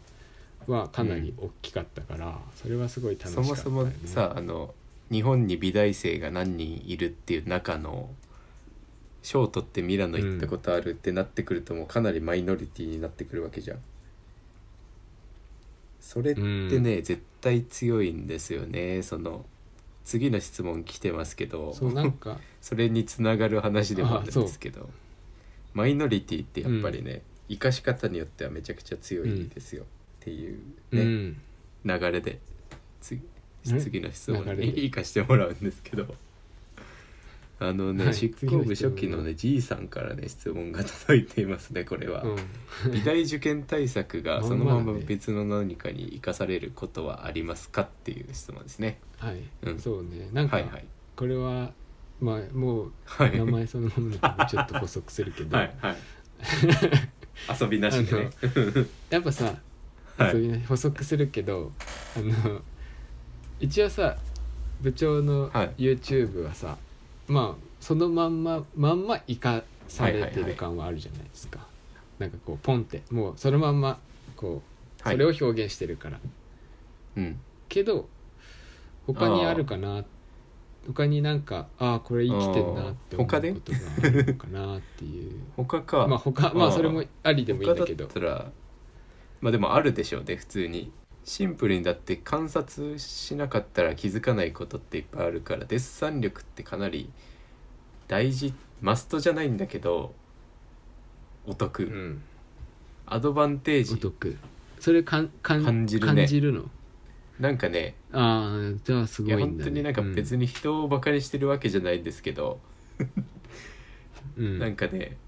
Speaker 2: はかなり大きかったから、それはすごい楽し
Speaker 1: そ
Speaker 2: かった、
Speaker 1: も
Speaker 2: ね、
Speaker 1: そもさあの日本に美大生が何人いるっていう中の賞取ってミラノ行ったことあるってなってくるともうかなりマイノリティになってくるわけじゃん。それってね、絶対強いんですよねその次の質問来てますけど
Speaker 2: そうなんか
Speaker 1: それにつながる話でもあるん
Speaker 2: あそう
Speaker 1: ですけどマイノリティってやっぱりね、生かし方によってはめちゃくちゃ強いですよ、っていう ね、
Speaker 2: うん
Speaker 1: 流れでつ
Speaker 2: え
Speaker 1: 次の質問
Speaker 2: 流れ
Speaker 1: に
Speaker 2: で
Speaker 1: 生かしてもらうんですけどあのね、
Speaker 2: はい
Speaker 1: 執行部
Speaker 2: 次の
Speaker 1: 初
Speaker 2: 質
Speaker 1: 期
Speaker 2: 問
Speaker 1: のねじいさんからね質問が届いていますねこれは、
Speaker 2: うん
Speaker 1: 美大受験対策が
Speaker 2: ま
Speaker 1: そ
Speaker 2: ん
Speaker 1: の
Speaker 2: まだ
Speaker 1: ま
Speaker 2: ね
Speaker 1: ま別の何かに生かされることはありますかっていう質問ですね
Speaker 2: はい、
Speaker 1: うん
Speaker 2: そうねなんか
Speaker 1: はいはい
Speaker 2: これはまあもう
Speaker 1: はい
Speaker 2: 名前そのものでもちょっと補足するけど、
Speaker 1: はいはい 遊びなしでね
Speaker 2: やっぱさ、
Speaker 1: はい
Speaker 2: そういうね補足するけどあの一応さ部長の
Speaker 1: はい
Speaker 2: YouTube はさ、まあそのまんままんま生かされて
Speaker 1: はいはいは
Speaker 2: る
Speaker 1: い
Speaker 2: 感はあるじゃないですか、なんかこうポンってもうそのまんまこう
Speaker 1: はい
Speaker 2: それを表現してるから、
Speaker 1: うん
Speaker 2: けど他にあるかな他になんかああこれ生きてんなって思うこ
Speaker 1: 他
Speaker 2: と
Speaker 1: で
Speaker 2: があるのかなっていう
Speaker 1: 他か
Speaker 2: まあ他ま
Speaker 1: あ
Speaker 2: あ
Speaker 1: ー
Speaker 2: それもありでもいいんだけど
Speaker 1: 他だったらまあでもあるでしょうね普通にシンプルにだって観察しなかったら気づかないことっていっぱいあるからデッサン力ってかなり大事マストじゃないんだけどお得、
Speaker 2: うん
Speaker 1: アドバンテー
Speaker 2: お
Speaker 1: ジ
Speaker 2: 得それかんかん
Speaker 1: 感じるね
Speaker 2: 感じるの
Speaker 1: なんかね
Speaker 2: ああじゃあす
Speaker 1: い
Speaker 2: ごい
Speaker 1: や
Speaker 2: んだ、ね、
Speaker 1: 本当になんか別に人をバカにしてるわけじゃないんですけど、
Speaker 2: うん、うん
Speaker 1: なんか ね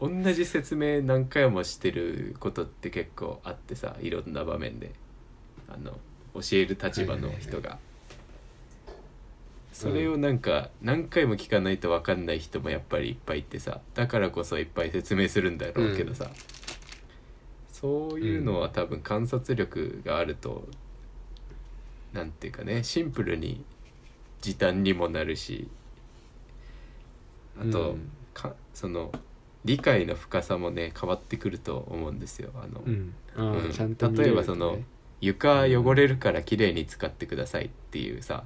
Speaker 1: 同じ説明何回もしてることって結構あってさいろんな場面であの教える立場の人が、
Speaker 2: はいはい
Speaker 1: それをなんか何回も聞かないと分かんない人もやっぱりいっぱいいてさだからこそいっぱい説明するんだろうけどさ、そういうのは多分観察力があると、なんていうかねシンプルに時短にもなるしあと、
Speaker 2: うん
Speaker 1: かその理解の深さもね変わってくると思うんですよあの、
Speaker 2: うんあー
Speaker 1: うん
Speaker 2: ちゃんと見
Speaker 1: 例え
Speaker 2: れる
Speaker 1: ば
Speaker 2: ね
Speaker 1: その床汚れるから綺麗に使ってくださいっていうさ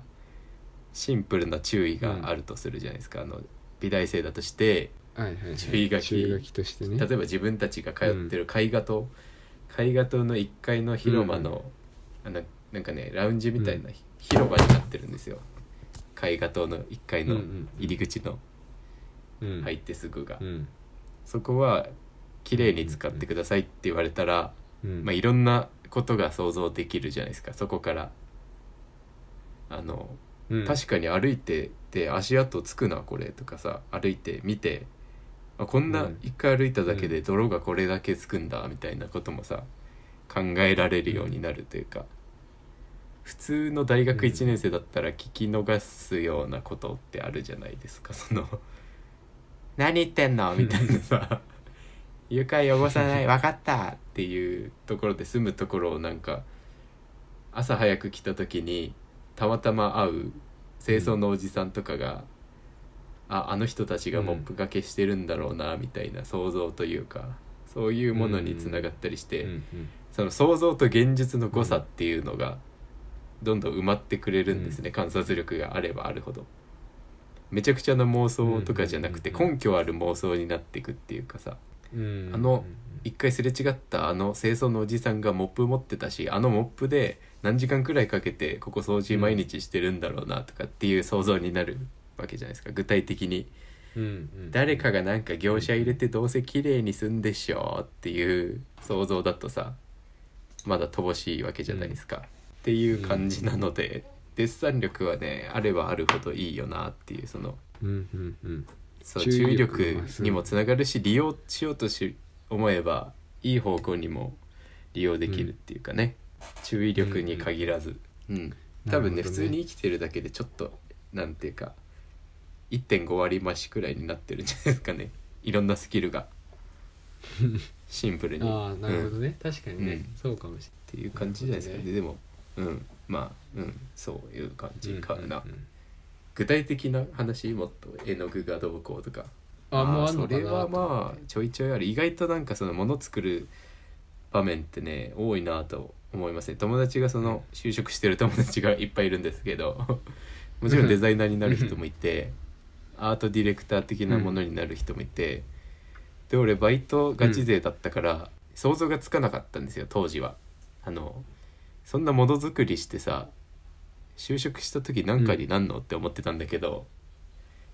Speaker 1: シンプルな注意があるとするじゃないですか、あの美大生だとして
Speaker 2: はいはいはい、
Speaker 1: 注意書き
Speaker 2: 注意書きとしてね
Speaker 1: 例えば自分たちが通ってる絵画塔、絵画塔の1階の広間の、あのなんかねラウンジみたいな広場になってるんですよ絵画塔の1階の入り口の
Speaker 2: うん
Speaker 1: 入ってすぐが、
Speaker 2: うん
Speaker 1: そこは綺麗に使ってくださいって言われたら、
Speaker 2: うん
Speaker 1: まあ、いろんなことが想像できるじゃないですかそこからあの、
Speaker 2: うん
Speaker 1: 確かに歩いてて足跡つくなこれとかさ歩いて見てあこんな
Speaker 2: うん
Speaker 1: 一回歩いただけで泥がこれだけつくんだみたいなこともさ考えられるようになるというか普通の大学1年生だったら聞き逃すようなことってあるじゃないですか その「何言ってんの?」みたいなさ「 床汚さない分かった」っていうところで済むところをなんか朝早く来た時にたまたま会う清掃のおじさんとかが、ああの人たちがモップがけしてるんだろうなみたいな想像というかそういうものにつながったりして、
Speaker 2: うんうん
Speaker 1: その想像と現実の誤差っていうのがどんどん埋まってくれるんですね、観察力があればあるほど。めちゃくちゃな妄想とかじゃなくて
Speaker 2: うんうんうんうん
Speaker 1: 根拠ある妄想になっていくっていうかさ
Speaker 2: うん
Speaker 1: あの一回すれ違ったあの清掃のおじさんがモップ持ってたしあのモップで何時間くらいかけてここ掃除毎日してるんだろうなとかっていう想像になるわけじゃないですか具体的に
Speaker 2: うんうん
Speaker 1: 誰かがなんか業者入れてどうせ綺麗にすんでしょうっていう想像だとさまだ乏しいわけじゃないですか、っていう感じなので、デッサン力はねあればあるほどいいよなっていうその
Speaker 2: うんうんうん
Speaker 1: そう注
Speaker 2: 注
Speaker 1: 意
Speaker 2: 意力
Speaker 1: 力にもつながるし利用しようとし思えばいい方向にも利用できるっていうかね、注意力に限らず、うん多分ね
Speaker 2: なるほどね
Speaker 1: 普通に生きてるだけでちょっとなんていうか1.5割増しくらいになってるんじゃないですかねいろんなスキルがシンプルに
Speaker 2: ああなるほ
Speaker 1: うん
Speaker 2: ど
Speaker 1: っ
Speaker 2: ね、確かにね、
Speaker 1: うん
Speaker 2: そうかもし
Speaker 1: ていう感じじゃないですかね
Speaker 2: な
Speaker 1: でもうんまあうんそういう感
Speaker 2: れ
Speaker 1: じ
Speaker 2: ない
Speaker 1: かな、
Speaker 2: うんうんうん
Speaker 1: 具体的な話もっと絵の具がどうこうとか
Speaker 2: あもう
Speaker 1: ー
Speaker 2: あんのかな
Speaker 1: それはまあちょいちょいある意外となんかそのもの作る場面ってね多いなと思いますね友達がその就職してる友達がいっぱいいるんですけど もちろんデザイナーになる人もいてアートディレクター的なものになる人もいてで俺バイトガチ勢だったから想像がつかなかったんですよ当時は。あのそんなものづくりしてさ就職した時なんかになんの、って思ってたんだけど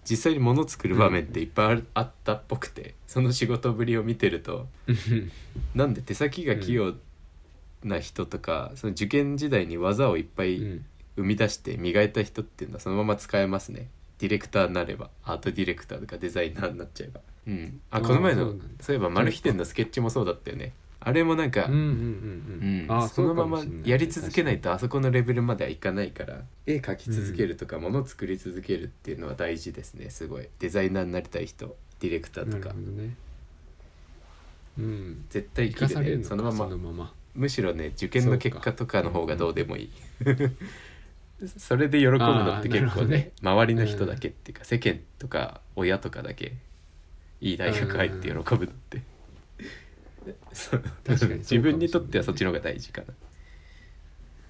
Speaker 1: 実際にもの作る場面っていっぱいあ,、あったっぽくてその仕事ぶりを見てるとなんで手先が器用な人とか、その受験時代に技をいっぱ
Speaker 2: う
Speaker 1: い
Speaker 2: ん
Speaker 1: 生み出して磨いた人っていうのはそのまま使えますねディレクターになればアートディレクターとかデザイナーになっちゃえば、うん、あ
Speaker 2: あー
Speaker 1: この前の
Speaker 2: そ
Speaker 1: そうう
Speaker 2: なんだ
Speaker 1: いえばマルヒ店のスケッチもそうだったよねあれもなんか、
Speaker 2: うんうんうんうん
Speaker 1: うん、そのままやり続けない
Speaker 2: と
Speaker 1: とあそこのレベルまではいかないから絵描き続けるとか物作り続けるっていうのは大事ですねすごいデザイナーになりたい人ディレクター
Speaker 2: な
Speaker 1: と
Speaker 2: る
Speaker 1: か
Speaker 2: ほどねうん
Speaker 1: 絶対
Speaker 2: 生か
Speaker 1: 切
Speaker 2: され
Speaker 1: る
Speaker 2: る
Speaker 1: ね
Speaker 2: の
Speaker 1: そ
Speaker 2: か
Speaker 1: のま
Speaker 2: そ
Speaker 1: ま
Speaker 2: のまま
Speaker 1: むしろね受験の結果とかの方がどうでもいい それで喜ぶのって結
Speaker 2: あーなるほ
Speaker 1: 構
Speaker 2: ど
Speaker 1: ね
Speaker 2: ね
Speaker 1: 周りの人だけっていうか世間とか親とかだけいい大学入って喜ぶのってそう
Speaker 2: 確かに
Speaker 1: 自分にとってはそっちの方が大事か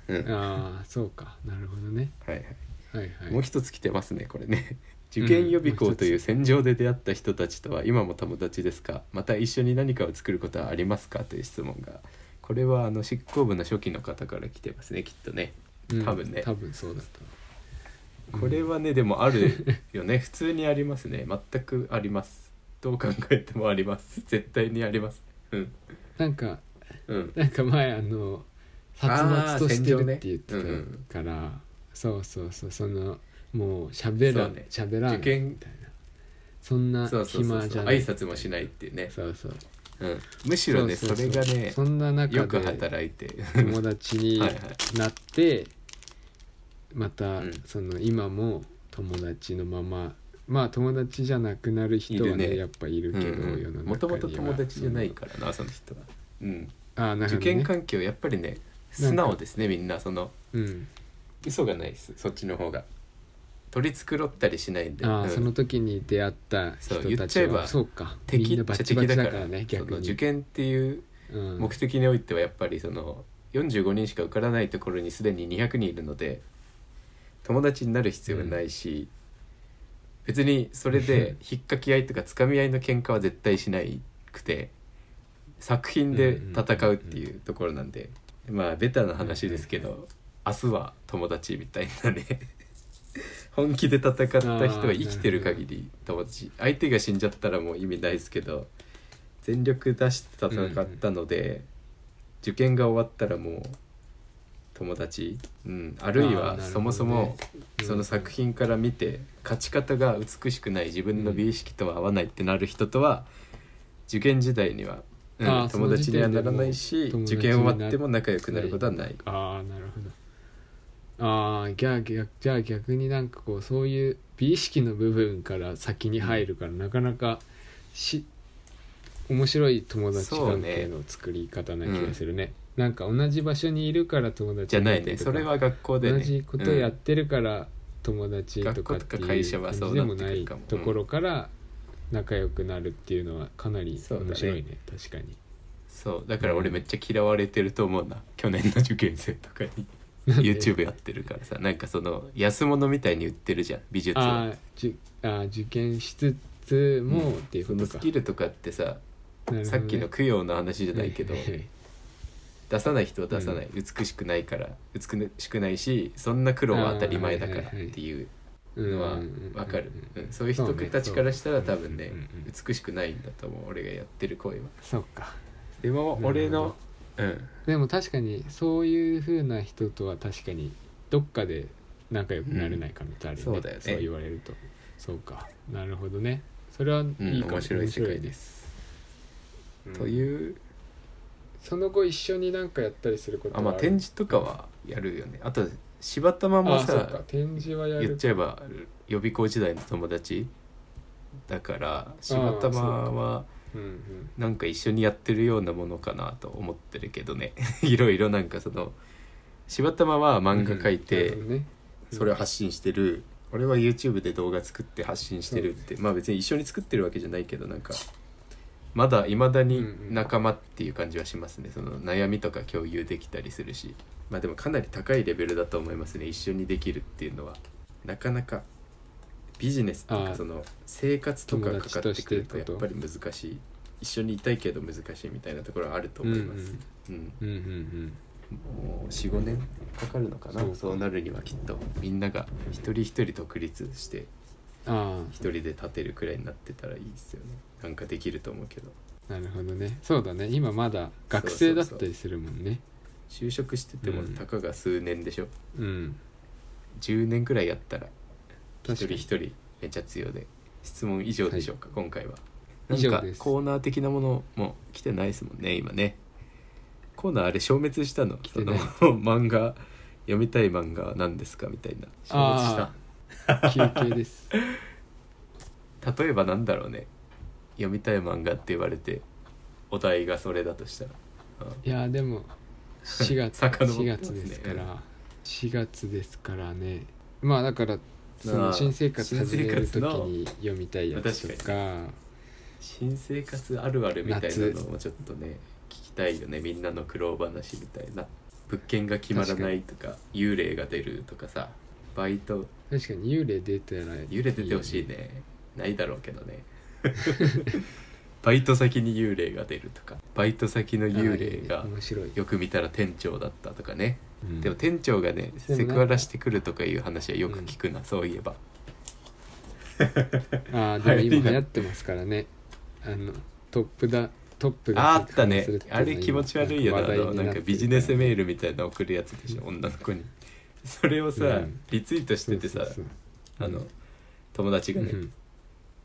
Speaker 1: なうんは
Speaker 2: ああそうかなるほどね
Speaker 1: いはい
Speaker 2: はいはい
Speaker 1: もう一つ来てますねこれね受験予備校という戦場で出会った人たちとは今も友達ですかまた一緒に何かを作ることはありますかという質問がこれはあの執行部の初期の方から来てますねきっとね
Speaker 2: うん
Speaker 1: 多分ね
Speaker 2: 多分そうだった
Speaker 1: これはねでもあるよ ね普通にありますね全くありますどう考えてもあります絶対にありますうん
Speaker 2: なんか
Speaker 1: うん
Speaker 2: なんか前あの殺伐としてるって言ってたから、そうそうそうそのもう喋
Speaker 1: そ
Speaker 2: ら
Speaker 1: うね
Speaker 2: 喋、らない
Speaker 1: 受験
Speaker 2: みたいなそんな
Speaker 1: そうそうそう
Speaker 2: 暇
Speaker 1: そ
Speaker 2: じゃ
Speaker 1: う
Speaker 2: ない
Speaker 1: 挨拶もしないっていうね、
Speaker 2: そうそう
Speaker 1: うん、むしろね
Speaker 2: そう
Speaker 1: そうれ
Speaker 2: う
Speaker 1: がね
Speaker 2: そんな中
Speaker 1: よく
Speaker 2: で
Speaker 1: 働いて
Speaker 2: 友達に
Speaker 1: はいはい
Speaker 2: なってまた、
Speaker 1: うん
Speaker 2: その今も友達のまままあ友達じゃなくなる人はね
Speaker 1: いるね
Speaker 2: やっぱいるけど、世の中には
Speaker 1: もともと友達じゃないからなその人は、うん、
Speaker 2: そのあーな
Speaker 1: 受
Speaker 2: るほどね
Speaker 1: 験環境やっぱりね素直ですねみんなその
Speaker 2: うん
Speaker 1: 嘘がないですそっちの方が取り繕ったりしないんで、
Speaker 2: ああ、
Speaker 1: うん
Speaker 2: その時に出会った人
Speaker 1: そう言
Speaker 2: た
Speaker 1: っちゃ
Speaker 2: ち
Speaker 1: え
Speaker 2: は
Speaker 1: ば
Speaker 2: そうかみ
Speaker 1: 敵
Speaker 2: んな
Speaker 1: っ
Speaker 2: バ
Speaker 1: ちゃ敵
Speaker 2: チバチ
Speaker 1: だか
Speaker 2: だ
Speaker 1: ら
Speaker 2: からね
Speaker 1: そ
Speaker 2: 逆
Speaker 1: の
Speaker 2: に
Speaker 1: 受験っていう
Speaker 2: うん
Speaker 1: 目的においてはやっぱりその45人しか受からないところにすでに200人いるので友達になる必要がないし、別にそれ で引っかき合いとかつかみ合いの喧嘩は絶対しないくて作品で戦うっていうところなんで、まあベタな話ですけど、明日は友達みたいなね 本気で戦った人は生きてる限り友達相手が死んじゃったらもう意味ないですけど全力出して戦ったので、受験が終わったらもう友達、うん、あるい
Speaker 2: あーなるほど
Speaker 1: は
Speaker 2: ね
Speaker 1: そもそもその作品から見て勝ち方が美しくない自分の美意識とは合わないってなる人とは受験時代には、うん
Speaker 2: あー
Speaker 1: 友達にはならないし
Speaker 2: その時
Speaker 1: 受
Speaker 2: 点で
Speaker 1: 験
Speaker 2: もう
Speaker 1: 終わっても仲良くなることはない。
Speaker 2: ああなるほどああじゃあ逆じゃあ逆になんかこうそういう美意識の部分から先に入るから、なかなかし面白い友達関係の作り方な気がするねなんか同じ場所にいるから友達
Speaker 1: じゃ
Speaker 2: にな
Speaker 1: な
Speaker 2: っ
Speaker 1: い
Speaker 2: たり
Speaker 1: ね
Speaker 2: とか
Speaker 1: それは学校でね
Speaker 2: 同じことやってるから友達とかっ
Speaker 1: 学
Speaker 2: て
Speaker 1: 校とか会
Speaker 2: い
Speaker 1: 社
Speaker 2: う
Speaker 1: は
Speaker 2: 感
Speaker 1: そ
Speaker 2: じ
Speaker 1: う
Speaker 2: で
Speaker 1: なっ
Speaker 2: も
Speaker 1: てく
Speaker 2: ない
Speaker 1: るかも
Speaker 2: ところから仲良くなるっていうのはかなり面白いね確かに
Speaker 1: そうだから俺めっちゃ嫌われてると思うな、去年の受験生とかに YouTube やってるからさなんかその安物みたいに売ってるじゃん美術を
Speaker 2: あーじゅあー受験しつつも、
Speaker 1: うん
Speaker 2: っていう
Speaker 1: そ
Speaker 2: こ
Speaker 1: のス
Speaker 2: とか
Speaker 1: キルとかってさ、
Speaker 2: なるほどね
Speaker 1: さっきの供養の話じゃないけ ど、
Speaker 2: はいはいはい
Speaker 1: 出さない人は出さない、美しくないから美しくないしそんな苦労は当たり前だからっ
Speaker 2: あーはいはいはい
Speaker 1: ていう
Speaker 2: うん
Speaker 1: のは
Speaker 2: うんうんうん
Speaker 1: わかる、うんそういう人たちからしたら多分ね
Speaker 2: そうねそううんうんうん
Speaker 1: 美しくないんだと思う俺がやってる行為は
Speaker 2: そうか
Speaker 1: でも俺のうん
Speaker 2: でも確かにそういうふうな人とは確かにどっかで仲良くなれないかみたいな、
Speaker 1: そうだよね
Speaker 2: そう言われるとそうかなるほどねそれはいいか
Speaker 1: う
Speaker 2: も、、
Speaker 1: ん面白い世界ですす、という
Speaker 2: その後一緒に何かやったりすること
Speaker 1: あまあ展示とかはやるよねあと柴玉も
Speaker 2: あそうか
Speaker 1: さ
Speaker 2: 展示はや
Speaker 1: 言っ
Speaker 2: る
Speaker 1: ちゃえば予備校時代の友達だから柴
Speaker 2: そうか
Speaker 1: 玉は
Speaker 2: うんうん
Speaker 1: なんか一緒にやってるようなものかなと思ってるけどね いろいろなんかその柴玉は漫画描いて、
Speaker 2: なるほどね
Speaker 1: それを発信してる俺は YouTube で動画作って発信してるって、まあ別に一緒に作ってるわけじゃないけどなんかまだいまだに仲間っていう感じはしますねその悩みとか共有できたりするしまあでもかなり高いレベルだと思いますね一緒にできるっていうのはなかなかビジネスと
Speaker 2: あ
Speaker 1: か
Speaker 2: あ
Speaker 1: その生活とかかかってくると
Speaker 2: 友達としてって
Speaker 1: やっ
Speaker 2: こと
Speaker 1: ぱり難しい一緒にいたいけど難しいみたいなところはあると思います、うん
Speaker 2: うんうんうん
Speaker 1: もう45年かかるのかな
Speaker 2: そ
Speaker 1: そうう
Speaker 2: か
Speaker 1: なるにはきっとみんなが一人一人独立して
Speaker 2: あ
Speaker 1: 一人で立てるくらいになってたらいいですよねなんかできると思うけど
Speaker 2: あなるほどねそうだね今まだ学生だったりするもんね
Speaker 1: 就職してても
Speaker 2: うん
Speaker 1: たかが数年でしょ、
Speaker 2: うん
Speaker 1: 10年くらいやったら一
Speaker 2: 確
Speaker 1: 人
Speaker 2: かに
Speaker 1: 一人めちゃ強いで質問以上でしょうか、今回はな
Speaker 2: 以
Speaker 1: ん
Speaker 2: 上
Speaker 1: か
Speaker 2: です
Speaker 1: コーナー的なものも来てないですもんね今ねコーナーあれ消滅したの
Speaker 2: 来
Speaker 1: そ
Speaker 2: て
Speaker 1: の
Speaker 2: ない
Speaker 1: 漫画読みたい漫画は何ですかみたいな消滅した
Speaker 2: ああ休憩です
Speaker 1: 例えばなんだろうね読みたい漫画って言われてお題がそれだとしたら
Speaker 2: いやでも4月
Speaker 1: 遡ってます
Speaker 2: 4
Speaker 1: ね
Speaker 2: 月ですから4月ですからねまあだからその新生活
Speaker 1: 新
Speaker 2: 始め
Speaker 1: 生
Speaker 2: る
Speaker 1: 活
Speaker 2: 時
Speaker 1: の
Speaker 2: に読みたいやつとか
Speaker 1: 新生活あるあるみたいなのもちょっとね聞きたいよねみんなの苦労話みたいな物件が決まらないとか幽霊が出るとかさバイト
Speaker 2: 確かに幽霊出たらいい
Speaker 1: 幽霊出てほしいねないだろうけどね バイト先に幽霊が出るとかバイト先の幽霊
Speaker 2: あ
Speaker 1: が
Speaker 2: いいね面白い
Speaker 1: よく見たら店長だったとかね
Speaker 2: うん
Speaker 1: でも店長がね
Speaker 2: でもなんか
Speaker 1: セクハラしてくるとかいう話はよく聞くな、そういえば
Speaker 2: ああでも今流行ってますからねあのトップだトップが
Speaker 1: ああったね
Speaker 2: セクハ
Speaker 1: あ
Speaker 2: ラす
Speaker 1: れ
Speaker 2: るって
Speaker 1: 気
Speaker 2: いうの
Speaker 1: 持
Speaker 2: は
Speaker 1: ち悪いよ
Speaker 2: 今
Speaker 1: なあ
Speaker 2: 話題
Speaker 1: の
Speaker 2: に
Speaker 1: なん
Speaker 2: って
Speaker 1: か
Speaker 2: る
Speaker 1: ビジネスメールみたいなの送るやつでしょ女の子にそれをさ、
Speaker 2: うん
Speaker 1: リツイートしててさ
Speaker 2: そうそうそう
Speaker 1: あの
Speaker 2: うん
Speaker 1: 友達がね、
Speaker 2: うん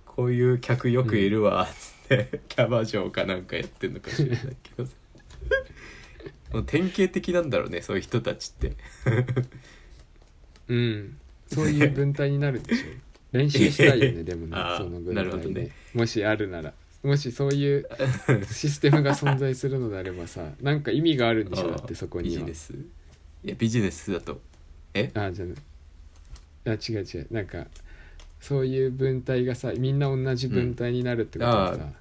Speaker 1: こういう客よくいるわ」っつって、 キャバ嬢かなんかやってんのかしらないけ どさもう典型的なんだろうねそういう人たちって
Speaker 2: うん、そういう文体になるでしょ 練習したいよねでもね
Speaker 1: あー
Speaker 2: その文
Speaker 1: なる
Speaker 2: 体
Speaker 1: ほど
Speaker 2: ね
Speaker 1: ね
Speaker 2: もしあるならもしそ ういうシステムが存在するのであればさなんか意味があるんでしょだってそこ
Speaker 1: ビ
Speaker 2: に
Speaker 1: ジ
Speaker 2: は
Speaker 1: ネスいやビジネスだとえ
Speaker 2: あーじゃああ違う違うなんかそういう文体がさみんな同じ文体になるってことはさ、
Speaker 1: うんあ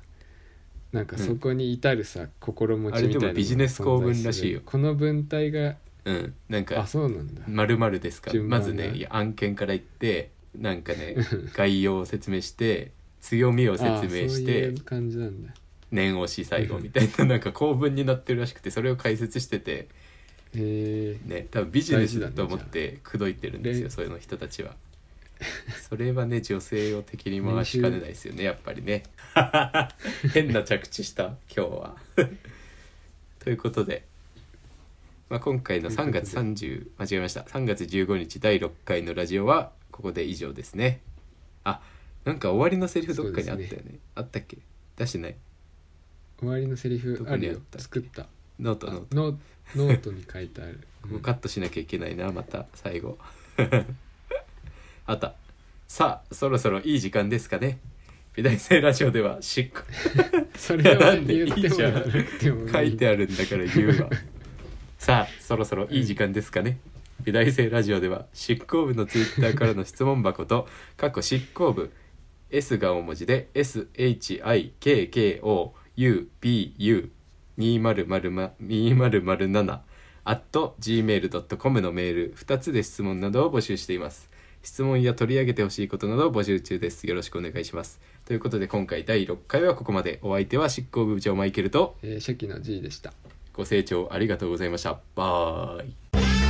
Speaker 2: なんかそこに至るさ、心持ちみたいな
Speaker 1: あれでもビジネス公文らしいよ
Speaker 2: 存在するこの文体が
Speaker 1: うんなんか
Speaker 2: あそうなんだ
Speaker 1: まるまるですか
Speaker 2: 順
Speaker 1: ま
Speaker 2: 番が
Speaker 1: ずねいや案件から言ってなんかね概要を説明して強みを説
Speaker 2: あ
Speaker 1: 明
Speaker 2: ーそう
Speaker 1: し
Speaker 2: い
Speaker 1: て
Speaker 2: う感じなんだ
Speaker 1: 念押し最後みたいななんか構文になってるらしくてそれを解説してて
Speaker 2: へえ
Speaker 1: ね多分ビジネスだと思っ
Speaker 2: 大事
Speaker 1: て口説いてるんですよ
Speaker 2: で
Speaker 1: そういうの人たちは。それはね女性を敵に回しかねないですよねやっぱりね。 変な着地した今日 は。ということで、まあ、今回の3月30間違えました3月15日第6回のラジオはここで以上ですねあなんか終わりのセリフどっかにあったよ
Speaker 2: そう
Speaker 1: ねあったっけ出してない
Speaker 2: 終わりのセリフ
Speaker 1: ど
Speaker 2: あ
Speaker 1: こ
Speaker 2: る
Speaker 1: にあっ
Speaker 2: よ
Speaker 1: たっけ
Speaker 2: 作った
Speaker 1: ノート
Speaker 2: あ
Speaker 1: ノート
Speaker 2: ノノートに書いてある
Speaker 1: ここカットしなきゃいけないなまた最後あったさあそろそろいい時間ですかね美大生ラジオでは執行
Speaker 2: そ
Speaker 1: いや
Speaker 2: れ
Speaker 1: な
Speaker 2: は
Speaker 1: んで
Speaker 2: 言っ
Speaker 1: いい
Speaker 2: ても
Speaker 1: じゃ
Speaker 2: や
Speaker 1: ん
Speaker 2: らなくても
Speaker 1: 書いて
Speaker 2: あ
Speaker 1: あるんだから言うわさあそろそろいい時間ですかね美大生ラジオでは執行部のツイッターからの質問箱と過去執行部 S が大文字で SHIKKOUBU2007 gmail.com のメール2つで質問などを募集しています質問や取り上げてほしいことなどを募集中ですよろしくお願いしますということで今回第6回はここまでお相手は執行部長マイケルと
Speaker 2: えー初期の G でした
Speaker 1: ご清聴ありがとうございました。バイ。
Speaker 3: 「あなたのそばにいるよ」